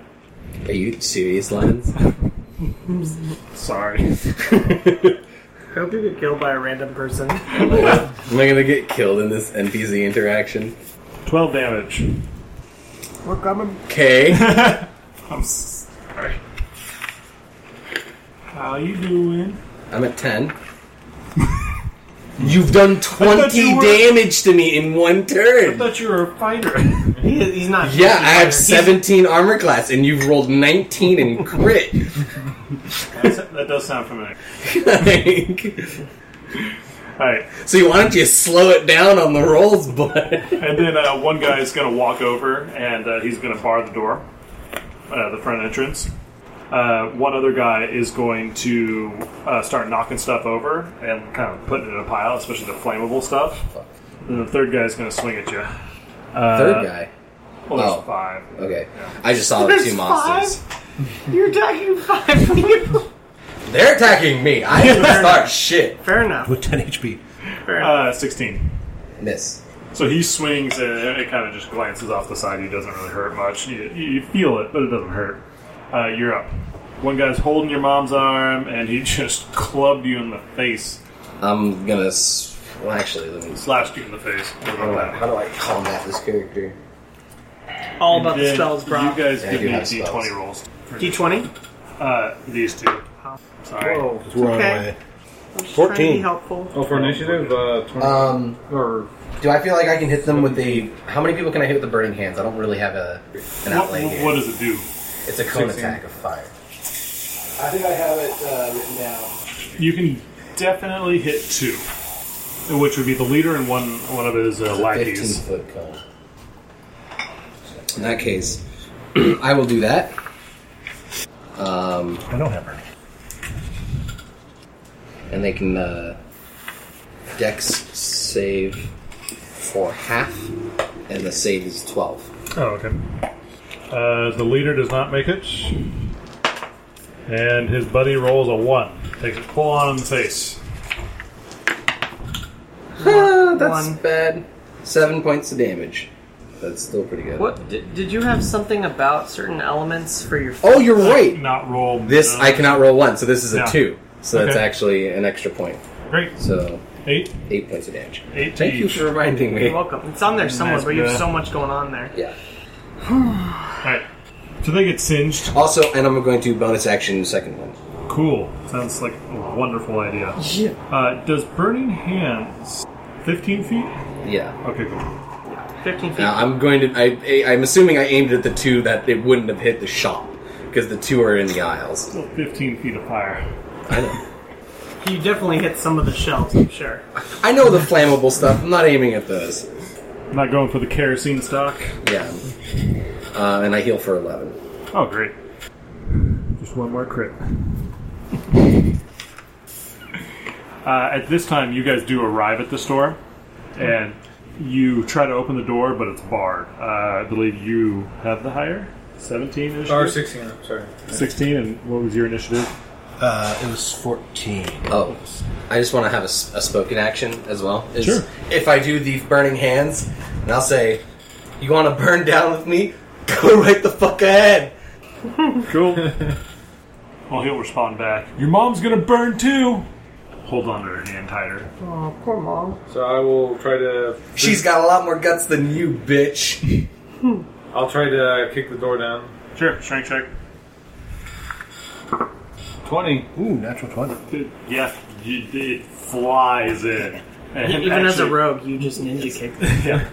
S2: Are you serious, Lions? *laughs*
S1: Sorry. *laughs*
S4: I hope you get killed by a random *laughs* person.
S2: Am I gonna get killed in this NPC interaction?
S1: Twelve damage.
S4: We're coming.
S2: Okay.
S1: I'm sorry. How you doing?
S2: I'm at
S1: *laughs*
S2: 10. You've done
S1: thought
S2: 20
S1: you were-
S2: damage to me in one
S1: I
S2: turn.
S1: thought you were a
S4: *laughs*
S1: fighter.
S4: He, he's not.
S2: Yeah, I have
S4: he's-
S2: 17 armor class, and you've rolled 19 in crit.
S1: that does sound familiar.
S2: Like,
S1: All right.
S2: so you why don't you slow it down on the rolls, bud?
S1: And then uh, one guy is going to walk over and uh, he's going to bar the door, uh, the front entrance. Uh, one other guy is going to uh, start knocking stuff over and kind of putting it in a pile, especially the flammable stuff. And the third guy is going to swing at you. Uh,
S2: *laughs* Third guy.
S1: Well, there's
S2: Oh.
S1: five.
S2: Okay. I just saw the
S4: There's
S2: two monsters.
S4: You're attacking
S2: *laughs*
S4: five people.
S2: They're attacking
S1: *laughs*
S2: me. I didn't start shit.
S4: Fair enough.
S3: *laughs* with 10 HP.
S4: Fair enough.
S1: Uh, 16.
S2: Miss.
S1: So he swings and it kind of just glances off the side. He doesn't really hurt much. You, you feel it, but it doesn't hurt. Uh, you're up. One guy's holding your mom's arm and he *laughs* just clubbed you in the face,
S2: I'm gonna. S- well, actually, let me.
S1: slashed you in the face. What about that?
S2: How do I combat this character?
S4: All about the
S1: Then
S4: spells, bro.
S1: You guys
S2: Yeah, I
S1: give
S2: do
S1: me
S2: have
S1: D20
S2: spells.
S1: rolls.
S4: D20.
S1: Uh, these two. Sorry.
S3: It's wrong
S4: Okay.
S3: way.
S4: I'm just Trying to be
S6: 14.
S4: helpful.
S5: Oh, for initiative, uh, 20.
S6: Um,
S5: or
S6: do I feel like I can hit them with the? How many people can I hit with the burning hands? I don't really have a
S1: What,
S6: an outlay
S1: what,
S6: here.
S1: what does it do?
S6: it's a cone
S5: 16.
S6: attack of fire.
S7: I think I have it uh, written down.
S1: You can definitely hit two, which would be the leader and one one of his uh,
S6: Fifteen
S1: lackeys.
S6: foot cone.
S2: In that case, *clears throat* I will do that. Um,
S3: I don't have her.
S2: and they can uh, dex save for half, and the save is 12.
S1: Oh, okay. Uh, the leader does not make it, and his buddy rolls a one. Takes it full on in the face.
S2: Ah, that's
S4: One.
S2: bad. Seven points of damage. That's still pretty good.
S4: What did, did you have something about certain elements for your?
S2: Oh, you're right!
S1: Not roll.
S2: This,
S1: uh,
S2: I cannot roll one, so this is a
S1: Yeah.
S2: two. So that's
S1: Okay.
S2: actually an extra point.
S1: Great.
S2: So,
S1: Eight.
S2: eight points of damage.
S1: Eight.
S2: Thank
S1: to
S2: you
S1: each.
S2: for reminding
S4: You're
S2: me.
S4: welcome. It's on there somewhere,
S1: Nice,
S4: but you have
S1: bruh.
S4: so much going on there.
S2: Yeah.
S1: All right. So they get singed.
S2: Also, and I'm going to bonus action the second one.
S1: Cool. Sounds like a wonderful idea.
S2: Yeah.
S1: Uh, does burning hands 15 feet?
S2: Yeah.
S1: Okay, cool.
S4: Fifteen feet.
S2: Now I'm going to. I, I, I'm assuming I aimed it at the two that it wouldn't have hit the shop because the two are in the aisles.
S1: Still 15 feet of fire.
S2: Oh, I know.
S4: You definitely hit some of the shells. I'm sure.
S2: I know the flammable stuff. I'm not aiming at those.
S1: Not going for the kerosene stock.
S2: Yeah. Uh, and I heal for eleven.
S1: Oh, great. Just one more crit. *laughs* uh, at this time, you guys do arrive at the store, and you try to open the door, but it's barred. Uh, I believe you have the higher 17 initiative.
S5: or 16, I'm sorry.
S1: 16, and what was your initiative?
S3: Uh, it was 14.
S2: Oh, I just want to have a, s- a spoken action as well. Is
S1: Sure.
S2: If I do the burning hands, and I'll say, "You want to burn down with me? *laughs* Go right the fuck ahead."
S1: Cool. well, he'll respond back. Your mom's gonna burn too! Hold on to her hand tighter.
S4: Oh, poor mom.
S5: So I will try to.
S2: She's got a lot more guts than you, bitch.
S5: I'll try to kick the door down.
S1: Sure, strength check.
S5: 20.
S3: Ooh, natural 20.
S1: Yeah, you, it flies in. And
S4: E-, Even as a
S1: actually-
S4: rogue, you just ninja kick.
S1: *laughs* yeah.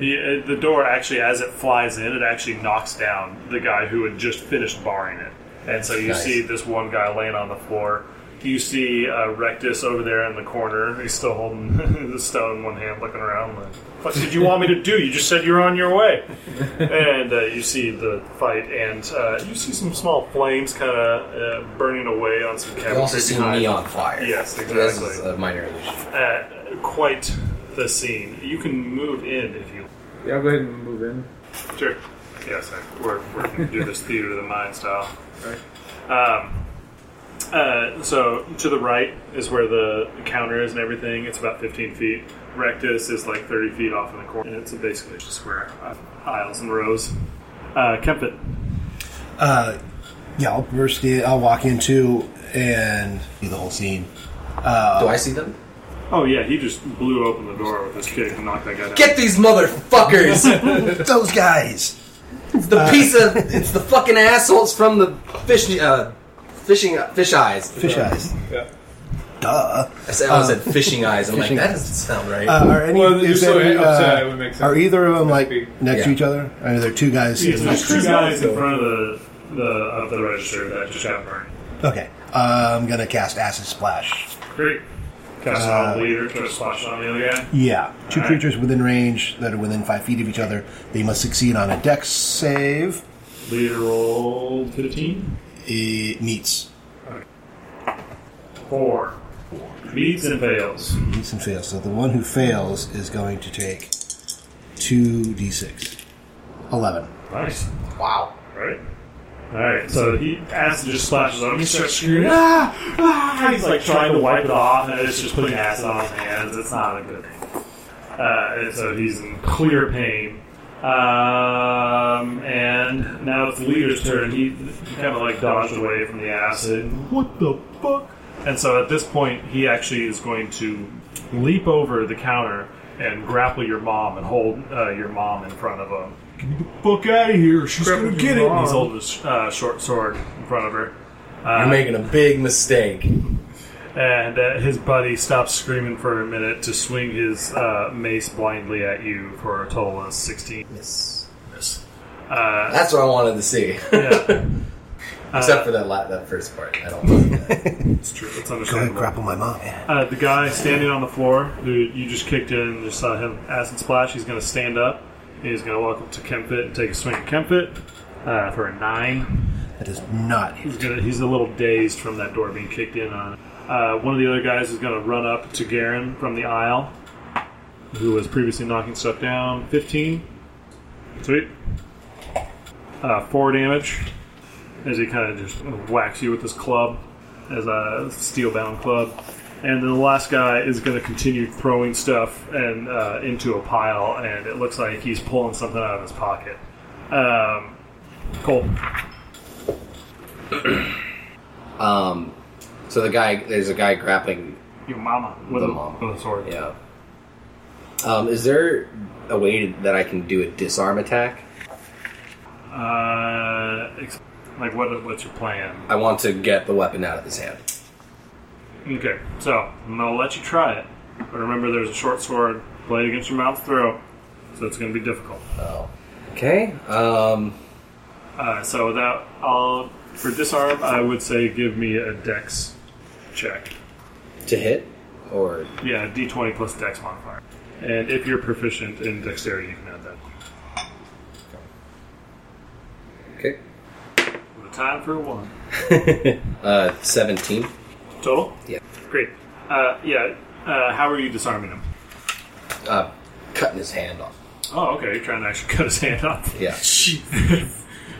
S1: The, uh, the door actually, as it flies in, it actually knocks down the guy who had just finished barring it. And so you
S2: Nice.
S1: see this one guy laying on the floor. You see uh, Rectus over there in the corner. He's still holding *laughs* the stone in one hand, looking around like, What did you want me to do? You just said you were on your
S2: *laughs*
S1: way. and uh, you see the fight, and uh, you see some small flames kind of uh, burning away on some cabinetry
S2: You also see
S1: behind.
S2: me on fire.
S1: Yes,
S2: So This is
S1: exactly.
S2: a minor illusion.
S1: Uh, quite the scene. You can move in if you
S5: Yeah, I'll go ahead and move in.
S1: Sure. Yes, I, we're, we're going to do this theater of the mind style. Um, uh, so to the right is where the counter is and everything. It's about 15 feet. Rectus is like 30 feet off in the corner. And it's basically just square uh, aisles and rows. Uh, Kempit.
S3: Yeah, I'll burst in. I'll walk in too and see the whole scene.
S2: Do I see them?
S1: Oh yeah, he just blew open the door with his kick and knocked that guy down.
S2: Get these motherfuckers!
S3: Those guys.
S2: it's the piece of it's the fucking assholes from the fish uh, fishing fish eyes.
S3: Fish eyes.
S5: Yeah.
S3: Duh.
S2: I said I almost said fishing eyes. I'm
S3: fishing
S2: like that doesn't sound right.
S3: Uh, are any?
S5: Well, you're
S3: is
S5: so
S3: any,
S5: upset, it would make sense.
S3: Are either of them like
S5: be-
S3: next to
S2: Yeah.
S3: each other? Are there two guys?
S1: Yeah, so there's two guys in front of the, the of the register that just got burned.
S3: Okay. Uh, I'm gonna cast acid splash.
S1: Great. Cast out the leader, try to splash it on the other guy.
S3: Yeah, two
S1: All right.
S3: creatures within range that are within five feet of each other. They must succeed on a Dex save.
S1: Leader roll 15.
S3: It meets.
S1: Four. Meets and fails.
S3: Meets and fails. So the one who fails is going to take two d6. Eleven.
S1: Nice.
S2: wow.
S1: Alright. Alright, so he acid just splashes on him. He starts screaming, ah! ah! He's like trying to wipe it off, and it's just putting acid on his hands. It's not a good thing. Uh, and so he's in clear pain. Um, and now it's the leader's turn. He, he kind of like dodged away from the acid. What the fuck? And so at this point, he actually is going to leap over the counter and grapple your mom and hold uh, your mom in front of him. Get the fuck out of here! She's gonna get it. And he's holding his uh, short sword in front of her. Uh,
S2: You're making a big mistake.
S1: And uh, his buddy stops screaming for a minute to swing his uh, mace blindly at you for a total of 16.
S2: Yes.
S1: Miss. Uh,
S2: That's what I wanted to see.
S8: *laughs*
S1: yeah, Uh,
S2: Except for that la- that first part. I don't like that.
S1: it's true. It's
S3: Go ahead,
S1: understandable.
S3: grapple my mom. Yeah.
S1: Uh, the guy standing on the floor who you just kicked in and just saw him acid splash, he's going to stand up. and He's going to walk up to Kempit and take a swing at Kempit uh, for a nine.
S3: That is not.
S1: He's gonna. He's a little dazed from that door being kicked in on. Uh, one of the other guys is gonna run up to Garen from the aisle, who was previously knocking stuff down. Fifteen. Sweet. Uh, four damage as he kind of just whacks you with his club as a steel-bound club. And then the last guy is going to continue throwing stuff and uh, into a pile, and it looks like he's pulling something out of his pocket. Um, Cole,
S8: Um, so the guy, there's a guy grappling.
S1: your mama with
S8: The
S1: a,
S8: mama.
S1: with a sword.
S8: Yeah. Um, is there a way that I can do a disarm attack?
S1: Uh, ex- like what? What's your plan?
S8: I want to get the weapon out of his hand.
S1: Okay, so I'm gonna let you try it, but remember there's a short sword blade against your mouth throat, so it's gonna be difficult.
S8: Okay. Um,
S1: Uh, so without, I'll for disarm, I would say give me a dex check.
S8: to hit or
S1: Yeah, d20 plus dex modifier, and if you're proficient in dexterity, you can add that.
S8: okay.
S1: The time for one.
S8: Uh, seventeen.
S1: Total?
S8: Yeah.
S1: Great. Uh, yeah. Uh, how are you disarming him?
S8: Uh, cutting his hand off.
S1: Oh, okay. You're trying to actually *laughs* cut his hand off.
S8: Yeah.
S1: *laughs*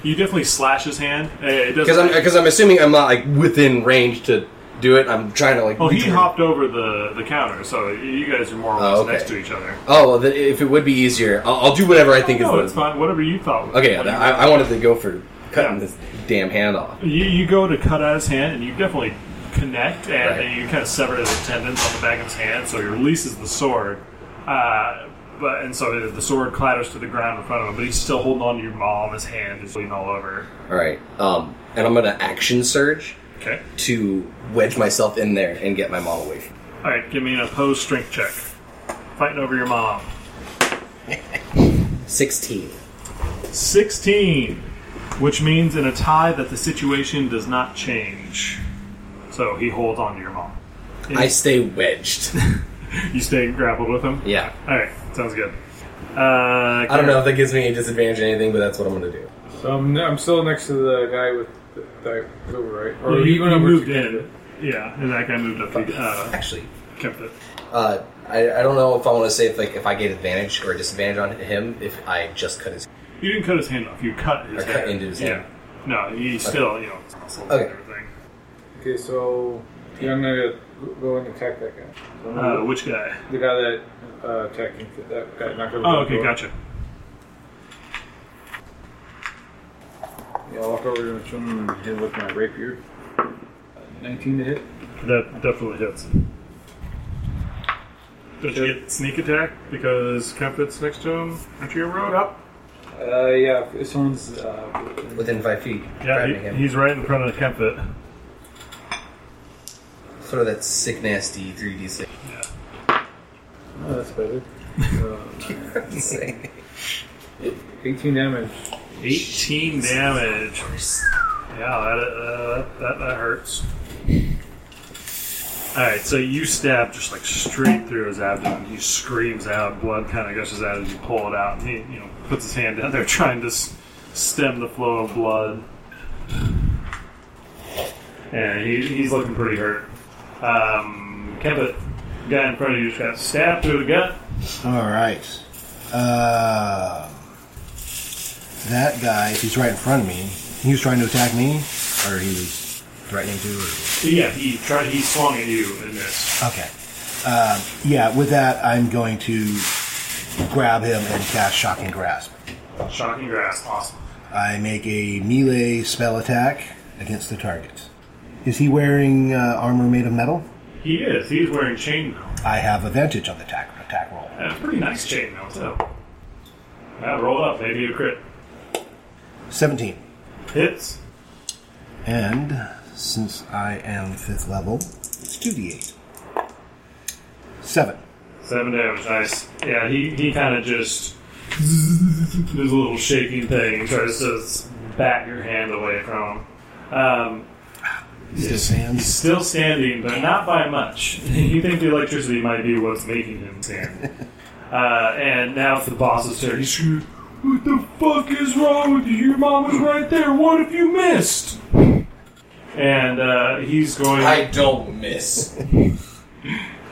S1: you definitely slash his hand. Uh, It doesn't.
S8: Because I'm because I'm assuming I'm not like within range to do it. I'm trying to like.
S1: Well, Oh, he
S8: reach-
S1: hopped over the, the counter, so you guys are more or
S8: Oh,
S1: less
S8: okay.
S1: next to each other.
S8: Oh, well, then if it would be easier, I'll, I'll do whatever I think is.
S1: no,
S8: the-
S1: it's fine. Whatever you thought. was-
S8: Okay,
S1: what you-
S8: I, I wanted to go for cutting
S1: Yeah.
S8: this damn hand off.
S1: you, you go to cut out his hand, and you definitely connect, and
S8: Right.
S1: then you kind of sever his tendons on the back of his hand, so he releases the sword. Uh, but and so the sword clatters to the ground in front of him, but he's still holding on to your mom. His hand is bleeding all over.
S8: All right, um, and I'm gonna action surge
S1: Okay.
S8: to wedge myself in there and get my mom away. From
S1: All right, give me an opposed strength check. Fighting over your mom.
S8: me. Sixteen.
S1: 16, which means in a tie that the situation does not change. So he holds on to your mom.
S8: I stay *laughs* wedged.
S1: You stay grappled with him?
S8: yeah.
S1: Alright, sounds good. Uh,
S2: I don't know if that gives me a disadvantage or anything, but that's what I'm going to do.
S5: So I'm, Um, I'm still next to the guy with the guy over right, or
S1: You,
S5: he
S1: you
S5: went over
S1: moved
S5: to
S1: in. Yeah, and that guy moved up. He uh,
S2: Actually,
S1: kept it.
S2: uh, I, I don't know if I want to say if like if I gave advantage or disadvantage on him if I just cut his.
S1: You didn't cut his hand off. You cut his
S2: I
S1: hand.
S2: cut into his hand.
S1: Yeah. No, he still, you know, it's muscles and
S2: Okay.
S1: everything.
S5: Okay, so yeah, I'm gonna go and attack that guy. So I'm gonna
S1: Uh, which guy?
S5: go- the guy that uh, attacked me, that guy knocked over.
S1: Oh,
S5: the
S1: okay,
S5: door.
S1: gotcha.
S5: Yeah, I'll walk over to him and hit him with my rapier. 19 to hit.
S1: That definitely hits. Don't you get sneak attack because Kempit's next to him? Aren't you road up?
S5: Uh, yeah, if someone's uh,
S2: Within five feet,
S1: Yeah,
S2: grabbing
S1: he,
S2: him.
S1: he's right in front of Kempit.
S2: Throw that sick nasty three d six.
S5: Oh, that's better. *laughs* Uh, 18 damage.
S1: 18 damage. Yeah, that, uh, that, that hurts. Alright, so you stab just like straight through his abdomen. He screams out, blood kind of gushes out as you pull it out. And he, you know, puts his hand down there *laughs* trying to s- stem the flow of blood. And he, he's looking pretty hurt. Um, Kempit, guy in front of you just got stabbed through the gut.
S3: All right. Uh, that guy, if he's right in front of me, he was trying to attack me, or he was threatening to. Or,
S1: Yeah, he tried. He swung at you and missed.
S3: okay. Um yeah, with that, I'm going to grab him and cast Shocking Grasp.
S1: Shocking grass. Awesome.
S3: I make a melee spell attack against the target. Is he wearing uh, armor made of metal?
S1: He is. He's wearing chainmail.
S3: I have advantage on the attack, attack roll.
S1: That's pretty nice chainmail too. That roll up, maybe a crit
S3: 17.
S1: hits.
S3: And since I am fifth level, it's 2d8. 7.
S1: Seven damage. Nice. Yeah, he, he kind of just *laughs* does a little shaking thing, tries to s- bat your hand away from him. Um,
S3: Still
S1: he's
S3: stands.
S1: still standing, but not by much. *laughs* you think the electricity might be what's making him stand. Uh, and now it's the boss's turn. He's screaming, What the fuck is wrong with you? Your mom was right there. What if you missed? And uh, he's going.
S8: I don't
S2: *laughs*
S8: miss.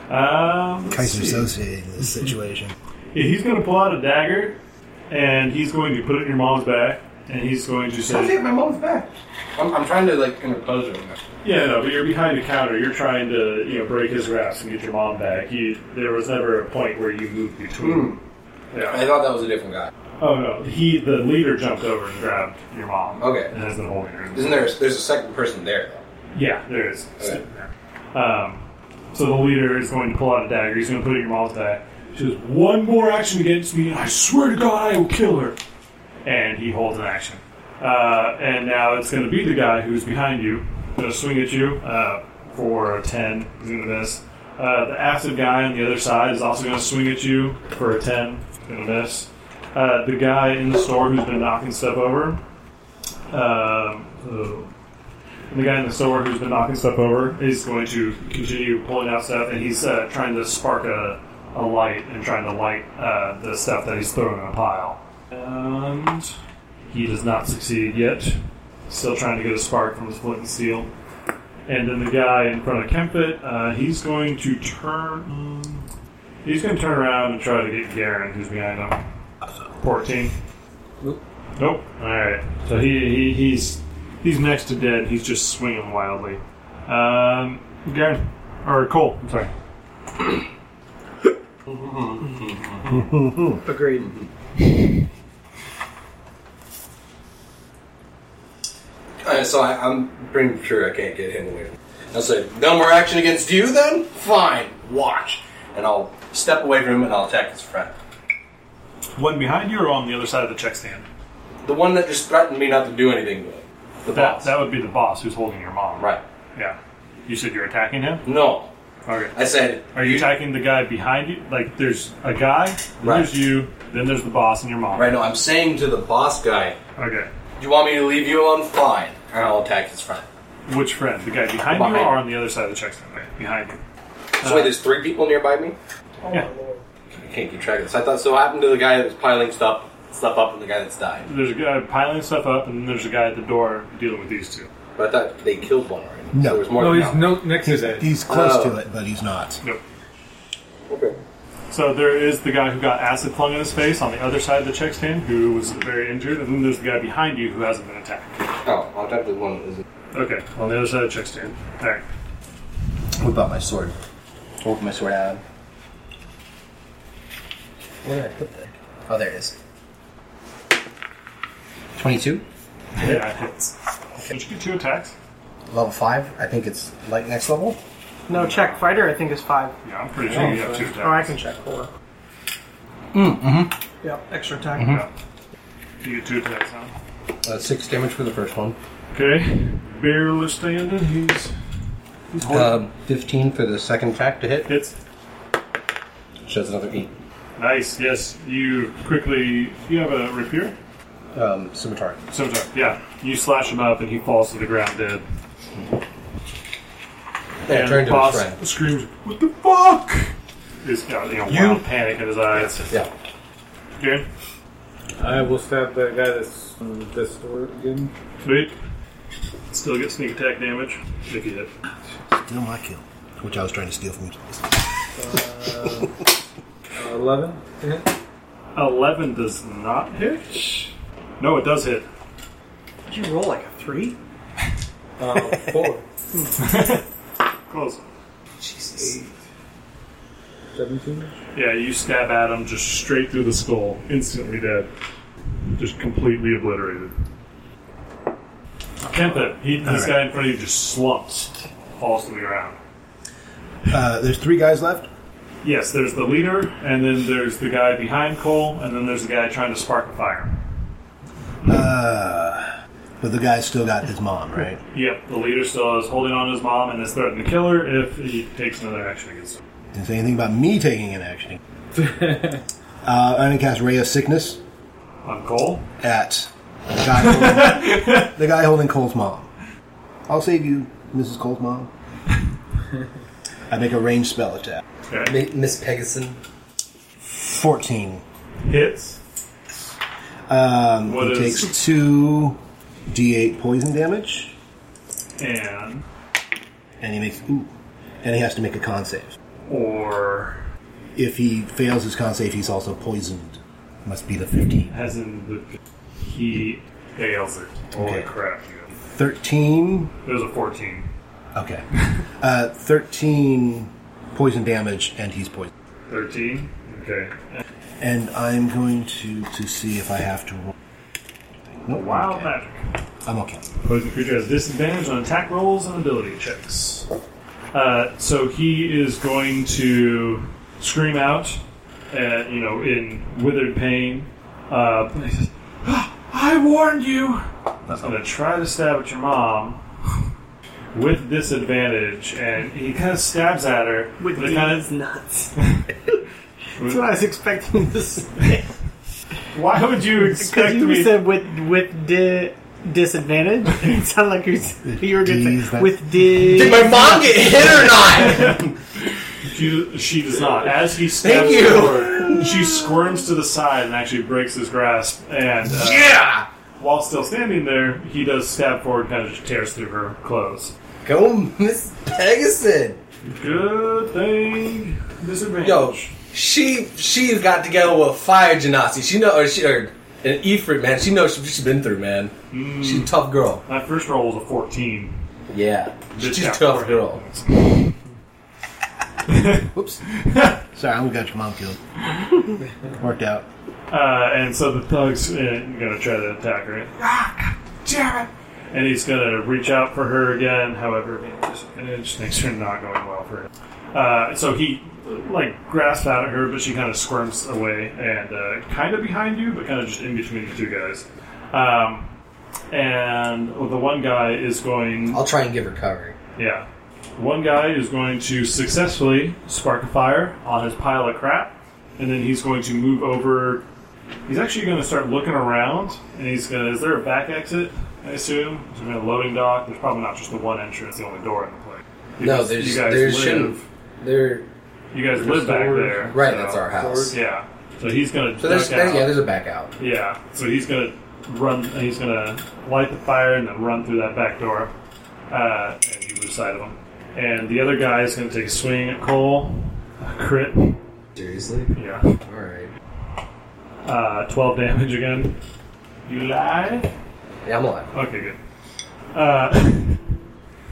S1: Um, let's
S3: Kaiser
S1: see.
S3: associating this situation.
S1: Yeah, he's going to pull out a dagger, and he's going to put it in your mom's back, and he's going to say,
S8: my mom's back. I'm, I'm trying to like interpose her.
S1: "Yeah, no, but you're behind the counter. You're trying to, you know, break his wraps and get your mom back. You, there was never a point where you moved between."
S8: I
S1: Yeah.
S8: thought that was a different guy.
S1: Oh no, he, the leader, jumped over and grabbed your mom.
S8: Okay.
S1: And has been holding her.
S8: Isn't there? There's a second person there though.
S1: Yeah, there is.
S8: Okay.
S1: Um, so the leader is going to pull out a dagger. He's going to put it in your mom's back. She says, "One more action against me, and I swear to God, I will kill her." And he holds an action. Uh, and now it's going to be the guy who's behind you. Going to swing at you uh, for a ten. He's going to miss. Uh, the acid guy on the other side is also going to swing at you for a ten. Going to miss. Uh, the guy in the store who's been knocking stuff over. Um, so and the guy in the store who's been knocking stuff over is going to continue pulling out stuff, and he's uh, trying to spark a, a light and trying to light uh, the stuff that he's throwing in a pile. And he does not succeed yet. Still trying to get a spark from his flint and steel. And then the guy in front of Kempit, uh, he's going to turn. um, he's going to turn around and try to get Garen, who's behind him. 14.
S5: Nope.
S1: Nope. All right. So he, he he's he's next to dead. He's just swinging wildly. Um, Garen or Cole. I'm sorry.
S4: Agreed.
S8: Uh, so I, I'm pretty sure I can't get him away. I'll say, no more action against you then? Fine, watch. And I'll step away from him and I'll attack his friend.
S1: One behind you or on the other side of the check stand?
S8: The one that just threatened me not to do anything to him. The
S1: That
S8: boss.
S1: that would be the boss who's holding your mom.
S8: right.
S1: Yeah. You said you're attacking him.
S8: No.
S1: Okay.
S8: I said,
S1: Are you attacking the guy behind you? Like, there's a guy, then
S8: Right.
S1: there's you, then there's the boss and your mom.
S8: Right, no, I'm saying to the boss guy,
S1: Okay.
S8: do you want me to leave you alone? Fine. And I'll attack his friend.
S1: Which friend? The guy behind,
S8: Behind.
S1: you or on the other side of the checkstand? Okay, behind you.
S8: So wait, there's three people nearby me.
S6: Oh
S1: Uh-huh. Yeah.
S6: my lord.
S8: I can't keep track of this. I thought so. What happened to the guy that was piling stuff stuff up and the guy that's died?
S1: There's a guy piling stuff up, and then there's a guy at the door dealing with these two.
S8: But I thought they killed one already.
S3: No.
S8: so there's
S1: Oh,
S8: more
S5: No,
S8: than
S5: he's no, next to
S3: He's,
S5: that.
S3: he's close
S8: Oh.
S3: to it, but he's not.
S1: Nope.
S8: Okay.
S1: So there is the guy who got acid flung in his face on the other side of the check stand, who was very injured, and then there's the guy behind you who hasn't been attacked.
S8: Oh, I'll definitely one is it.
S1: Okay, on the other side of the check stand. All right.
S2: Whip out my sword.
S8: Open my sword out.
S2: Where did I put that? Oh, there it is. 22?
S1: *laughs* Yeah, it hits. Did you get two attacks?
S2: Level 5? I think it's like next level.
S4: No, check fighter. I think is five.
S1: Yeah, I'm pretty sure you have two
S4: Oh, I
S1: attacks.
S4: can check four. Mm, hmm Yep, extra attack.
S1: Yeah. You get two attacks now.
S2: Uh, 6 damage for the first one.
S1: Okay. Barely standing. He's he's holding.
S2: Uh,
S3: Um,
S2: 15 for the second attack to hit.
S1: Hits.
S2: Shows another 8.
S1: Nice. Yes. You quickly. You have a rapier.
S2: Um, scimitar.
S1: Scimitar. Yeah. You slash him up, and he falls to the ground dead.
S2: Yeah,
S1: and
S2: turn to
S1: boss
S2: his friend.
S1: screams, "What the fuck?" He's got you know
S2: You-
S1: wild panic in his eyes.
S2: Yeah.
S1: Okay.
S5: I will stab that guy that's from this door again.
S1: Sweet. Still get sneak attack damage if you hit.
S3: Still my kill, which I was trying to steal from you.
S5: Uh, Eleven. Yeah.
S1: 11 does not hit. No, it does hit.
S4: Did you roll like a three?
S5: Uh, *laughs* four.
S1: Close.
S5: Seventeen.
S1: Yeah, you stab at him just straight through the skull. Instantly dead. Just completely obliterated. Kempa, he, this guy in front of you just slumps, falls to the ground.
S3: Uh, there's three guys left.
S1: Yes, there's the leader, and then there's the guy behind Cole, and then there's the guy trying to spark a fire.
S3: But the guy's still got his mom, right?
S1: Yep, the leader still is holding on to his mom and is threatening to kill her if he takes another action against her.
S3: Didn't say anything about me taking an action. uh, I'm going to cast Ray of Sickness
S1: On Cole?
S3: at the guy
S1: *laughs*
S3: holding, the guy holding Cole's mom. I'll save you, Mrs. Cole's mom. I make a ranged spell attack.
S1: Okay.
S2: Mi- Miss Pegasus.
S3: 14.
S1: Hits.
S3: Um,
S1: What
S3: he
S1: is-
S3: takes 2 d8 poison damage,
S1: And.
S3: and he makes. Ooh. And he has to make a con save.
S1: Or.
S3: If he fails his con save, he's also poisoned. Must be the 15.
S1: As in, the, he fails it. Holy
S3: Okay.
S1: crap.
S3: 13.
S1: It was a 14. *laughs*
S3: Okay. Uh, 13 poison damage, and he's poisoned.
S1: 13? Okay.
S3: And I'm going to, to see if I have to roll. Nope, I'm
S1: Wild
S3: okay.
S1: magic.
S3: I'm okay.
S1: Poison creature has disadvantage on attack rolls and ability checks. Uh, so he is going to scream out, uh, you know, in withered pain. Uh, and he says, "Ah, I warned you! He's going to try to stab at your mom with disadvantage, and he kind of stabs at her.
S4: With
S1: but it kinda-
S4: these nuts. *laughs* That's what I was expecting to *laughs* say.
S1: why would you
S4: Because
S1: expect
S4: you
S1: me?
S4: said with with di- disadvantage. *laughs* It sounded like you, s- you were going to
S3: Disadvantage.
S4: say with di-
S2: Did my mom get hit or not?
S1: She, she does not. As he stabs
S2: you. *laughs*
S1: forward, she squirms to the side and actually breaks his grasp. And uh,
S2: *laughs* yeah!
S1: while still standing there, he does stab forward, kind of just tears through her clothes.
S2: Go, Miss Pegasus!
S1: Good thing disadvantage.
S2: Yo, she she got together with Fire Genasi. She know or she or an Ifrit man. She knows what she's been through, man. She's a tough girl.
S1: My first roll was a fourteen.
S2: Yeah,
S1: Just
S2: she's a
S1: got
S2: tough
S1: four
S2: girl.
S1: hit points.
S3: Whoops. Sorry, I almost got your mom killed. Worked out.
S1: Uh, and so the thug's uh, gonna try to attack her. Ah, damn it! And he's gonna reach out for her again. However, being disadvantage makes her not going well for him. Uh, so he like grasps out at her, but she kind of squirms away and uh, kind of behind you, but kind of just in between the two guys. Um, and the one guy is going
S2: I'll try and give her cover.
S1: yeah. One guy is going to successfully spark a fire on his pile of crap, and then he's going to move over. He's actually going to start looking around, and he's going to. Is there a back exit? And I assume. There's been a loading dock. There's probably not just the one entrance, the only door in the place.
S2: No,
S1: Because
S2: there's
S1: you guys
S2: there
S1: live,
S2: shouldn't. There,
S1: You guys
S5: There's
S1: live back
S5: doors.
S1: there,
S2: right,
S1: so-
S2: that's our house.
S1: Yeah, so he's gonna.
S2: So there's
S1: duck
S2: there,
S1: out.
S2: yeah, there's a back out.
S1: Yeah, so he's gonna run. He's gonna light the fire and then run through that back door, uh, and you lose sight of him. And the other guy is gonna take a swing at Cole. A crit.
S2: Seriously?
S1: Yeah.
S2: All right.
S1: Uh, Twelve damage again. You live?
S2: Yeah, I'm alive.
S1: Okay, good. Uh, *laughs*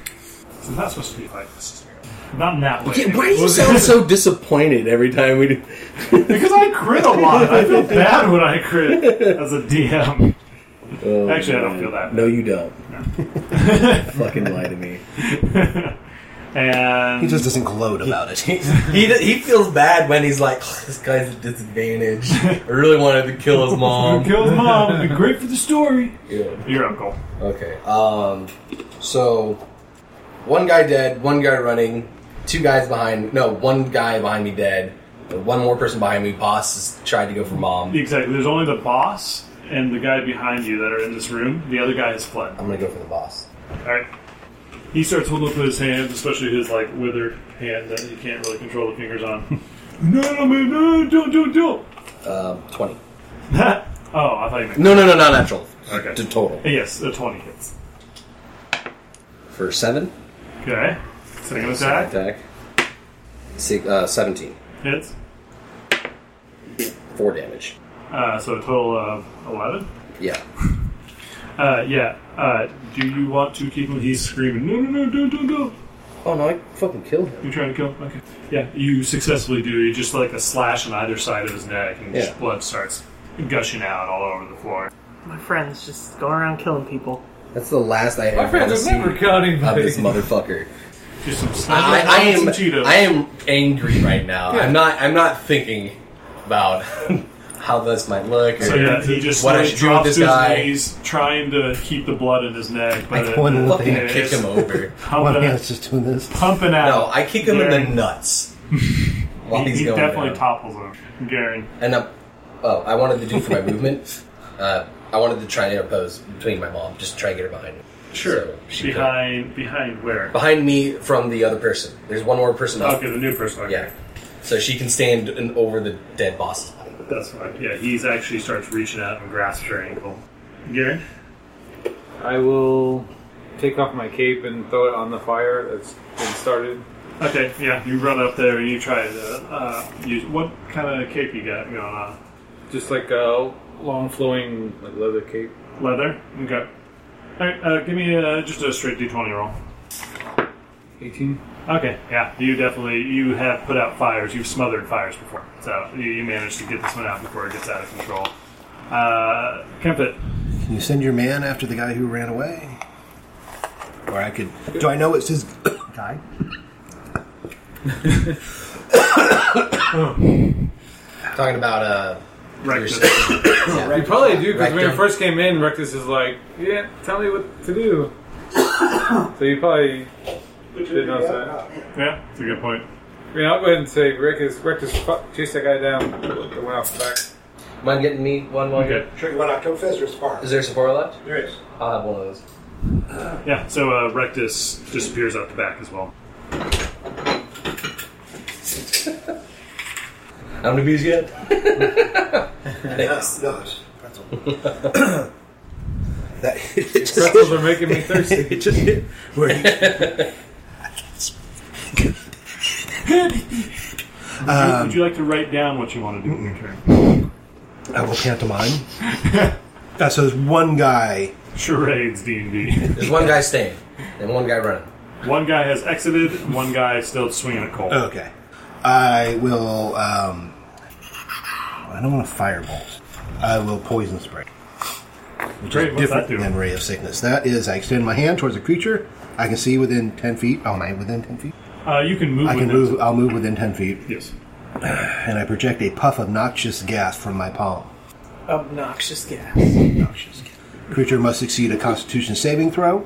S1: it's not supposed to be a fight. This is not in that way.
S2: Why do you sound so disappointed every time we do?
S1: because I crit a lot. I feel bad when I crit as a DM.
S2: Oh,
S1: Actually, I don't
S2: man.
S1: feel that bad.
S2: No, you don't. *laughs* Fucking lie to me.
S1: And
S3: He just doesn't gloat
S2: *laughs*
S3: about it.
S2: He, he feels bad when he's like, "Oh, this guy's at *laughs* disadvantage. I really wanted to kill his mom.
S1: kill his mom. It'd be great for the story.
S2: Yeah.
S1: You're up, Cole.
S2: Okay. Um. So, one guy dead, one guy running, two guys behind. No, one guy behind me dead. One more person behind me. Boss has tried to go for mom.
S1: Exactly. There's only the boss and the guy behind you that are in this room. The other guy has fled.
S2: I'm gonna go for the boss.
S1: All right. He starts holding up his hands, especially his like withered hand that you can't really control the fingers
S2: *laughs*
S1: on. no, no, man, no, do it, do it, do *laughs* it.
S2: Um, Twenty.
S1: oh, I thought you meant
S2: No, no, no, not natural.
S1: okay.
S2: To total
S1: yes, a twenty hits.
S2: for seven.
S1: Okay. Second
S2: Second
S1: attack
S2: attack. Six, uh, Seventeen.
S1: hits.
S2: Four damage.
S1: Uh, so a total of eleven.
S2: Yeah.
S1: Uh, yeah. Uh, do you want to keep him? He's screaming. No, no, no, don't, don't, don't.
S2: Oh no! I fucking killed him.
S1: You're trying to kill him? Okay. Yeah, you successfully do. You just like a slash on either side of his neck, and
S2: Yeah.
S1: blood starts gushing out all over the floor.
S4: My friend's just going around killing people.
S2: That's the last I ever
S5: My
S2: want to
S5: friends
S2: see
S5: have never
S2: of
S5: got anybody.
S2: this motherfucker.
S1: Just some
S2: I, I am.
S1: Some Cheetos.
S2: I am angry right now. I'm not. I'm not thinking about *laughs* how this might look. Or
S1: So yeah, he just
S2: what I
S1: like,
S2: should do with
S1: drops
S2: this
S1: to his
S2: guy.
S1: knees, trying to keep the blood in his neck, but
S3: I
S1: it-
S3: wanted to
S2: Fucking
S1: it
S3: think-
S2: kick
S1: is *laughs*
S2: him over.
S3: One
S1: Pumping,
S3: hand's just doing this.
S1: pumping
S2: No,
S1: out.
S2: I kick him in the
S1: Garen. *laughs*
S2: nuts while
S1: he
S2: he's
S1: he
S2: going
S1: definitely
S2: down.
S1: topples him, Garen.
S2: And uh, oh, I wanted to do for my
S1: *laughs*
S2: movement. Uh, I wanted to try to oppose between my mom, just try to get her behind me. So she could-
S1: behind, behind where?
S2: behind me from the other person. There's one more person. up.
S1: Okay, the new person. Okay.
S2: Yeah. So she can stand in, over the dead boss.
S1: that's fine. Yeah, he's actually starts reaching out and grasps her ankle. Garen,
S5: I will take off my cape and throw it on the fire that's been started.
S1: Okay, yeah, you run up there and you try to uh, use what kind of cape you got going on?
S5: Just like a long flowing like leather cape.
S1: Leather. Okay. All right, uh, give me uh just a straight d20 roll.
S5: 18.
S1: Okay, yeah, you definitely you have put out fires. You've smothered fires before, so you, you managed to get this one out before it gets out of control. Uh, Kempit,
S3: Can you send your man after the guy who ran away? Or I could. Do I know it's his *coughs* guy?
S2: Talking about uh,
S1: Rectus.
S5: You probably do because when you
S2: Rectum.
S5: first came in, Rectus is like, "Yeah, tell me what to do." *coughs* so you probably should know that.
S1: yeah, that's a good point.
S5: I mean, I'll go ahead and say Rectus, Rectus, fuck, chase that guy down. The one off the back.
S2: mind getting me one more.
S1: Okay.
S6: Trigger one October Fest or Spark?
S2: Is there Sephora left?
S6: There is.
S2: I'll have one of those.
S1: Yeah, so uh, Rectus disappears out the back as well.
S2: How many bees you had? Thanks.
S6: No, it's- that's all.
S2: *laughs*
S3: That it just
S5: Pretzels are making me thirsty.
S3: it just
S6: *laughs*
S3: hit where he,
S1: Would you- would you like to write down what you want to do? Okay.
S3: I will pantomime. Uh, so there's one guy.
S1: *laughs* Charades, D and D.
S2: There's one guy staying and one guy running.
S1: One guy has exited, one guy still swinging a coal.
S3: Okay, I will. Um, I don't want to firebolt. I will poison spray. Which
S1: Great,
S3: is
S1: what's that
S3: different
S1: do?
S3: than ray of sickness. That is, I extend my hand towards a creature I can see within ten feet. Oh, am I within ten feet?
S1: Uh, you can move
S3: I
S1: with
S3: can
S1: it.
S3: move. I'll move within ten feet,
S1: Yes.
S3: and I project a puff of noxious gas from my palm.
S4: Obnoxious *laughs* gas.
S3: Creature must succeed a Constitution saving throw,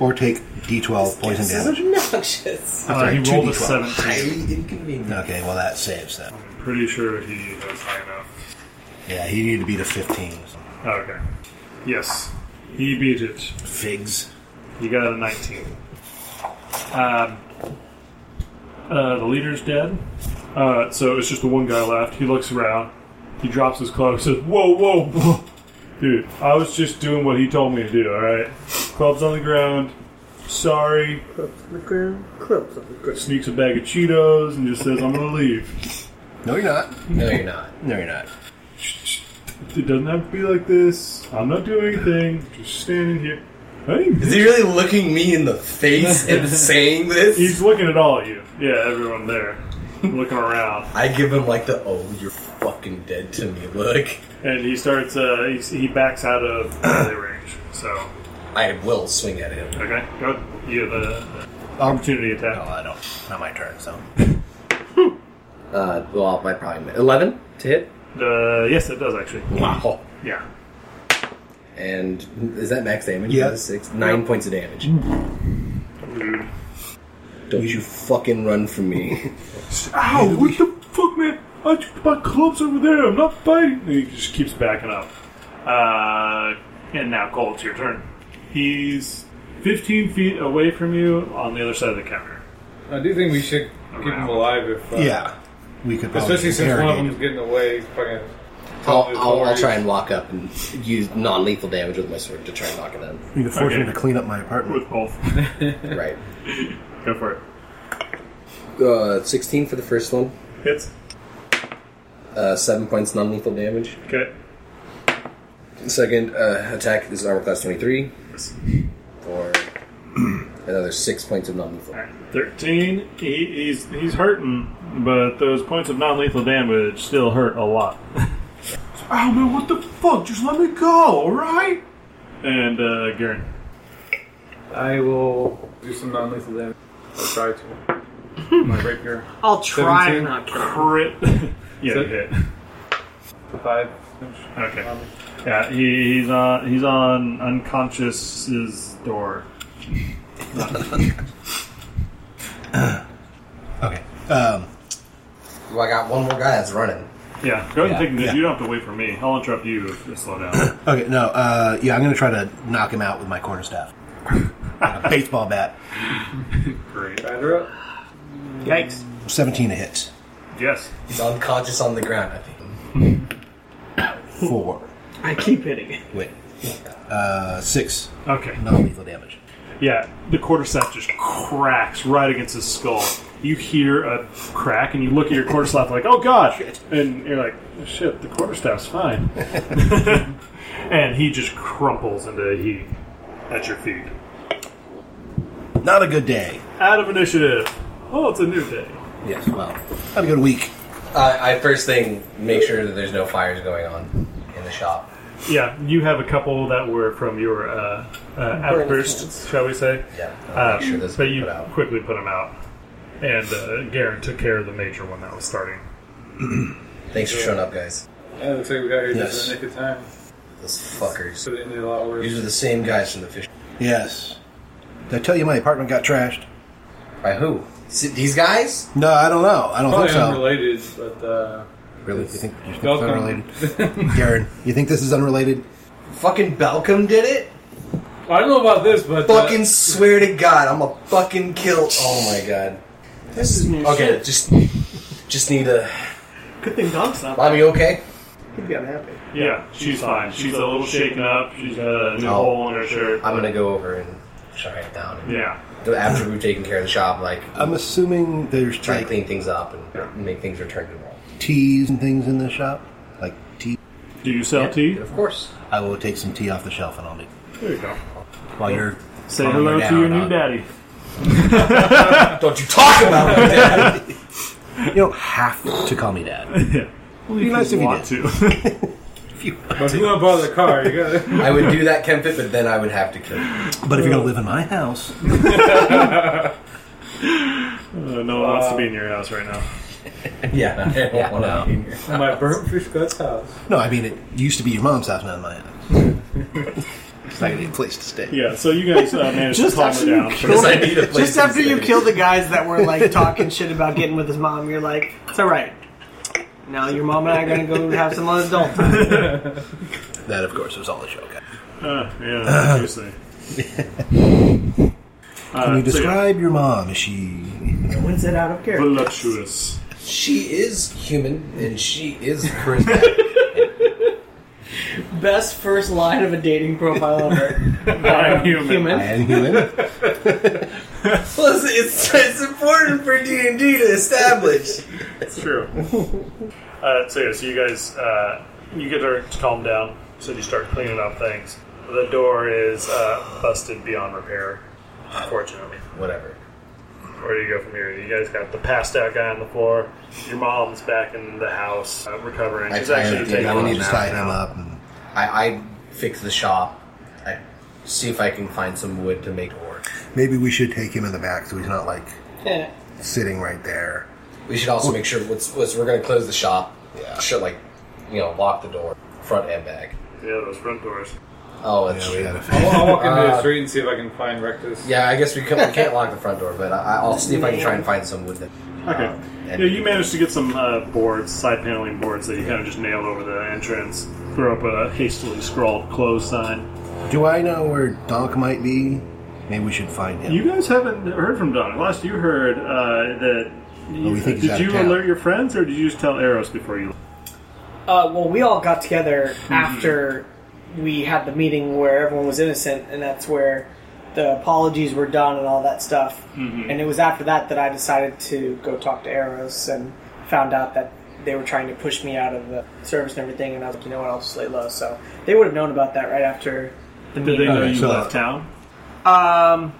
S3: or take D12 poison damage.
S2: obnoxious.
S1: Uh,
S3: sorry,
S1: he rolled a
S3: 2d12.
S1: 17.
S2: Highly inconvenient.
S3: Okay, well that saves that.
S1: I'm pretty sure he was high enough.
S3: Yeah, he needed to beat a 15.
S1: Okay. Yes. He beat it.
S3: Figs.
S1: You got a 19. Um, uh, the leader's dead. Uh, so it's just the one guy left. He looks around. He drops his club. Says, "Whoa, whoa, whoa, dude! I was just doing what he told me to do. All right, club's on the ground. Sorry." Sneaks a bag of Cheetos and just says, "I'm gonna leave."
S3: No, you're not.
S2: No, you're not.
S3: No, you're not.
S1: It doesn't have to be like this. I'm not doing anything. Just standing here. Hey,
S2: Is he really looking me in the face and saying this?
S1: he's looking at all of you. Yeah, everyone *laughs* there, looking around.
S2: I give him like the oh, you're fucking dead to me look.
S1: and he starts. Uh, he, he backs out *coughs* of melee range. So
S2: I will swing at him.
S1: okay, go. You have a a opportunity attack.
S3: Well, I don't. Not my turn. So
S2: Uh, well, I probably eleven to hit.
S1: Uh, yes, it does actually.
S2: Wow.
S1: Yeah.
S2: And is that max damage?
S3: Yeah.
S2: That's Six, nine points of damage. Don't you fucking run from me.
S1: Ow! What the fuck, man? I took my clubs over there. I'm not fighting. And he just keeps backing up. Uh, and now Cole, it's your turn. He's 15 feet away from you on the other side of the counter.
S5: I do think we should keep him alive if. Uh,
S3: *laughs* yeah, we could. probably
S5: Especially since one of
S3: interrogate
S5: them's getting away. Fucking.
S2: I'll, I'll, I'll try and walk up and use non-lethal damage with my sword to try and knock it in.
S3: him. You could force
S1: Okay.
S3: me to clean up my apartment.
S1: With both.
S2: Right.
S1: go for it.
S2: Uh, Sixteen for the first one.
S1: Hits.
S2: Uh, seven points non-lethal damage.
S1: Okay.
S2: Second uh, attack is armor class twenty-three
S1: Yes.
S2: for *clears throat* another six points of non-lethal.
S1: Alright, 13. He, he's, he's hurting, but those points of non lethal damage still hurt a *laughs* lot. oh man, what the fuck? Just let me go, alright? And, uh, Garen.
S5: I will do some non lethal damage. I'll try to.
S3: Hmm.
S5: My rapier.
S4: I'll try
S5: 17?
S4: not kill. him.
S1: Crit. *laughs* yeah,
S5: So-
S1: you hit.
S5: Five. Um,
S1: Okay. Yeah, he, he's on he's on unconscious's door.
S3: Okay. Um,
S2: Well, I got one more guy that's running.
S1: Yeah, go ahead and
S3: Yeah,
S1: take the
S3: yeah.
S1: You don't have to wait for me. I'll interrupt you if you slow down.
S3: okay. No. Uh, yeah, I'm gonna try to knock him out with my corner staff, *laughs* A baseball bat.
S1: Great.
S5: Batter up.
S4: Yikes.
S3: Seventeen to hit.
S1: Yes.
S2: He's unconscious on the ground. I think.
S3: Four.
S4: I keep hitting it.
S3: Wait. Uh, six
S1: Okay.
S3: non-lethal damage.
S1: Yeah, the quarterstaff just cracks right against his skull. You hear a crack, and you look at your quarterstaff like, "Oh gosh!" And you're like, "Shit, the quarterstaff's fine." *laughs* and he just crumples into a heap at your feet.
S3: Not a good day.
S1: Out of initiative. Oh, it's a new day.
S2: Yes. Well,
S3: Not a good week.
S2: Uh, I, I first thing make sure that there's no fires going on in the shop.
S1: Yeah, you have a couple that were from your uh, uh, outburst, shall we say?
S2: Yeah, I'll
S1: Uh,
S2: make sure those
S1: but
S2: are
S1: you
S2: put out.
S1: quickly put them out, and uh, Garen took care of the major one that was starting.
S2: Thanks for showing up, guys.
S5: Yeah, looks like we got here
S3: Yes.
S5: just in the nick of time.
S2: Those fuckers.
S5: So it ended a lot worse.
S2: These are the same guys from the fish.
S3: Yes. Did I tell you my apartment got trashed?
S2: By who? Is it these guys?
S3: No, I don't know. I don't
S5: Probably
S3: think so.
S5: unrelated, but uh,
S3: Really? You think, you think it's
S5: Welcome.
S1: *laughs*
S3: unrelated? Garen, you think this is unrelated?
S2: Fucking Balcom did it.
S5: I don't know about this, but uh,
S2: Fucking swear to God, I'm a fucking kill. Oh my God. This is okay. Just, just need a.
S4: Good thing Dom's not.
S2: Mommy, okay?
S4: He'd be unhappy.
S1: Yeah, she's fine. She's a little shaken up. She's got a new
S2: Oh.
S1: hole in her shirt.
S2: I'm gonna go over and shut it down. And
S1: Yeah.
S2: After we've taken care of the shop, like
S3: I'm assuming there's
S2: try to
S3: like
S2: clean things up and make things return to normal.
S3: teas and things in the shop. Like tea.
S1: Do you sell tea?
S2: Of course.
S3: I will take some tea off the shelf and I'll make
S1: There you go.
S3: while you're
S1: Say
S3: calming
S1: hello
S3: her
S1: to
S3: down,
S1: your new
S3: I'll-
S1: daddy.
S2: *laughs* Don't you talk about my dad.
S3: You don't have to call
S1: *laughs*
S3: me dad.
S1: Well, you
S3: nice if you
S1: want to.
S3: *laughs*
S1: *laughs*
S3: If you-
S5: if you want to bother the car, you got it.
S2: I would do that, Kempit, but then I would have to kill you.
S3: but if you're gonna live in my house,
S1: Uh, no one wants to be in your house right now.
S2: Yeah, I don't want to be in here.
S5: *laughs* My burnt fish
S3: *laughs*
S5: guts house.
S3: no, I mean it used to be your mom's house, not mine.
S1: *laughs*
S3: it's not gonna be a place to stay.
S1: Yeah, so you guys uh, managed to
S4: Just
S1: calm her
S4: after you
S1: down.
S4: kill-
S2: Because I need a place
S4: Just
S2: to
S4: after you
S2: stay.
S4: kill the guys that were like talking shit about getting with his mom, you're like, it's all right. Now your mom and I are gonna go have some adult time.
S3: That, of course, was all a joke.
S1: Uh, yeah, *laughs* seriously. Uh,
S3: Can you
S1: so, yeah.
S3: describe your mom? Is she
S4: When's it out of character?
S1: voluptuous.
S2: She is human and she is charismatic.
S4: Best first line of a dating profile ever.
S1: I'm human.
S3: I am human?
S2: Plus, it's, it's important for D and D to establish.
S1: It's true. *laughs* uh, so yeah, so you guys, uh, you get her to calm down. So you start cleaning up things. The door is uh, busted beyond repair, unfortunately.
S2: Whatever.
S1: Where do you go from here? You guys got the passed out guy on the floor. Your mom's back in the house uh, recovering. She's
S2: I- I-
S1: actually
S2: yeah,
S1: taking
S2: I
S3: I
S2: would
S1: a
S3: need
S2: need
S3: to
S2: to
S3: tie
S2: now.
S3: him up. And
S2: I, I fix the shop. I see if I can find some wood to make door.
S3: maybe we should take him in the back so he's not like
S4: Yeah.
S3: sitting right there.
S2: We should also make sure what's, what's we're going to close the shop.
S3: Yeah.
S2: Should like, you know, lock the door, front and back.
S1: Yeah, those front doors.
S2: Oh, that's true.
S3: Yeah, we gotta
S5: I'll, I'll walk into
S2: Uh,
S5: the street and see if I can find Rectus.
S2: Yeah, I guess we, can, we can't lock the front door, but I, I'll see if I can try and find some wood. That,
S1: Okay.
S2: um, and-
S1: yeah, you managed to get some uh, boards, side paneling boards that you kind of just nail over the entrance. Throw up a hastily scrawled close sign.
S3: Do I know where Donk might be? Maybe we should find him.
S1: You guys haven't heard from Don. Last you heard uh, that. You,
S3: we think he's
S1: did
S3: out of
S1: you
S3: town.
S1: alert your friends, or did you just tell Eros before you?
S4: Uh, well, we all got together
S1: Hmm.
S4: after we had the meeting where everyone was innocent, and that's where the apologies were done and all that stuff.
S1: Mm-hmm.
S4: And it was after that that I decided to go talk to Eros and found out that they were trying to push me out of the service and everything. And I was like, you know what, I'll just lay low. So they would have known about that right after the
S1: Did they
S4: meeting.
S1: know
S3: Okay,
S1: you
S3: so-
S1: left town?
S4: Um,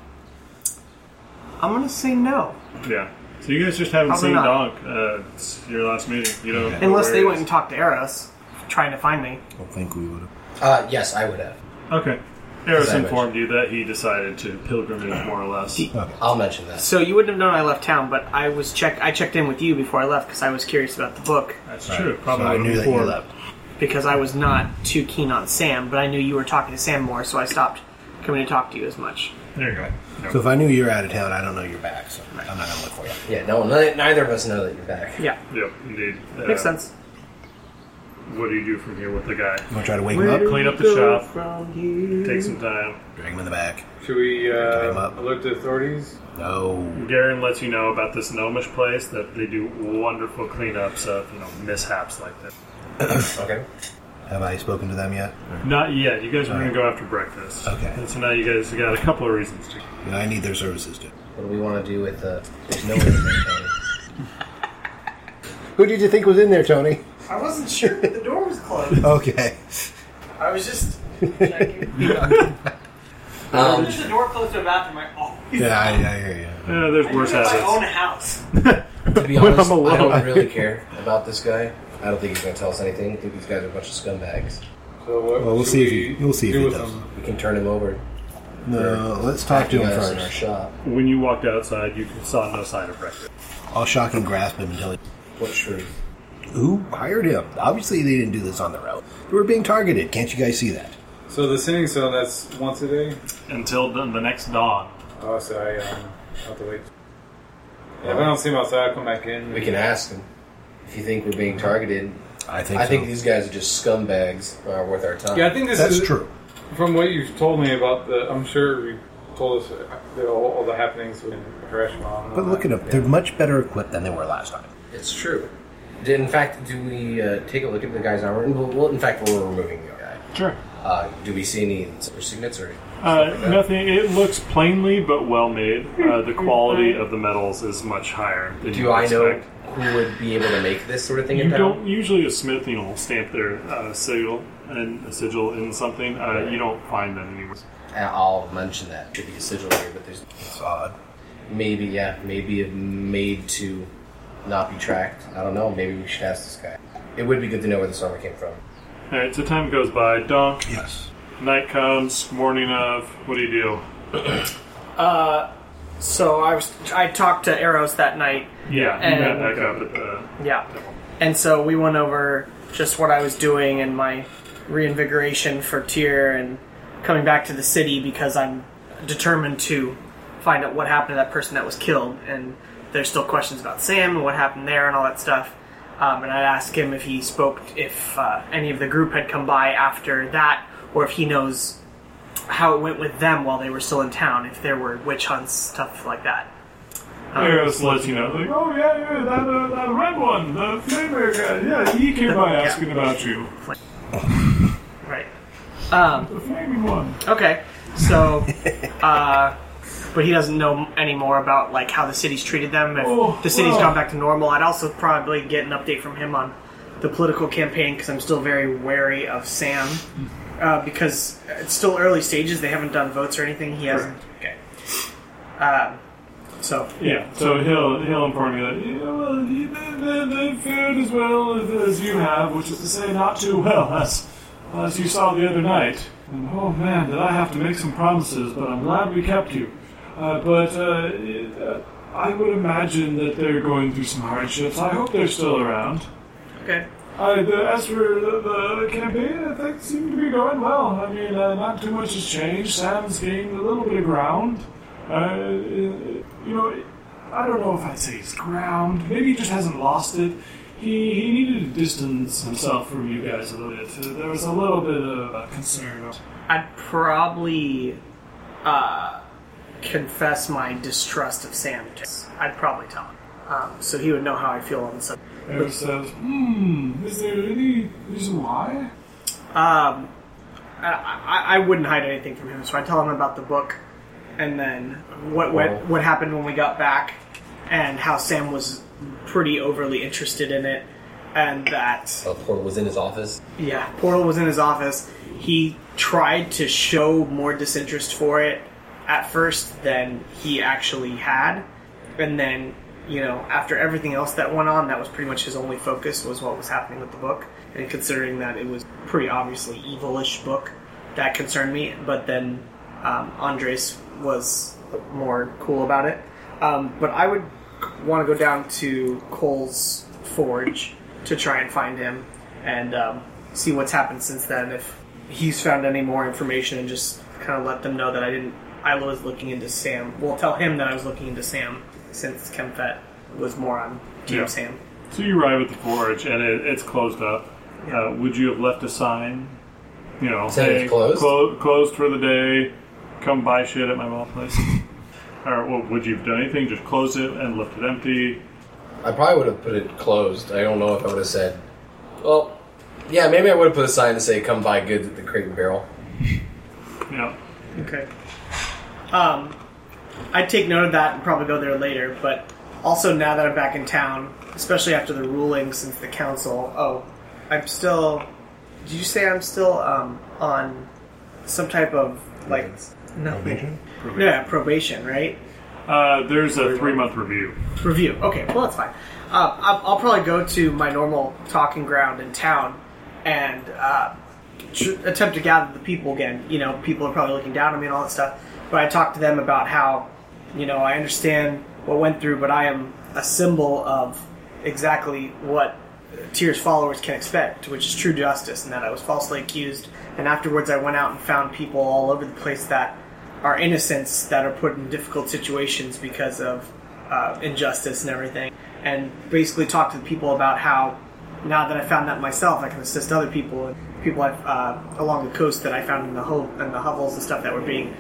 S4: I'm gonna say no,
S1: Yeah. So you guys just haven't
S4: Probably
S1: seen
S4: not.
S1: Donk. Uh, it's your last meeting. You don't. know
S4: unless
S1: where
S4: they
S1: he
S4: went
S1: is.
S4: and talked to Eros, trying to find me.
S3: I don't think we would have.
S2: Uh, yes, I would have.
S1: Okay. Eros
S2: Sandwich.
S1: informed you that he decided to pilgrimage, more or less.
S2: I'll mention that.
S4: So you wouldn't have known I left town, but I was check. I checked in with you before I left because I was curious about the book
S1: That's true. Probably
S3: I knew that you
S1: before-
S3: left.
S4: because I was not too keen on Sam, but I knew you were talking to Sam more, so I stopped coming to talk to you as much.
S1: There you go. No.
S3: So if I knew you're out of town, I don't know you're back, so I'm not gonna look for you.
S2: Yeah, no, ni- neither of us know that you're back.
S4: Yeah,
S1: Yep, indeed. Uh,
S4: makes sense.
S1: What do you do from here with the guy?
S3: You wanna try to wake him up?
S1: Clean up the shop. Take some time.
S3: Drag him in the back.
S5: Should we
S3: Tie him
S5: uh,
S3: up.
S5: alert the authorities?
S3: No.
S1: Garen lets you know about this gnomish place that they do wonderful cleanups of you know mishaps like this.
S2: Okay.
S3: Have I spoken to them yet?
S1: Not yet. You guys are going to go after breakfast.
S3: Okay.
S1: And so now you guys got a couple of reasons to.
S3: You know, I need their services too.
S2: What do we want to do with the? There's no way. to make money.
S3: Who did you think was in there, Tony?
S6: I wasn't sure that the door was
S1: *laughs*
S3: *laughs*
S6: closed.
S3: Okay.
S6: I was just.
S2: Um,
S4: the door closed to a bathroom, Oh, I always
S3: Yeah, I, I hear you.
S1: Yeah, there's worse habits.
S4: house.
S2: *laughs* to be
S1: When
S2: honest,
S1: I'm alone.
S2: I don't really care about this guy. I don't think he's going to tell us anything. I think these guys are a bunch of scumbags.
S5: So what
S3: Well, we'll
S5: should
S3: see if
S5: we
S3: he- we'll see if
S5: do
S3: he
S5: with
S3: does.
S5: them?
S2: We can turn him over.
S3: No, let's talk to
S2: You
S3: him
S2: guys in our
S3: first.
S2: shop.
S1: When you walked outside, you saw no sign of breakfast.
S3: I'll shock and grasp him until he.
S2: What truth?
S3: Who hired him? Obviously, they didn't do this on their own. They were being targeted. Can't you guys see that?
S5: So the sinning cell, that's once a day?
S1: Until the, the next dawn.
S5: Oh, so I um, have to wait. Yeah, if I don't see him outside, I'll come back in.
S2: We can ask him if you think we're being targeted.
S3: I think.
S2: I think
S3: so.
S2: these guys are just scumbags. Are worth our time.
S5: Yeah, I think this
S3: that's
S5: is
S3: true.
S5: From what you've told me about the, I'm sure you told us the, all, all the happenings with Harashma.
S3: But look at them. They're much better equipped than they were last time.
S2: It's true. Did- In fact, do we uh, take a look at the guy's armor? Well, well, in fact, we're removing the guy.
S1: Sure.
S2: Uh, do we see any or signets or?
S1: Uh, nothing. It looks plainly but well made. Uh, the quality of the metals is much higher. Than you
S2: Do
S1: would
S2: I know
S1: expect.
S2: who would be able to make this sort of thing
S1: You
S2: in town?
S1: don't usually a smith, you know, stamp their uh, sigil and a sigil in something. Uh, you don't find them anywhere.
S2: Uh, I'll mention that. Could be a sigil here, but there's
S3: It's odd.
S2: maybe yeah, maybe a made to not be tracked. I don't know. Maybe we should ask this guy. It would be good to know where this armor came from.
S1: All right. So time goes by. Donk.
S3: Yes.
S1: Night comes. Morning of. What do you do?
S4: So I was. I talked to Eros that night.
S1: Yeah.
S4: And-
S1: you got back up at the.
S4: Yeah. And so we went over just what I was doing and my reinvigoration for Tyr and coming back to the city because I'm determined to find out what happened to that person that was killed. And there's still questions about Sam and what happened there and all that stuff. Um, and I asked him if he spoke, if uh, any of the group had come by after that, or if he knows how it went with them while they were still in town, if there were witch hunts, stuff like that. Um,
S1: Eros lets you know, like, oh yeah, yeah, that, uh, that red one, the flavor guy, yeah, he came by
S4: Yeah.
S1: asking about you,
S4: Right. Um,
S1: the flaming one.
S4: Okay, so, uh, but he doesn't know anymore about like how the city's treated them. If
S1: Oh,
S4: the city's
S1: well.
S4: gone back to normal, I'd also probably get an update from him on the political campaign because I'm still very wary of Sam
S1: Hmm.
S4: uh, because it's still early stages. They haven't done votes or anything. He hasn't. Okay. Um, so
S1: Yeah, so he'll he'll inform you that yeah, well, you- they, they, they fared as well as, as you have, which is to say, not too well *laughs* as as you saw the other night. And oh man, did I have to make some promises, but I'm glad we kept you. Uh, but uh, it, uh, I would imagine that they're going through some hardships. I hope they're still around.
S4: okay,
S1: I, the, as for the, the campaign, things seem to be going well. I mean, uh, not too much has changed. Sam's gained a little bit of ground. Uh, you know, I don't know if I'd say it's ground. Maybe he just hasn't lost it. He, he needed to distance himself from you guys a little bit. Uh, There was a little bit of uh, concern.
S4: I'd probably uh, confess my distrust of Sam. to- I'd probably tell him. Um, so he would know how I feel on the subject.
S1: Eric says, uh, hmm, is there any reason why?
S4: Um, I, I, I wouldn't hide anything from him, so I tell him about the book, and then what what what happened when we got back, and how Sam was pretty overly interested in it, and that
S2: Uh, Portal was in his office.
S4: yeah, Portal was in his office. He tried to show more disinterest for it at first than he actually had, and then you know after everything else that went on, that was pretty much his only focus was what was happening with the book. And considering that it was pretty obviously evilish book, that concerned me. But then um, Andres was more cool about it. Um, but I would want to go down to Cole's forge to try and find him and um, see what's happened since then. If he's found any more information, and just kind of let them know that I didn't. I was looking into Sam. Well, tell him that I was looking into Sam since Kempfet was more on Team
S1: Yeah.
S4: Sam.
S1: So you arrive at the forge, and it, it's closed up.
S4: Yeah.
S1: Uh, would you have left a sign? You know,
S2: Saying it's
S1: hey,
S2: closed?
S1: clo- closed for the day. Come buy shit at my mom's place. or well, would you have done anything? Just close it and left it empty.
S2: I probably would have put it closed. I don't know if I would have said. Well, yeah, maybe I would have put a sign to say "Come buy goods at the Crate and Barrel."
S1: Yeah.
S4: Okay. Um, I'd take note of that and probably go there later, but also now that I'm back in town, especially after the ruling since the council, oh, I'm still. Did you say I'm still um, on some type of, like. No. Yeah, probation, right?
S1: Uh, there's a three month review.
S4: Review. Okay, well, that's fine. Uh, I'll, I'll probably go to my normal talking ground in town and uh, tr- attempt to gather the people again. You know, people are probably looking down on me and all that stuff. But I talk to them about how, you know, I understand what went through, but I am a symbol of exactly what Tyr's followers can expect, which is true justice, and that I was falsely accused. And afterwards, I went out and found people all over the place that are innocents that are put in difficult situations because of uh, injustice and everything. And basically, talked to the people about how now that I found that myself, I can assist other people and people I've, uh, along the coast that I found in the ho- in the hovels and stuff that were being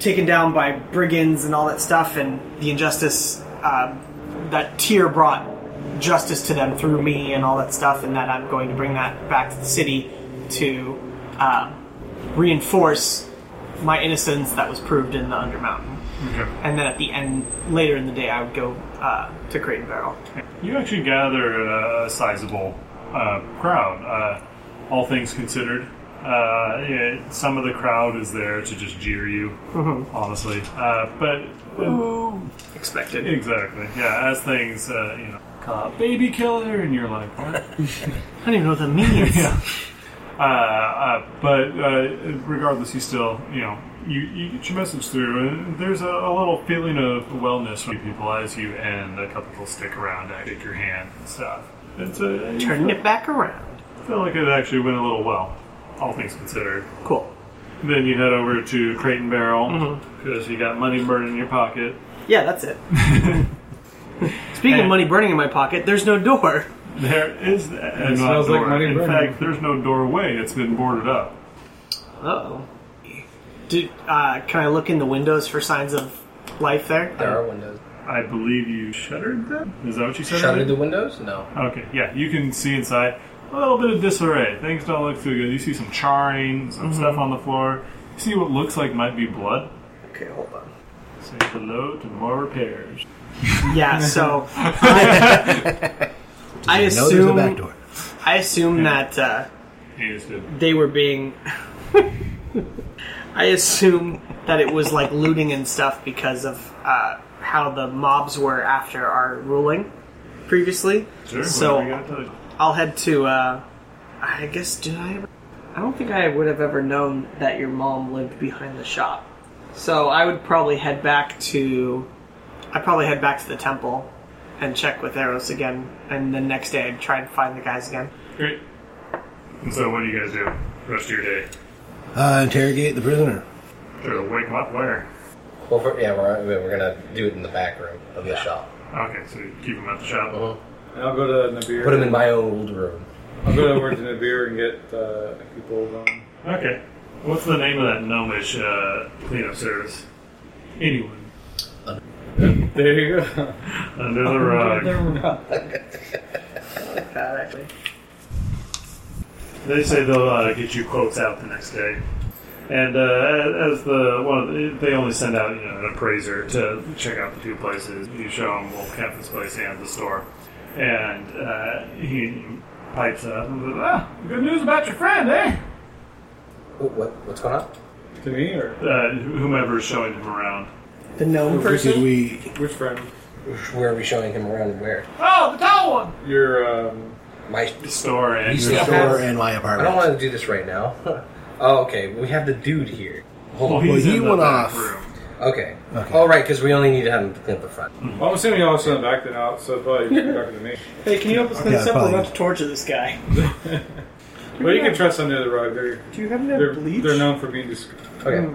S4: taken down by brigands and all that stuff, and the injustice uh, that Tyr brought justice to them through me and all that stuff, and that I'm going to bring that back to the city to uh, reinforce my innocence that was proved in the Undermountain. And then at the end, later in the day, I would go uh, to Crate and Barrel.
S1: You actually gather a, a sizable uh, crowd, uh, all things considered. Uh, yeah, some of the crowd is there to just jeer you, honestly. Uh, but
S4: Expected.
S1: exactly, yeah. As things, uh, you know, call out, baby killer, and you're like, what?
S4: *laughs* I don't even know what that
S1: *laughs*
S4: means.
S1: Yeah. Uh, uh, but uh, regardless, you still, you know, you, you get your message through, and there's a, a little feeling of wellness from people as you end. A couple will stick around and shake your hand and stuff. It's a,
S4: Turning it back around.
S1: I feel like it actually went a little well, all things considered.
S4: Cool.
S1: Then you head over to Crate and Barrel
S4: Mm-hmm.
S1: because you got money burning in your pocket.
S4: Yeah,
S3: *laughs*
S4: that's it. Speaking of
S1: And-
S4: money burning in my pocket, there's no door.
S1: There is uh, not
S5: smells like
S1: door.
S5: money
S1: In
S5: burning.
S1: fact, there's no doorway. It's been boarded up.
S4: Uh oh. Did uh, can I look in the windows for signs of life there?
S2: There are windows.
S1: I believe you shuttered them? Is that what you said?
S2: Shuttered the windows? No.
S1: Okay, yeah, you can see inside a little bit of disarray. Things don't look too good. You see some charring, some
S5: Mm-hmm.
S1: stuff on the floor. You see what looks like might be blood.
S4: Okay, hold on.
S1: Say hello to more repairs.
S3: *laughs*
S4: Yeah, so I, I
S3: No, there's a back
S4: assume
S3: door.
S4: I assume that uh,
S1: Yes, dude.
S4: they were being. *laughs* I assume that it was like looting and stuff because of uh, how the mobs were after our ruling previously.
S1: Sure,
S4: so
S1: whatever you gotta tell you.
S4: I'll head to. Uh, I guess did I? Ever, I don't think I would have ever known that your mom lived behind the shop. So I would probably head back to. I probably head back to the temple and check with Eros again, and the next day I'd try and find the guys again.
S1: Great. And so, what do you guys do the rest of your day?
S3: Uh, interrogate the prisoner.
S1: Try to wake him up? Where?
S2: Well, for, yeah, we're, we're gonna do it in the back room of the shop.
S1: Okay, so you keep him at the shop.
S5: And I'll go to Nabir.
S2: Put them in my old room.
S5: I'll go over to Nabir and get uh, a few bowls on.
S1: Okay. What's the name of that gnomish uh, cleanup service? Anyone.
S5: There you
S3: *laughs*
S5: go.
S1: Under the
S5: *laughs*
S1: rug.
S4: Like that, actually.
S1: They say they'll uh, get you quotes out the next day, and uh, a- as the one, of the, they only send out you know an appraiser to check out the two places. You show him Wolf Kemp's place and the store, and uh, he pipes up and says, "Ah, good news about your friend, eh?"
S2: Wh- What, what's going on?
S5: to me or
S1: Uh, whomever's showing him around.
S4: The gnome
S3: Did
S4: person.
S3: we
S5: which friend?
S2: Where are we showing him around? and Where?
S1: Oh, the tall one.
S5: Your um,
S2: My.
S1: The store and
S3: use the store and my
S2: I don't
S3: apartment?
S2: want to do this right now. *laughs* oh, okay. We have the dude here. Hold
S1: well,
S2: on.
S1: he's
S3: he
S1: in the
S3: went
S1: back
S3: off.
S1: Room.
S2: Okay.
S3: Okay.
S2: All right, because we only need to have him clean up the front.
S5: well, I'm assuming y'all sent back then out, so probably you're talking to me.
S4: Hey, can you help us
S3: Yeah, simple probably. enough
S4: to torture this guy?
S5: Well, you can trust under the rug. They're
S4: Do you have
S5: they're,
S4: enough bleach?
S5: they're known for being discreet.
S2: Okay.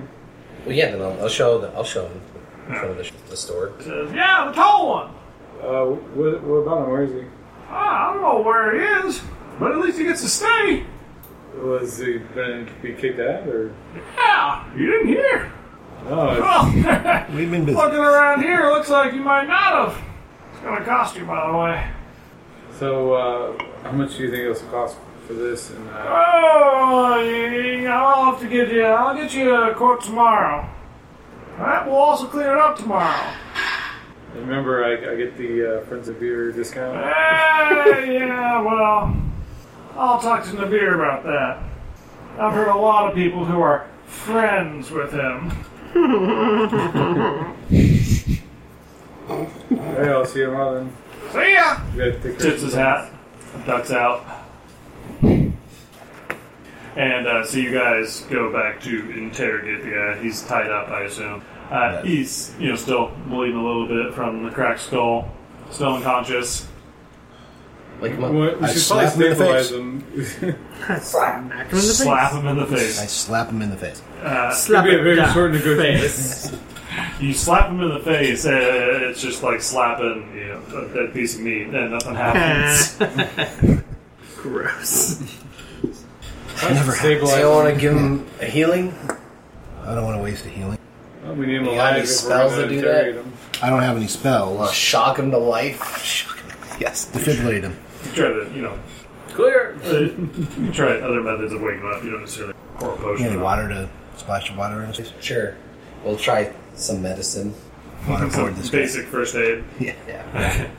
S2: Well, yeah. Then I'll, I'll show. The, I'll show him in front of the, the store.
S1: Says, "Yeah, the tall one.
S5: Uh, what, what about him? Where is he?
S1: Ah, I don't know where he is, but at least he gets to stay."
S5: Was he going to be kicked out or?
S1: Yeah, you didn't hear. Oh,
S5: No, it's,
S1: Well,
S3: We've been busy.
S1: Looking around here, looks like you might not have. It's gonna cost you, by the way.
S5: So, uh, how much do you think it'll cost for this? And uh,
S1: Oh, you- I'll have to get you. I'll get you a quote tomorrow. All right, we'll also clear it up tomorrow.
S5: remember, I, I get the uh, Friends of Beer discount.
S1: Hey, yeah, well, I'll talk to Nabir about that. I've heard a lot of people who are friends with him.
S5: Hey, I'll see you tomorrow then.
S1: See ya.
S5: You gotta take care of
S1: tips his hat, ducks out, and uh, so you guys go back to interrogate the guy. He's tied up, I assume. Uh, He's you know still bleeding a little bit from the cracked skull, still unconscious.
S2: Like,
S5: yourself.
S2: my,
S5: We
S3: I
S5: should probably
S3: slap him in the
S5: stabilize *laughs* him.
S4: Smack him in the face.
S1: Slap him in the face.
S3: I slap him in the face.
S4: Slap
S5: It'd be a
S4: him
S5: very
S4: down
S5: short negotiation.
S4: face.
S1: You slap him in the face. Uh, it's just like slapping you know, a dead piece of meat, and nothing happens.
S4: Gross.
S3: Never
S5: Stabilize
S2: I don't
S5: him.
S2: want to give him a healing.
S3: I don't want to waste a healing.
S5: Well, we need him
S2: You got
S5: alive
S2: any
S5: if we're
S2: spells
S5: gonna
S2: that do
S5: interrogate
S2: that?
S5: him.
S3: I don't have any spells.
S2: Shock him to life.
S3: Yes, defibrillate him.
S1: you try to you know
S2: Clear.
S1: uh, you try other methods of waking him up. You don't necessarily pour a potion.
S3: Any
S1: on him.
S3: water to splash of water in his face?
S2: Sure. We'll try some medicine.
S1: *laughs*
S3: Water poured
S1: Some
S3: in his face.
S1: basic first aid.
S2: Yeah.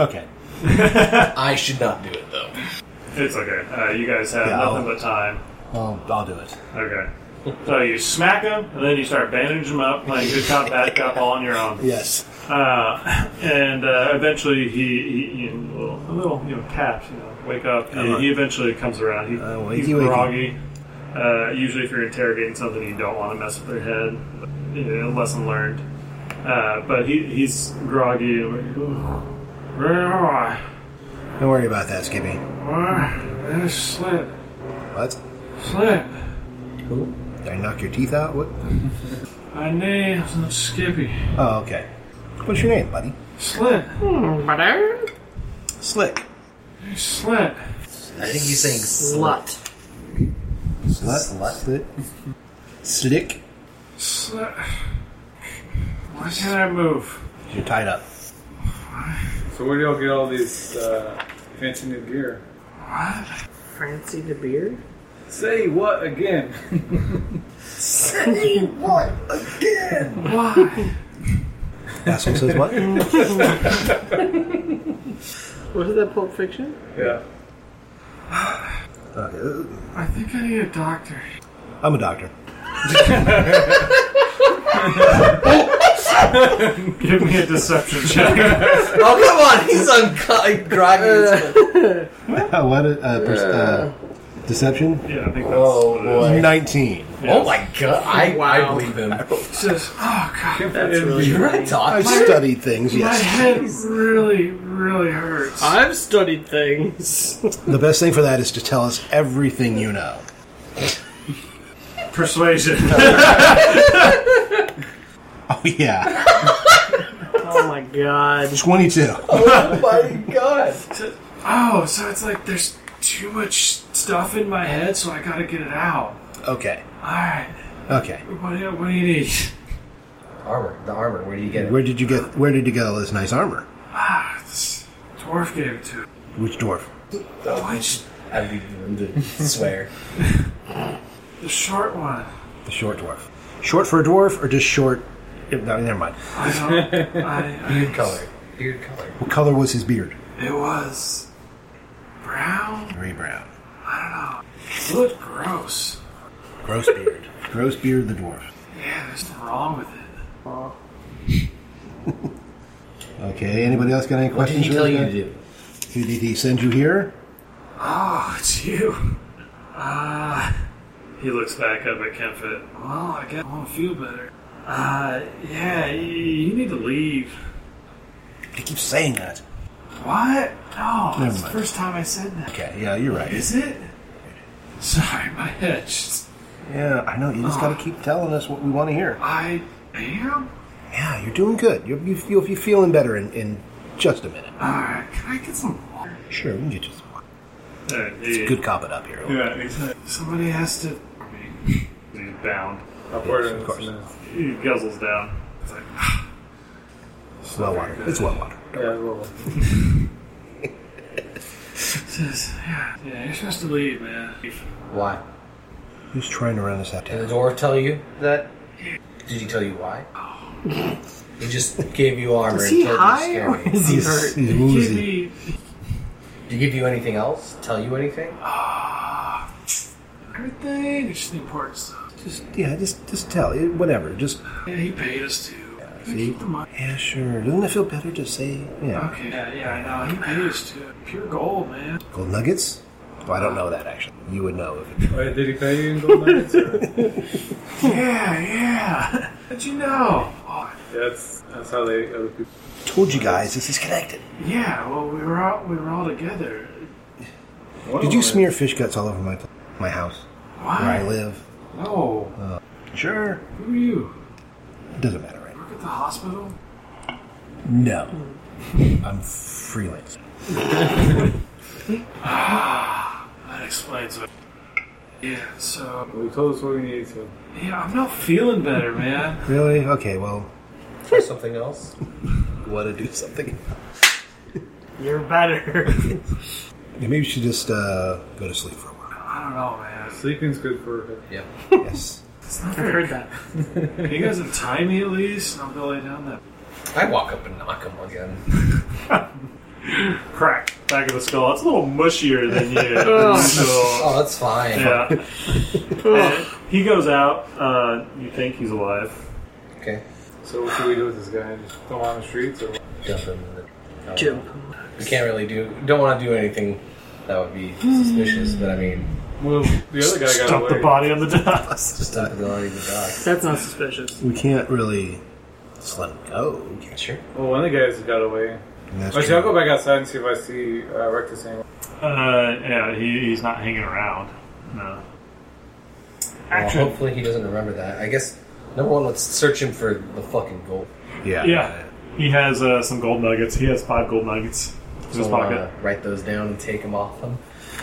S3: Okay.
S2: I should not do it though.
S1: It's okay. Uh, you guys have
S3: Yeah,
S1: nothing
S3: I'll-
S1: but time.
S3: Well, I'll do it.
S1: Okay. So you smack him, and then you start bandaging him up, playing good cop,
S3: *laughs*
S1: bad cop, all on your own.
S3: Yes.
S1: Uh, and uh, eventually, he, he, he a little, a little, you know, taps, you know, wake up. He, he eventually comes around. He,
S3: Uh, wakey,
S1: he's
S3: wakey.
S1: groggy. Uh, usually, if you're interrogating something, you don't want to mess with their head. You know, lesson learned. Uh, but he, he's groggy. Where am I?
S3: Don't worry about that, Skippy.
S1: Where? I slip,
S3: What?
S1: slip.
S3: Did I knock your teeth out? What?
S1: My name's not Skippy.
S3: Oh, okay. What's your name, buddy?
S1: Slit.
S4: Butter?
S3: Slick.
S1: Slit.
S2: I think he's saying slut.
S4: Slut.
S3: Slut. Slit. Slick.
S5: Sl- Why can't
S1: *laughs*
S5: I move?
S3: You're tied up.
S9: So where do y'all get all these uh, fancy new gear?
S4: Francie the Beard?
S9: Say what
S5: *laughs*
S9: again?
S3: Asshole
S1: *laughs*
S3: says what?
S4: Was that Pulp Fiction?
S9: yeah.
S3: Uh,
S5: I think I need a doctor.
S3: I'm a doctor.
S5: Give me a deception
S3: *laughs*
S5: check.
S10: Oh come on, he's uncut, groggy. as
S2: *laughs*
S10: fuck.
S3: what? *laughs* A, uh, pers- uh, deception?
S5: yeah, I think that's
S10: Oh,
S5: what it
S10: boy.
S5: is.
S3: 19.
S10: Oh my god, I, I
S4: Wow.
S10: believe him.
S5: Says, oh god,
S4: That's
S2: *laughs*
S4: really
S10: You're a
S3: I
S10: doctor.
S3: studied things,
S5: my
S3: yes.
S5: head really, really hurts.
S4: I've studied things.
S3: The best thing for that is to tell us everything you know. *laughs*
S5: Persuasion.
S3: Oh, yeah.
S4: *laughs* oh my god.
S3: 22.
S10: Oh my god.
S5: oh, so it's like there's too much stuff in my head, so I gotta get it out.
S3: Okay.
S5: All right,
S3: Okay.
S5: what do you, what do you need?
S10: Armor, the armor. Where do you get it?
S3: Where did you get Where did you get all this nice armor?
S5: Ah, this dwarf gave it to. me.
S3: Which dwarf?
S5: Which
S10: Oh, I believe him to swear.
S5: *laughs* the short one?
S3: The short dwarf. Short for a dwarf, or just short? No, never mind.
S5: I
S3: *laughs*
S5: don't. I,
S10: Beard color. Beard color.
S3: What color was his beard?
S5: I, it was brown.
S3: Very brown.
S5: It looked gross.
S3: Gross
S10: *laughs*
S3: beard. Gross beard. The dwarf.
S5: Yeah, there's nothing wrong with it.
S3: Okay. Anybody else got any
S10: What did
S3: questions?
S10: he tell
S3: for
S10: you
S3: this
S10: to
S3: guy?
S10: do?
S3: Who did he send you here?
S5: Oh, it's you. Uh, he looks back up at Kempfit. Well, I guess I won't feel better. Uh, yeah, you, you need to leave.
S3: He keeps saying that.
S5: What? No,
S3: Never
S5: that's the
S3: mind.
S5: first time I said that.
S3: Okay. Yeah, you're right.
S5: Is it? Sorry, my head. Just,
S3: Yeah, I know. You
S5: Oh.
S3: just got to keep telling us what we want to hear.
S5: I am.
S3: Yeah, you're doing good. You're, you feel you're feeling better in, in just a minute.
S5: All right, can I get some water?
S3: Sure, we can get you some water.
S5: Uh,
S3: Good cop it up here.
S5: Yeah, exactly. Somebody has to. He's bound.
S9: Upward
S3: of course.
S5: He guzzles down. It's like, "Ah,
S3: It's well water. It's well water.
S9: Yeah, well,
S5: says, yeah, yeah, you're supposed to leave, man.
S10: Why?
S3: Who's trying to run us out
S10: Did
S3: town?
S10: the dwarf tell you that? Did he tell you why? He just gave you armor
S4: Is
S10: and
S4: he
S10: told
S4: high
S10: you
S4: or
S10: to scare me.
S4: is he
S3: He's,
S4: hurt?
S3: he's
S5: Give
S3: woozy.
S5: me.
S10: Did he give you anything else? Tell you *laughs* anything?
S5: Everything, it's just the important stuff.
S3: Just yeah, just just tell it, whatever. Just
S5: Yeah, he paid us to. Can I
S3: see?
S5: keep the money?
S3: yeah, sure. Doesn't it feel better to say yeah?
S5: Okay, yeah, yeah, I know. He paid us to. Pure gold, man.
S3: Gold nuggets? Well, I don't know that actually. You would know if it,
S9: Wait, did he pay you in gold nuggets? or-
S5: *laughs* Yeah, yeah. How'd you know? Oh,
S9: yeah, that's, that's how they other people.
S3: told you guys this is connected.
S5: yeah. Well, we were all we were all together.
S3: Did you smear fish guts all over my pl- my house
S5: Why?
S3: where I live? Uh,
S5: No.
S3: Sure.
S5: Who are you?
S3: It doesn't matter, right?
S5: Work at the hospital?
S3: No, I'm freelance.
S5: That explains it. Yeah. So
S9: Well, you told us what we needed to.
S5: yeah, I'm not feeling better, man.
S3: Really? Okay. Well,
S10: Try something else?
S3: want to do something?
S4: You're better.
S3: Yeah, maybe you should just uh, go to sleep for a while.
S5: I don't know, man.
S9: Sleeping's good for
S5: *laughs*
S3: yes.
S5: It's not
S4: I've
S5: very
S4: heard that.
S5: Can you guys untie me at least? And I'll go lay down that
S10: I walk up and knock him again.
S5: crack back of the skull. It's a little mushier than
S1: *laughs*
S4: Oh.
S5: usual.
S10: Oh, that's fine.
S5: yeah. And he goes out. Uh, you think he's alive?
S10: Okay.
S9: So what should we do with this guy? Just throw him on the streets or
S10: Dump him. in the- Oh.
S4: Jim.
S10: We can't really do. Don't want to do anything that would be suspicious. But I mean,
S9: Well, the other guy got
S5: Dump the
S9: away.
S5: body on the dust.
S10: just dump the dog in the
S4: That's not suspicious.
S3: We can't really just let him go.
S10: dog. Sure.
S9: Well, one of the guys got away.
S3: That's
S9: Actually, I'll
S3: true.
S9: go back outside and see if I see uh, Rectus anymore.
S5: Uh, yeah, he, he's not hanging around. No.
S10: Well,
S5: Action.
S10: hopefully he doesn't remember that. I guess number one, let's search him for the fucking gold.
S3: Yeah.
S5: Yeah. He has uh, some gold nuggets. He has five gold nuggets in his
S10: So,
S5: pocket.
S10: uh, write those down and take them off him.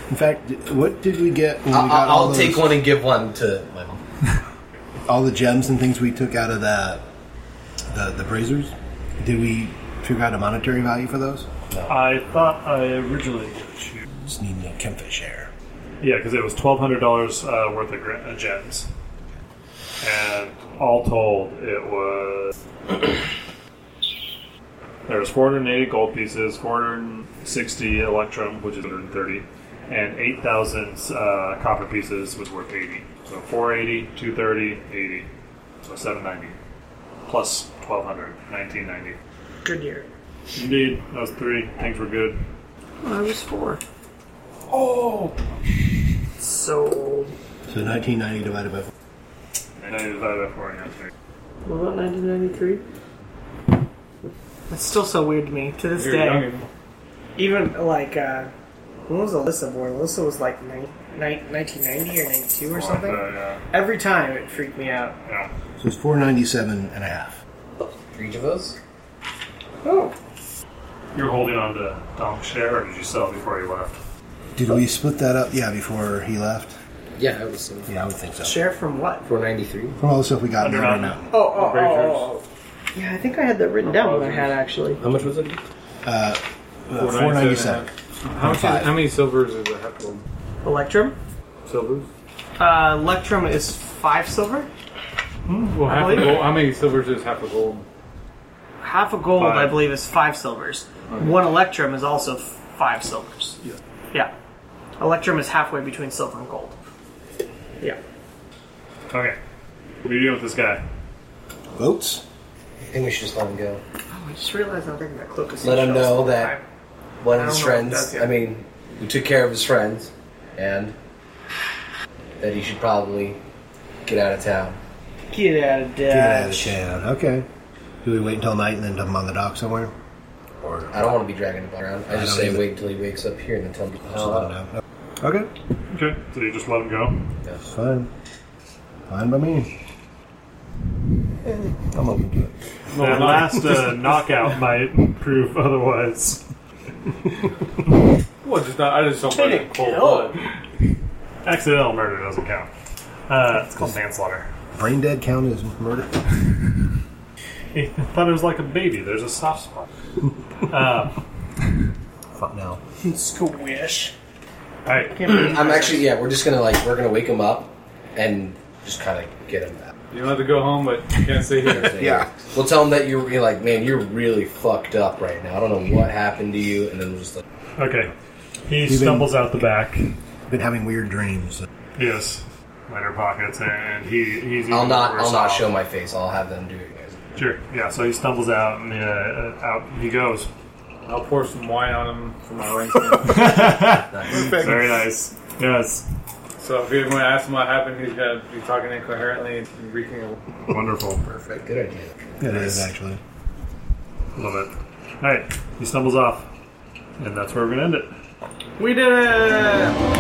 S3: In fact, what did we get when we
S10: I'll,
S3: got
S10: I'll,
S3: all
S10: I'll take
S3: those-
S10: one and give one to my mom.
S3: all the gems and things we took out of the the, the braziers? Did we figure out a monetary value for those?
S1: I thought I originally did.
S3: Just need a Kempfish hair.
S1: Yeah, because it was twelve hundred dollars uh, worth of gra- uh, gems, and all told, it was *clears throat* there was four hundred eighty gold pieces, four hundred sixty electrum, which is one hundred thirty, and eight thousand uh, copper pieces, which were eighty. So 480, 230, 80. So 790. Plus 1200, 1990.
S4: Good year.
S1: Indeed, those three things were good.
S4: I was four.
S1: Oh!
S4: So
S3: So 1990 divided by four.
S1: And I divided by four and a half.
S4: what about 1993? It's still so weird to me to this
S5: You're
S4: day.
S5: young and
S4: Even like uh, when was Alyssa born? Alyssa was like nine, nine, 1990 or 92 or something.
S1: Oh, Yeah,
S4: Every time it freaked me out.
S1: yeah.
S3: So it's 497 and a half.
S10: For each of those?
S4: Oh,
S1: You're holding on to Dom's share, or did you sell before you left?
S3: Did we split that up? Yeah, before he left.
S10: Yeah, I would assume.
S3: Yeah, I would think so.
S4: share from what?
S10: 493.
S3: From all the stuff we got in
S1: Under
S3: there right
S1: Mountain.
S3: now,
S4: Oh, oh, oh,
S5: Breakers.
S4: oh, oh. Yeah, I think I had that written down when I had actually.
S10: How much was it?
S3: uh, 497.
S5: How, much is, how many silvers is a heckle?
S4: Electrum.
S5: Silvers?
S4: Uh, Electrum is five silver.
S5: Well, half a
S4: believe it.
S5: gold, how many silvers is half a gold?
S4: Half a gold, I
S1: Five.
S4: believe, is five silvers. One Electrum is also f- five silvers.
S1: Yeah.
S4: Yeah. Electrum is halfway between silver and gold. Yeah.
S1: Okay. What are you doing with this guy?
S3: Votes?
S10: I think we should just let him go.
S4: Oh, I just realized I'm thinking that cloak is.
S10: Let him
S4: seashells
S10: know
S4: all the
S10: that-
S4: time.
S10: One of
S4: I
S10: his
S4: don't know if
S10: friends.
S4: that's it.
S10: I mean, we took care of his friends, and that he should probably get out of town.
S4: Get out of
S3: Get out of the
S4: Dodge.
S3: town. Okay. Do we wait until night and then dump him on the dock somewhere? Or
S10: I don't want to be dragging him around. I
S3: I
S10: just
S3: don't
S10: say
S3: either.
S10: wait until he wakes up here and then tell him to
S3: just
S10: hell
S3: let him
S10: up.
S3: know? Okay.
S1: Okay, so you just let him go?
S3: Fine. Fine by me. I'm open to it.
S1: That last *laughs* uh, knockout might prove otherwise.
S5: Well, just not, I just don't want it cold blood.
S1: Accidental murder doesn't count. Uh, it's called manslaughter.
S3: Brain dead count as murder.
S1: He thought it was like a baby. There's a soft spot.
S3: Fuck no.
S4: Squish.
S1: All right.
S10: I'm actually, yeah, we're just gonna like we're gonna wake him up and just kind of get him out.
S5: You don't have to go home, but you can't stay
S10: *laughs*
S5: here.
S3: Yeah.
S10: We'll tell him that you're, you're like, man, you're really fucked up right now. I don't know what happened to you, and then we'll just like,
S1: Okay. He
S3: been-
S1: stumbles out the back.
S3: Been having weird dreams.
S1: Yes. Lighter pockets, and he, he's.
S10: I'll
S1: even
S10: not,
S1: worse
S10: I'll not
S1: off.
S10: show my face. I'll have them do it. Guys.
S1: Sure. Yeah. So he stumbles out, and uh, uh, out he goes.
S5: I'll pour some wine on him for my arrangement.
S1: Very nice. Yes.
S5: so if you want to ask him what happened, he's going to be talking incoherently and reeking of
S1: Wonderful.
S10: Perfect, good idea.
S3: It is actually.
S1: Love it. All right. He stumbles off, and that's where we're gonna end it.
S4: We did it!